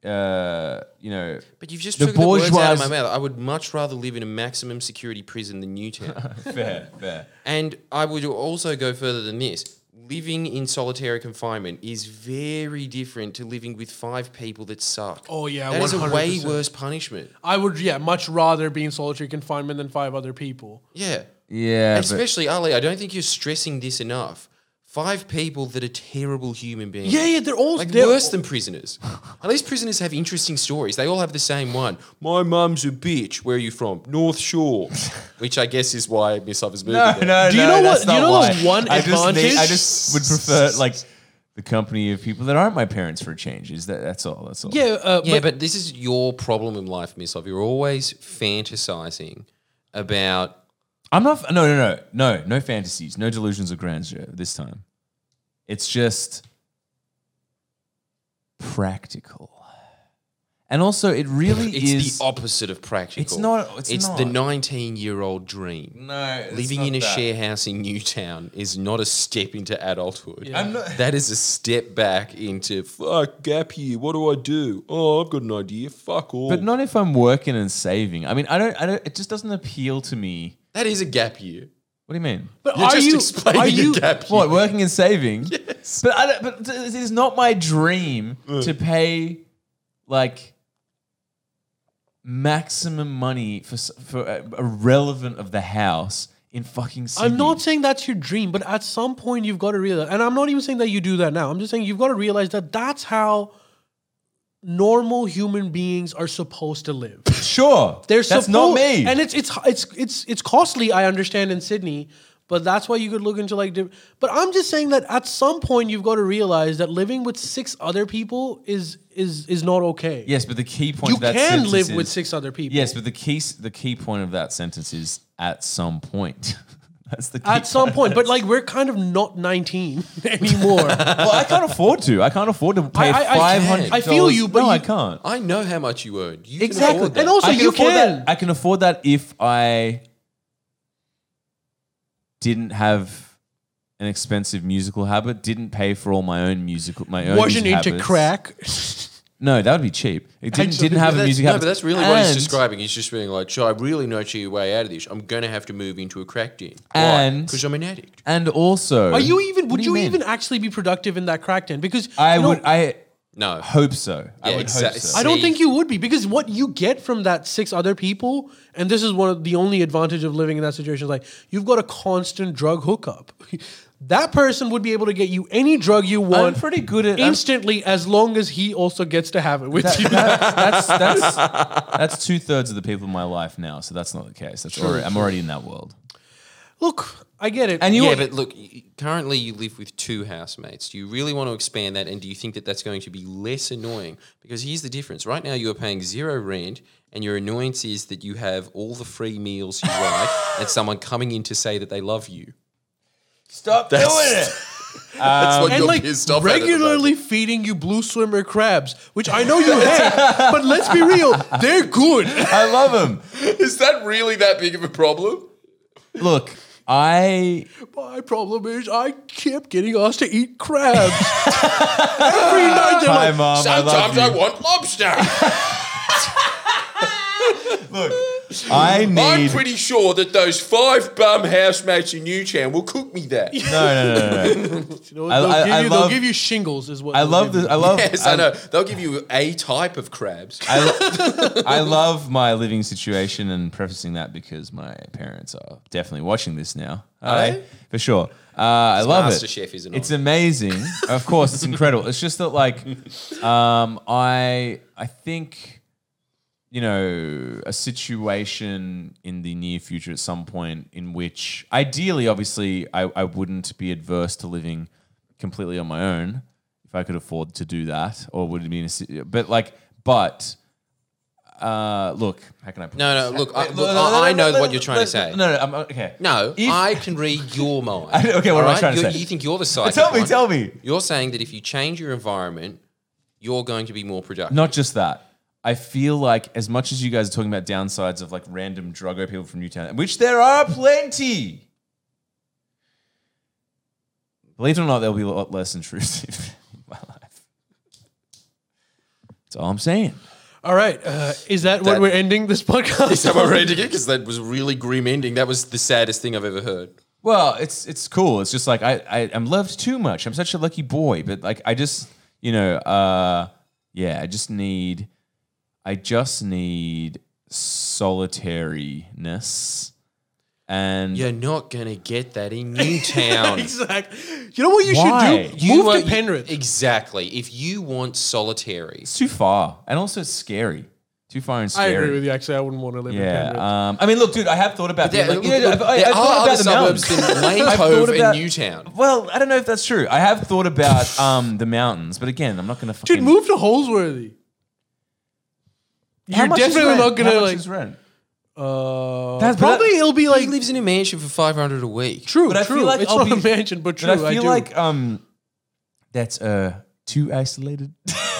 [SPEAKER 2] uh, you know,
[SPEAKER 3] But you've just
[SPEAKER 2] The
[SPEAKER 3] took the words out of
[SPEAKER 2] bourgeois-
[SPEAKER 3] my mouth. I would much rather live in a maximum security prison than Newtown.
[SPEAKER 2] fair, fair.
[SPEAKER 3] and I would also go further than this. Living in solitary confinement is very different to living with five people that suck.
[SPEAKER 4] Oh, yeah,
[SPEAKER 3] that is a way
[SPEAKER 4] 100%.
[SPEAKER 3] worse punishment.
[SPEAKER 4] I would, yeah, much rather be in solitary confinement than five other people.
[SPEAKER 3] Yeah,
[SPEAKER 2] Yeah, but-
[SPEAKER 3] especially Ali. I don't think you're stressing this enough. Five people that are terrible human beings.
[SPEAKER 4] Yeah, yeah, they're all
[SPEAKER 3] Like
[SPEAKER 4] they're-
[SPEAKER 3] worse than prisoners. At least prisoners have interesting stories. They all have the same one. My mum's a bitch. Where are you from? North Shore. Which I guess is why Miss Love is moving.
[SPEAKER 2] No,
[SPEAKER 3] there.
[SPEAKER 2] no,
[SPEAKER 4] Do you
[SPEAKER 2] no,
[SPEAKER 4] know what-
[SPEAKER 2] that's
[SPEAKER 4] do you
[SPEAKER 2] not
[SPEAKER 4] know
[SPEAKER 2] why.
[SPEAKER 4] there's one
[SPEAKER 2] I just, need- I
[SPEAKER 4] advantage?
[SPEAKER 2] just would prefer like the company of people that aren't my parents for a change. Is that that's all? That's all.
[SPEAKER 4] Yeah, uh,
[SPEAKER 3] Yeah, but, this is your problem in life, Miss Love. You're always fantasizing about.
[SPEAKER 2] I'm not. No, no, no, no, no fantasies, no delusions of grandeur this time. It's just practical, and also it really
[SPEAKER 3] It's
[SPEAKER 2] is.
[SPEAKER 3] the opposite of practical.
[SPEAKER 2] It's not- it's
[SPEAKER 3] the
[SPEAKER 2] not.
[SPEAKER 3] 19 year old dream.
[SPEAKER 2] no, it's
[SPEAKER 3] Living
[SPEAKER 2] not
[SPEAKER 3] in a
[SPEAKER 2] that.
[SPEAKER 3] share house in Newtown is not a step into adulthood.
[SPEAKER 2] I'm not-
[SPEAKER 3] that is a step back into fuck gap year. What do I do? Oh, I've got an idea. Fuck all.
[SPEAKER 2] But not if I'm working and saving. I mean, I don't. I don't. It just doesn't appeal to me.
[SPEAKER 3] that is a gap year.
[SPEAKER 2] What do you mean?
[SPEAKER 4] but
[SPEAKER 3] You're
[SPEAKER 4] are
[SPEAKER 3] just
[SPEAKER 4] you?
[SPEAKER 3] explaining
[SPEAKER 4] are
[SPEAKER 3] a
[SPEAKER 4] you?
[SPEAKER 3] gap year.
[SPEAKER 2] What working and saving? Yes. But I don't, but th- it is not my dream
[SPEAKER 4] Mm.
[SPEAKER 2] to pay like maximum money for s- for uh, a, a relevant of the house in fucking. Sydney.
[SPEAKER 4] I'm not saying that's your dream, but at some point you've got to realize, and I'm not even saying that you do that now. I'm just saying you've got to realize that that's how normal human beings are supposed to live.
[SPEAKER 2] sure.
[SPEAKER 4] They're
[SPEAKER 2] that's
[SPEAKER 4] suppo-
[SPEAKER 2] not me.
[SPEAKER 4] and it's it's it's it's it's costly. I understand in Sydney, but that's why you could look into like. diff- But I'm just saying that at some point you've got to realize that living with six other people is is is not okay.
[SPEAKER 2] yes, but the key point.
[SPEAKER 4] you
[SPEAKER 2] of that
[SPEAKER 4] can
[SPEAKER 2] sentence
[SPEAKER 4] live with
[SPEAKER 2] is-
[SPEAKER 4] six other people.
[SPEAKER 2] Yes, but the key s- the key point of that sentence is at some point. that's the key
[SPEAKER 4] At some
[SPEAKER 2] of
[SPEAKER 4] point,
[SPEAKER 2] that
[SPEAKER 4] but like we're kind of not 19 anymore.
[SPEAKER 2] well, I can't afford to. I can't afford to pay
[SPEAKER 4] I- I- I
[SPEAKER 2] five
[SPEAKER 3] can.
[SPEAKER 2] hundred.
[SPEAKER 4] I feel you, but
[SPEAKER 2] no,
[SPEAKER 4] you-
[SPEAKER 2] I can't.
[SPEAKER 3] I know how much you earn. You
[SPEAKER 2] Exactly.
[SPEAKER 3] Can afford that.
[SPEAKER 4] And also,
[SPEAKER 2] I
[SPEAKER 4] you
[SPEAKER 2] afford that-
[SPEAKER 4] can.
[SPEAKER 2] I can afford that if I didn't have an expensive musical habit, didn't pay for all my own musical, my own.
[SPEAKER 4] Wasn't
[SPEAKER 2] music
[SPEAKER 4] into
[SPEAKER 2] habits.
[SPEAKER 4] crack.
[SPEAKER 2] No, that would be cheap. It didn't,
[SPEAKER 4] Actually,
[SPEAKER 2] didn't have
[SPEAKER 3] But
[SPEAKER 2] a
[SPEAKER 3] that's-
[SPEAKER 2] music
[SPEAKER 3] no,
[SPEAKER 2] habit.
[SPEAKER 3] but that's really what he's
[SPEAKER 2] And-
[SPEAKER 3] describing. He's just being like, "So I really know your way out of this. I'm gonna have to move into a crack den,
[SPEAKER 2] And-
[SPEAKER 3] because I'm an addict."
[SPEAKER 2] And also,
[SPEAKER 4] Are you even?
[SPEAKER 2] What
[SPEAKER 4] Would
[SPEAKER 2] do
[SPEAKER 4] you,
[SPEAKER 2] mean?
[SPEAKER 4] even actually be productive in that crack den? Because
[SPEAKER 2] I
[SPEAKER 4] you know,
[SPEAKER 2] would. I
[SPEAKER 3] No,
[SPEAKER 2] hope so. I
[SPEAKER 3] Yeah,
[SPEAKER 2] would hope
[SPEAKER 3] exact-
[SPEAKER 2] so.
[SPEAKER 4] I don't
[SPEAKER 3] See.
[SPEAKER 4] think you would be because what you get from that six other people, and this is one of the only advantage of living in that situation, is like you've got a constant drug hookup. that person would be able to get you any drug you
[SPEAKER 2] I'm
[SPEAKER 4] want
[SPEAKER 2] pretty good at. I'm-
[SPEAKER 4] instantly as long as he also gets to have it with
[SPEAKER 2] that-
[SPEAKER 4] you.
[SPEAKER 2] that- that's that's, that's two thirds of the people in my life now, so that's not the case. That's already, I'm already in that world.
[SPEAKER 4] Look, I get it.
[SPEAKER 2] And you,
[SPEAKER 3] yeah, but look, y- currently you live with two housemates. Do you really want to expand that? And do you think that that's going to be less annoying? Because here's the difference. Right now you are paying zero rent, and your annoyance is that you have all the free meals you like, and someone coming in to say that they love you.
[SPEAKER 2] stop doing it.
[SPEAKER 3] That's
[SPEAKER 2] Um,
[SPEAKER 3] what
[SPEAKER 4] and
[SPEAKER 3] you're
[SPEAKER 4] like
[SPEAKER 3] pissed off at at the moment.
[SPEAKER 4] regularly feeding you blue swimmer crabs, which I know you hate, but let's be real, they're good.
[SPEAKER 2] I love him.
[SPEAKER 3] Is that really that big of a problem?
[SPEAKER 2] Look, I
[SPEAKER 4] My problem is I kept getting asked to eat crabs every night. They're
[SPEAKER 2] Hi,
[SPEAKER 4] like,
[SPEAKER 2] Mom.
[SPEAKER 3] Sometimes
[SPEAKER 2] I
[SPEAKER 3] I
[SPEAKER 2] love you.
[SPEAKER 3] want lobster.
[SPEAKER 2] I
[SPEAKER 3] I'm
[SPEAKER 2] need.
[SPEAKER 3] pretty sure that those five bum housemates in Newtown will cook me that.
[SPEAKER 2] no, no, no, no, no.
[SPEAKER 4] They'll,
[SPEAKER 2] I-
[SPEAKER 4] they'll
[SPEAKER 2] I-
[SPEAKER 4] give
[SPEAKER 2] I
[SPEAKER 4] you, they'll
[SPEAKER 2] love-
[SPEAKER 4] give you shingles, is what
[SPEAKER 2] I
[SPEAKER 4] they'll
[SPEAKER 2] love
[SPEAKER 4] give
[SPEAKER 2] this. I love.
[SPEAKER 3] Yes, I know. They'll give you a type of crabs.
[SPEAKER 2] Um, I, lo- I love my living situation and prefacing that because my parents are definitely watching this now. Hi,
[SPEAKER 3] they?
[SPEAKER 2] for sure. Uh, I love it.
[SPEAKER 3] MasterChef isn't
[SPEAKER 2] It's
[SPEAKER 3] on.
[SPEAKER 2] amazing. of course, it's incredible. It's just that like, um, I I think. you know, a situation in the near future at some point in which, ideally, obviously, I, I wouldn't be adverse to living completely on my own if I could afford to do that, or would it be in a city? But like, but uh, look, how can I? Put
[SPEAKER 3] No,
[SPEAKER 2] this?
[SPEAKER 3] no, look, I-
[SPEAKER 2] Wait,
[SPEAKER 3] look,
[SPEAKER 2] no, no,
[SPEAKER 3] I- I
[SPEAKER 2] no,
[SPEAKER 3] know
[SPEAKER 2] no,
[SPEAKER 3] what
[SPEAKER 2] no,
[SPEAKER 3] you're trying to
[SPEAKER 2] no,
[SPEAKER 3] say.
[SPEAKER 2] No, no, I'm okay.
[SPEAKER 3] No,
[SPEAKER 2] If-
[SPEAKER 3] I can read your mind.
[SPEAKER 2] okay, what am I
[SPEAKER 3] alright?
[SPEAKER 2] trying to
[SPEAKER 3] You-
[SPEAKER 2] say?
[SPEAKER 3] You think you're the psychic?
[SPEAKER 2] tell me,
[SPEAKER 3] one.
[SPEAKER 2] tell me.
[SPEAKER 3] You're saying that if you change your environment, you're going to be more productive.
[SPEAKER 2] Not just that. I feel like as much as you guys are talking about downsides of like random druggo people from Newtown, which there are plenty. Believe it or not, they'll be a lot less intrusive in my life. That's all I'm saying.
[SPEAKER 4] you. All right, uh, is that, what
[SPEAKER 3] That-
[SPEAKER 4] we're ending this podcast?
[SPEAKER 3] Is that what we're ending it? Because that was a really grim ending. That was the saddest thing I've ever heard.
[SPEAKER 2] Well, it's it's cool. It's just like I, I I'm loved too much. I'm such a lucky boy, but like I just you know uh yeah I just need I just need solitariness and
[SPEAKER 3] You're not going to get that in Newtown.
[SPEAKER 4] exactly. You know what you
[SPEAKER 2] Why?
[SPEAKER 4] should do?
[SPEAKER 3] You
[SPEAKER 4] Move
[SPEAKER 3] are-
[SPEAKER 4] to Penrith.
[SPEAKER 3] Exactly. If you want solitary,
[SPEAKER 2] it's too far and also it's scary. Do Too far and
[SPEAKER 4] I
[SPEAKER 2] scary.
[SPEAKER 4] agree with you. Actually, I wouldn't want to live in Canberra.
[SPEAKER 2] Yeah. Um, I mean, look, dude, I have thought about
[SPEAKER 3] There,
[SPEAKER 2] that. Like, you
[SPEAKER 3] look,
[SPEAKER 2] know,
[SPEAKER 3] look,
[SPEAKER 2] I've- I-
[SPEAKER 3] there
[SPEAKER 2] I've
[SPEAKER 3] are
[SPEAKER 2] thought about
[SPEAKER 3] other
[SPEAKER 2] the
[SPEAKER 3] suburbs
[SPEAKER 2] mountains.
[SPEAKER 3] than Lane
[SPEAKER 2] I've
[SPEAKER 3] Cove
[SPEAKER 2] thought about-
[SPEAKER 3] and Newtown.
[SPEAKER 2] Well, I don't know if that's true. I have thought about um, the mountains, but again, I'm not going to fucking.
[SPEAKER 4] Dude, move to Holsworthy.
[SPEAKER 2] How
[SPEAKER 4] You're
[SPEAKER 2] much is
[SPEAKER 4] definitely
[SPEAKER 2] rent?
[SPEAKER 4] not gonna
[SPEAKER 2] How much
[SPEAKER 4] like.
[SPEAKER 2] is rent?
[SPEAKER 4] Uh,
[SPEAKER 2] That's- but
[SPEAKER 4] probably
[SPEAKER 2] that-
[SPEAKER 4] it'll be
[SPEAKER 3] he
[SPEAKER 4] like
[SPEAKER 3] lives in a mansion for five hundred a week.
[SPEAKER 4] true.
[SPEAKER 2] But I
[SPEAKER 4] true.
[SPEAKER 2] feel like
[SPEAKER 4] it's
[SPEAKER 2] I'll
[SPEAKER 4] not a
[SPEAKER 2] be-
[SPEAKER 4] mansion, but true.
[SPEAKER 2] But I feel
[SPEAKER 4] do.
[SPEAKER 2] like um, that's uh, too isolated.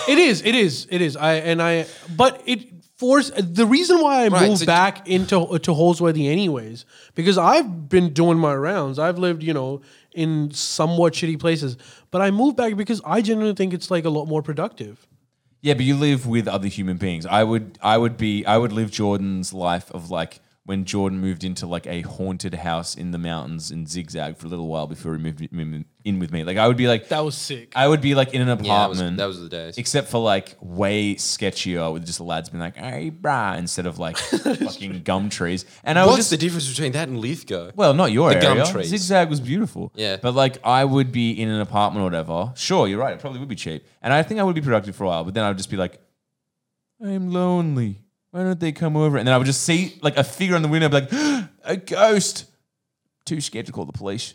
[SPEAKER 4] it is. It is. It is. I and I. But it force the reason why I
[SPEAKER 3] Right,
[SPEAKER 4] moved
[SPEAKER 3] so-
[SPEAKER 4] back into to Holsworthy anyways because I've been doing my rounds. I've lived you know in somewhat shitty places, but I moved back because I genuinely think it's like a lot more productive.
[SPEAKER 2] Yeah, but you live with other human beings. I would, I would be, I would live Jordan's life of like when Jordan moved into like a haunted house in the mountains in zigzag for a little while before he moved in- in with me. Like I would be like,
[SPEAKER 4] That was sick.
[SPEAKER 2] I would be like in an
[SPEAKER 3] Yeah, that was,
[SPEAKER 2] apartment.
[SPEAKER 3] that was the days.
[SPEAKER 2] Except for like way sketchier with just the lads being like, hey, brah, instead of like fucking gum trees. And I was
[SPEAKER 3] What's
[SPEAKER 2] just
[SPEAKER 3] the difference between that and Lithgow?
[SPEAKER 2] well, not your
[SPEAKER 3] The gum
[SPEAKER 2] area.
[SPEAKER 3] trees.
[SPEAKER 2] Zigzag was beautiful.
[SPEAKER 3] Yeah.
[SPEAKER 2] But like I would be in an apartment or whatever. Sure, you're right. It probably would be cheap. And I think I would be productive for a while, but then I would just be like, I'm lonely. Why don't they come over? And then I would just see like a figure on the window, be like, a ghost. Too scared to call the police.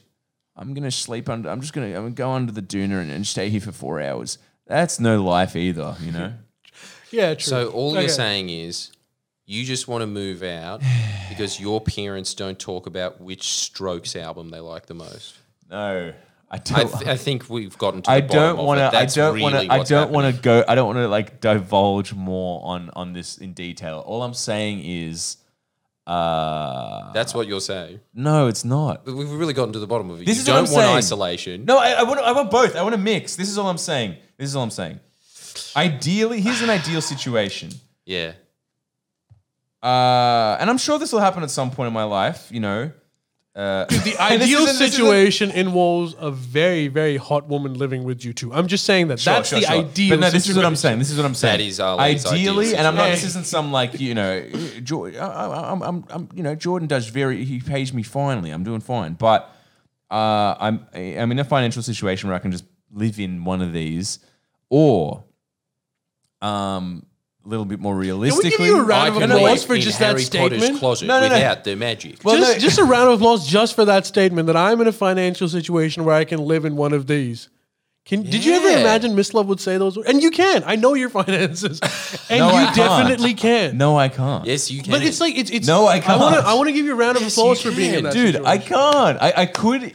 [SPEAKER 2] I'm gonna sleep under I'm just gonna I'm gonna go under the doona and, and stay here for four hours. That's no life either, you know?
[SPEAKER 4] Yeah, true.
[SPEAKER 3] So all
[SPEAKER 4] Okay.
[SPEAKER 3] you're saying is you just want to move out because your parents don't talk about which Strokes album they like the most.
[SPEAKER 2] no. I
[SPEAKER 3] I,
[SPEAKER 2] don't
[SPEAKER 3] th- I think we've gotten to.
[SPEAKER 2] I
[SPEAKER 3] the
[SPEAKER 2] don't
[SPEAKER 3] want
[SPEAKER 2] want to. I don't want to. I don't want to go. I don't want to like divulge more on on this in detail. All I'm saying is, uh,
[SPEAKER 3] That's what you're saying.
[SPEAKER 2] no, it's not.
[SPEAKER 3] But We've really gotten to the bottom of it.
[SPEAKER 2] This
[SPEAKER 3] you
[SPEAKER 2] is what
[SPEAKER 3] don't
[SPEAKER 2] I'm
[SPEAKER 3] want
[SPEAKER 2] saying.
[SPEAKER 3] isolation.
[SPEAKER 2] No, I, I want. I want both. I want to mix. This is all I'm saying. This is all I'm saying. Ideally, here's an ideal situation.
[SPEAKER 3] Yeah.
[SPEAKER 2] Uh, and I'm sure this will happen at some point in my life. You know, uh,
[SPEAKER 4] The
[SPEAKER 2] and this
[SPEAKER 4] ideal
[SPEAKER 2] isn't- this isn't-
[SPEAKER 4] situation involves a very, very hot woman living with you two. I'm just saying that.
[SPEAKER 2] Sure,
[SPEAKER 4] That's
[SPEAKER 2] sure,
[SPEAKER 4] the
[SPEAKER 2] sure.
[SPEAKER 4] ideal.
[SPEAKER 2] But no, this is what I'm
[SPEAKER 4] situation.
[SPEAKER 2] saying. This is what I'm saying.
[SPEAKER 3] is our least
[SPEAKER 2] ideally,
[SPEAKER 3] ideal
[SPEAKER 2] and I'm not. This
[SPEAKER 4] situation.
[SPEAKER 2] isn't some like you know, Jordan. I'm, I'm, I'm, you know, Jordan does very. He pays me finally. I'm doing fine, but uh, I'm I'm in a financial situation where I can just live in one of these, or um, a little bit more
[SPEAKER 4] we
[SPEAKER 2] realistically.
[SPEAKER 4] give you a round
[SPEAKER 3] I
[SPEAKER 4] of
[SPEAKER 3] can
[SPEAKER 4] applause
[SPEAKER 3] live
[SPEAKER 4] for
[SPEAKER 3] in
[SPEAKER 4] just
[SPEAKER 3] Harry
[SPEAKER 4] that
[SPEAKER 3] Potter's
[SPEAKER 4] statement?
[SPEAKER 3] closet
[SPEAKER 2] No, no, no.
[SPEAKER 3] without the magic.
[SPEAKER 2] Well,
[SPEAKER 4] just,
[SPEAKER 2] no-
[SPEAKER 4] just a round of applause just for that statement that I'm in a financial situation where I can live in one of these. Can, Did you ever
[SPEAKER 3] Yeah.
[SPEAKER 4] imagine Miss Love would say those words? And you can. I know your finances, and
[SPEAKER 2] No,
[SPEAKER 4] you
[SPEAKER 2] I can't.
[SPEAKER 4] definitely can.
[SPEAKER 2] no, I can't.
[SPEAKER 3] yes, you can.
[SPEAKER 4] but it's like it's it's.
[SPEAKER 2] No, I
[SPEAKER 4] I want
[SPEAKER 2] can't.
[SPEAKER 4] to. I want to give you a round of
[SPEAKER 3] Yes,
[SPEAKER 4] applause
[SPEAKER 3] you
[SPEAKER 4] for being in
[SPEAKER 3] can.
[SPEAKER 4] that
[SPEAKER 2] dude, I
[SPEAKER 4] situation.
[SPEAKER 2] can't. I, I could.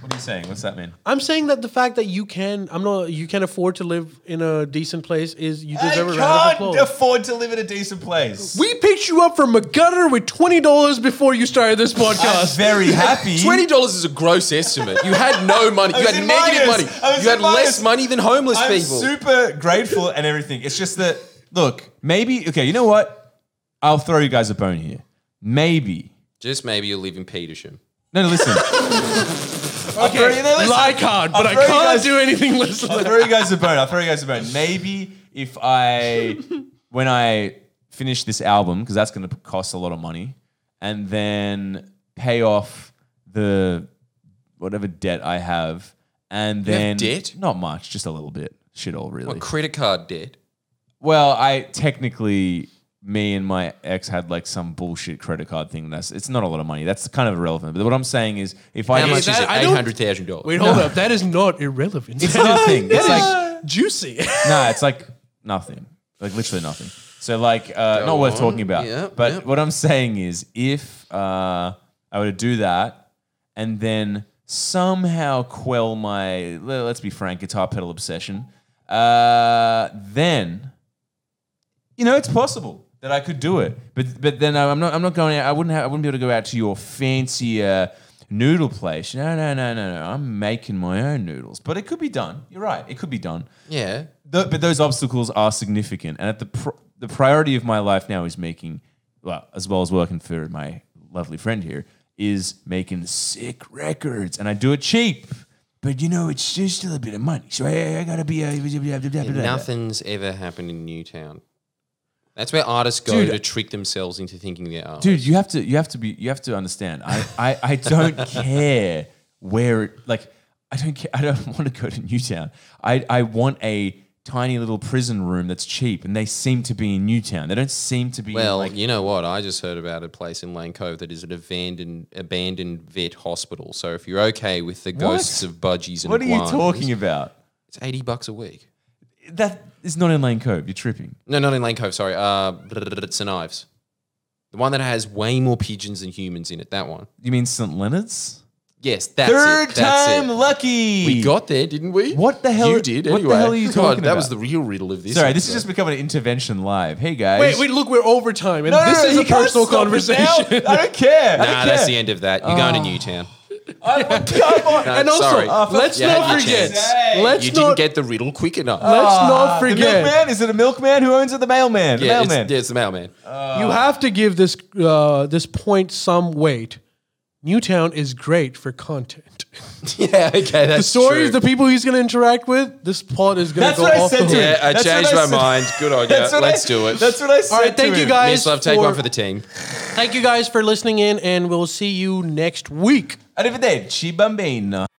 [SPEAKER 2] What are you saying? What's that mean?
[SPEAKER 4] I'm saying that the fact that you can, I'm not, you can afford to live in a decent place is you deserve a round of
[SPEAKER 2] I can't
[SPEAKER 4] applause.
[SPEAKER 2] afford to live in a decent place.
[SPEAKER 4] we picked you up from McGutter with twenty dollars before you started this
[SPEAKER 2] I'm
[SPEAKER 4] podcast.
[SPEAKER 2] very happy.
[SPEAKER 3] Twenty dollars is a gross estimate. You had no money.
[SPEAKER 2] I
[SPEAKER 3] You
[SPEAKER 2] was
[SPEAKER 3] had
[SPEAKER 2] in
[SPEAKER 3] negative
[SPEAKER 2] minus. I
[SPEAKER 3] money.
[SPEAKER 2] was
[SPEAKER 3] You
[SPEAKER 2] in
[SPEAKER 3] had less
[SPEAKER 2] minus.
[SPEAKER 3] money than homeless
[SPEAKER 2] I'm
[SPEAKER 3] people.
[SPEAKER 2] super grateful and everything. It's just that look, maybe okay, you know what? I'll throw you guys a bone here. Maybe.
[SPEAKER 3] Just maybe you'll live in Petersham.
[SPEAKER 2] No, no, listen. okay,
[SPEAKER 4] Like hard, but I
[SPEAKER 2] throw you
[SPEAKER 4] can't
[SPEAKER 2] guys-
[SPEAKER 4] do anything less than
[SPEAKER 2] I'll
[SPEAKER 4] that.
[SPEAKER 2] throw you guys a bone. I'll throw you guys a bone. Maybe if I, when I finish this album, because that's going to cost a lot of money, and then pay off the whatever debt I have, and
[SPEAKER 3] have
[SPEAKER 2] then
[SPEAKER 3] debt?
[SPEAKER 2] Not much, just a little bit. Shit, all really.
[SPEAKER 3] What credit card debt?
[SPEAKER 2] Well, I technically, me and my ex had like some bullshit credit card thing. That's it's not a lot of money. That's kind of irrelevant. But what I'm saying is, if I
[SPEAKER 3] How much
[SPEAKER 2] just,
[SPEAKER 3] is it?
[SPEAKER 4] that- I
[SPEAKER 3] Eight
[SPEAKER 4] don't-
[SPEAKER 3] hundred thousand dollars.
[SPEAKER 4] Wait, hold up. That is not irrelevant.
[SPEAKER 2] it's not a thing. It's like
[SPEAKER 4] Juicy.
[SPEAKER 2] nah, it's like nothing. Like literally nothing. So like uh, not worth
[SPEAKER 3] on.
[SPEAKER 2] talking about.
[SPEAKER 3] Yep,
[SPEAKER 2] but
[SPEAKER 3] yep.
[SPEAKER 2] what I'm saying is if uh, I were to do that and then somehow quell my le- let's be frank, guitar pedal obsession, uh, then you know it's possible that I could do it. But but then I'm not I'm not going out I wouldn't have I wouldn't be able to go out to your fancy uh, noodle place. No, no, no, no, no. I'm making my own noodles. But it could be done. You're right. It could be done.
[SPEAKER 3] Yeah.
[SPEAKER 2] Th but those obstacles are significant, and at the pr- the priority of my life now is making, well, as well as working for my lovely friend here, is making sick records, and I do it cheap. But you know, it's just a little bit of money, so I, I gotta be uh, a,
[SPEAKER 3] Nothing's ever happened in Newtown. That's where artists go
[SPEAKER 2] Dude.
[SPEAKER 3] to trick themselves into thinking they're art.
[SPEAKER 2] Dude, you have to you have to be you have to understand. I I, I don't care where it like I don't care. I don't want to go to Newtown. I I want a tiny little prison room that's cheap, and they seem to be in Newtown. They don't seem to be
[SPEAKER 3] Well,
[SPEAKER 2] like
[SPEAKER 3] you know what? I just heard about a place in Lane Cove that is an abandoned abandoned vet hospital. So if you're okay with the ghosts of budgies and
[SPEAKER 2] what are you
[SPEAKER 3] iguanas,
[SPEAKER 2] talking about?
[SPEAKER 3] It's eighty bucks a week.
[SPEAKER 2] That is not in Lane Cove. You're tripping.
[SPEAKER 3] No, not in Lane Cove. Sorry, uh, St Ives, the one that has way more pigeons than humans in it. That one.
[SPEAKER 2] You mean St. Leonard's?
[SPEAKER 3] Yes, that's
[SPEAKER 2] Third
[SPEAKER 3] it. That's
[SPEAKER 2] time
[SPEAKER 3] it.
[SPEAKER 2] lucky.
[SPEAKER 3] We got there, didn't we?
[SPEAKER 2] What the hell-
[SPEAKER 3] You did.
[SPEAKER 2] what the
[SPEAKER 3] Anyway,
[SPEAKER 2] hell are you
[SPEAKER 3] God,
[SPEAKER 2] talking
[SPEAKER 3] That was
[SPEAKER 2] about?
[SPEAKER 3] the real riddle of this.
[SPEAKER 2] Sorry, this
[SPEAKER 3] episode.
[SPEAKER 2] has just become an intervention live. Hey guys.
[SPEAKER 4] Wait, wait, look, we're overtime, and
[SPEAKER 2] No, no,
[SPEAKER 4] this
[SPEAKER 2] no,
[SPEAKER 4] is
[SPEAKER 2] you
[SPEAKER 4] a
[SPEAKER 2] can't
[SPEAKER 4] personal
[SPEAKER 2] stop it now.
[SPEAKER 4] conversation.
[SPEAKER 2] I don't care. I
[SPEAKER 3] Nah,
[SPEAKER 2] don't
[SPEAKER 3] that's
[SPEAKER 2] care.
[SPEAKER 3] the end of that. You're going
[SPEAKER 2] Ah.
[SPEAKER 3] to Newtown.
[SPEAKER 4] and also,
[SPEAKER 3] sorry.
[SPEAKER 2] uh,
[SPEAKER 3] Oh, for-
[SPEAKER 4] let's
[SPEAKER 3] You had
[SPEAKER 4] not
[SPEAKER 3] your
[SPEAKER 4] forget.
[SPEAKER 2] chance.
[SPEAKER 4] Let's
[SPEAKER 3] you
[SPEAKER 4] not.
[SPEAKER 3] didn't get the riddle quick enough.
[SPEAKER 2] Ah,
[SPEAKER 4] let's not
[SPEAKER 2] The
[SPEAKER 4] forget.
[SPEAKER 2] milkman? Is it a milkman? Who owns it? The mailman. The
[SPEAKER 3] yeah, it's,
[SPEAKER 2] mailman. Ah.
[SPEAKER 3] yeah, it's the mailman.
[SPEAKER 4] You have to give this uh, this point some weight. Newtown is great for content.
[SPEAKER 3] yeah, okay, that's
[SPEAKER 4] The stories,
[SPEAKER 3] true.
[SPEAKER 4] the people he's going to interact with, this plot is going
[SPEAKER 2] That's
[SPEAKER 4] to go
[SPEAKER 2] what I
[SPEAKER 4] off
[SPEAKER 2] said
[SPEAKER 4] the
[SPEAKER 2] to
[SPEAKER 4] hook.
[SPEAKER 2] him.
[SPEAKER 3] yeah, I
[SPEAKER 2] That's what
[SPEAKER 3] changed
[SPEAKER 2] I
[SPEAKER 3] my
[SPEAKER 2] said.
[SPEAKER 3] mind. Good on
[SPEAKER 2] That's
[SPEAKER 3] you.
[SPEAKER 2] what I-
[SPEAKER 3] Let's do it.
[SPEAKER 2] That's what I said.
[SPEAKER 4] All right, thank
[SPEAKER 2] to
[SPEAKER 4] you
[SPEAKER 2] him.
[SPEAKER 4] guys.
[SPEAKER 3] Miss Love, take one
[SPEAKER 4] for-
[SPEAKER 3] for the team.
[SPEAKER 4] Thank you guys for listening in, and we'll see you next week.
[SPEAKER 2] Arrivederci, bambino.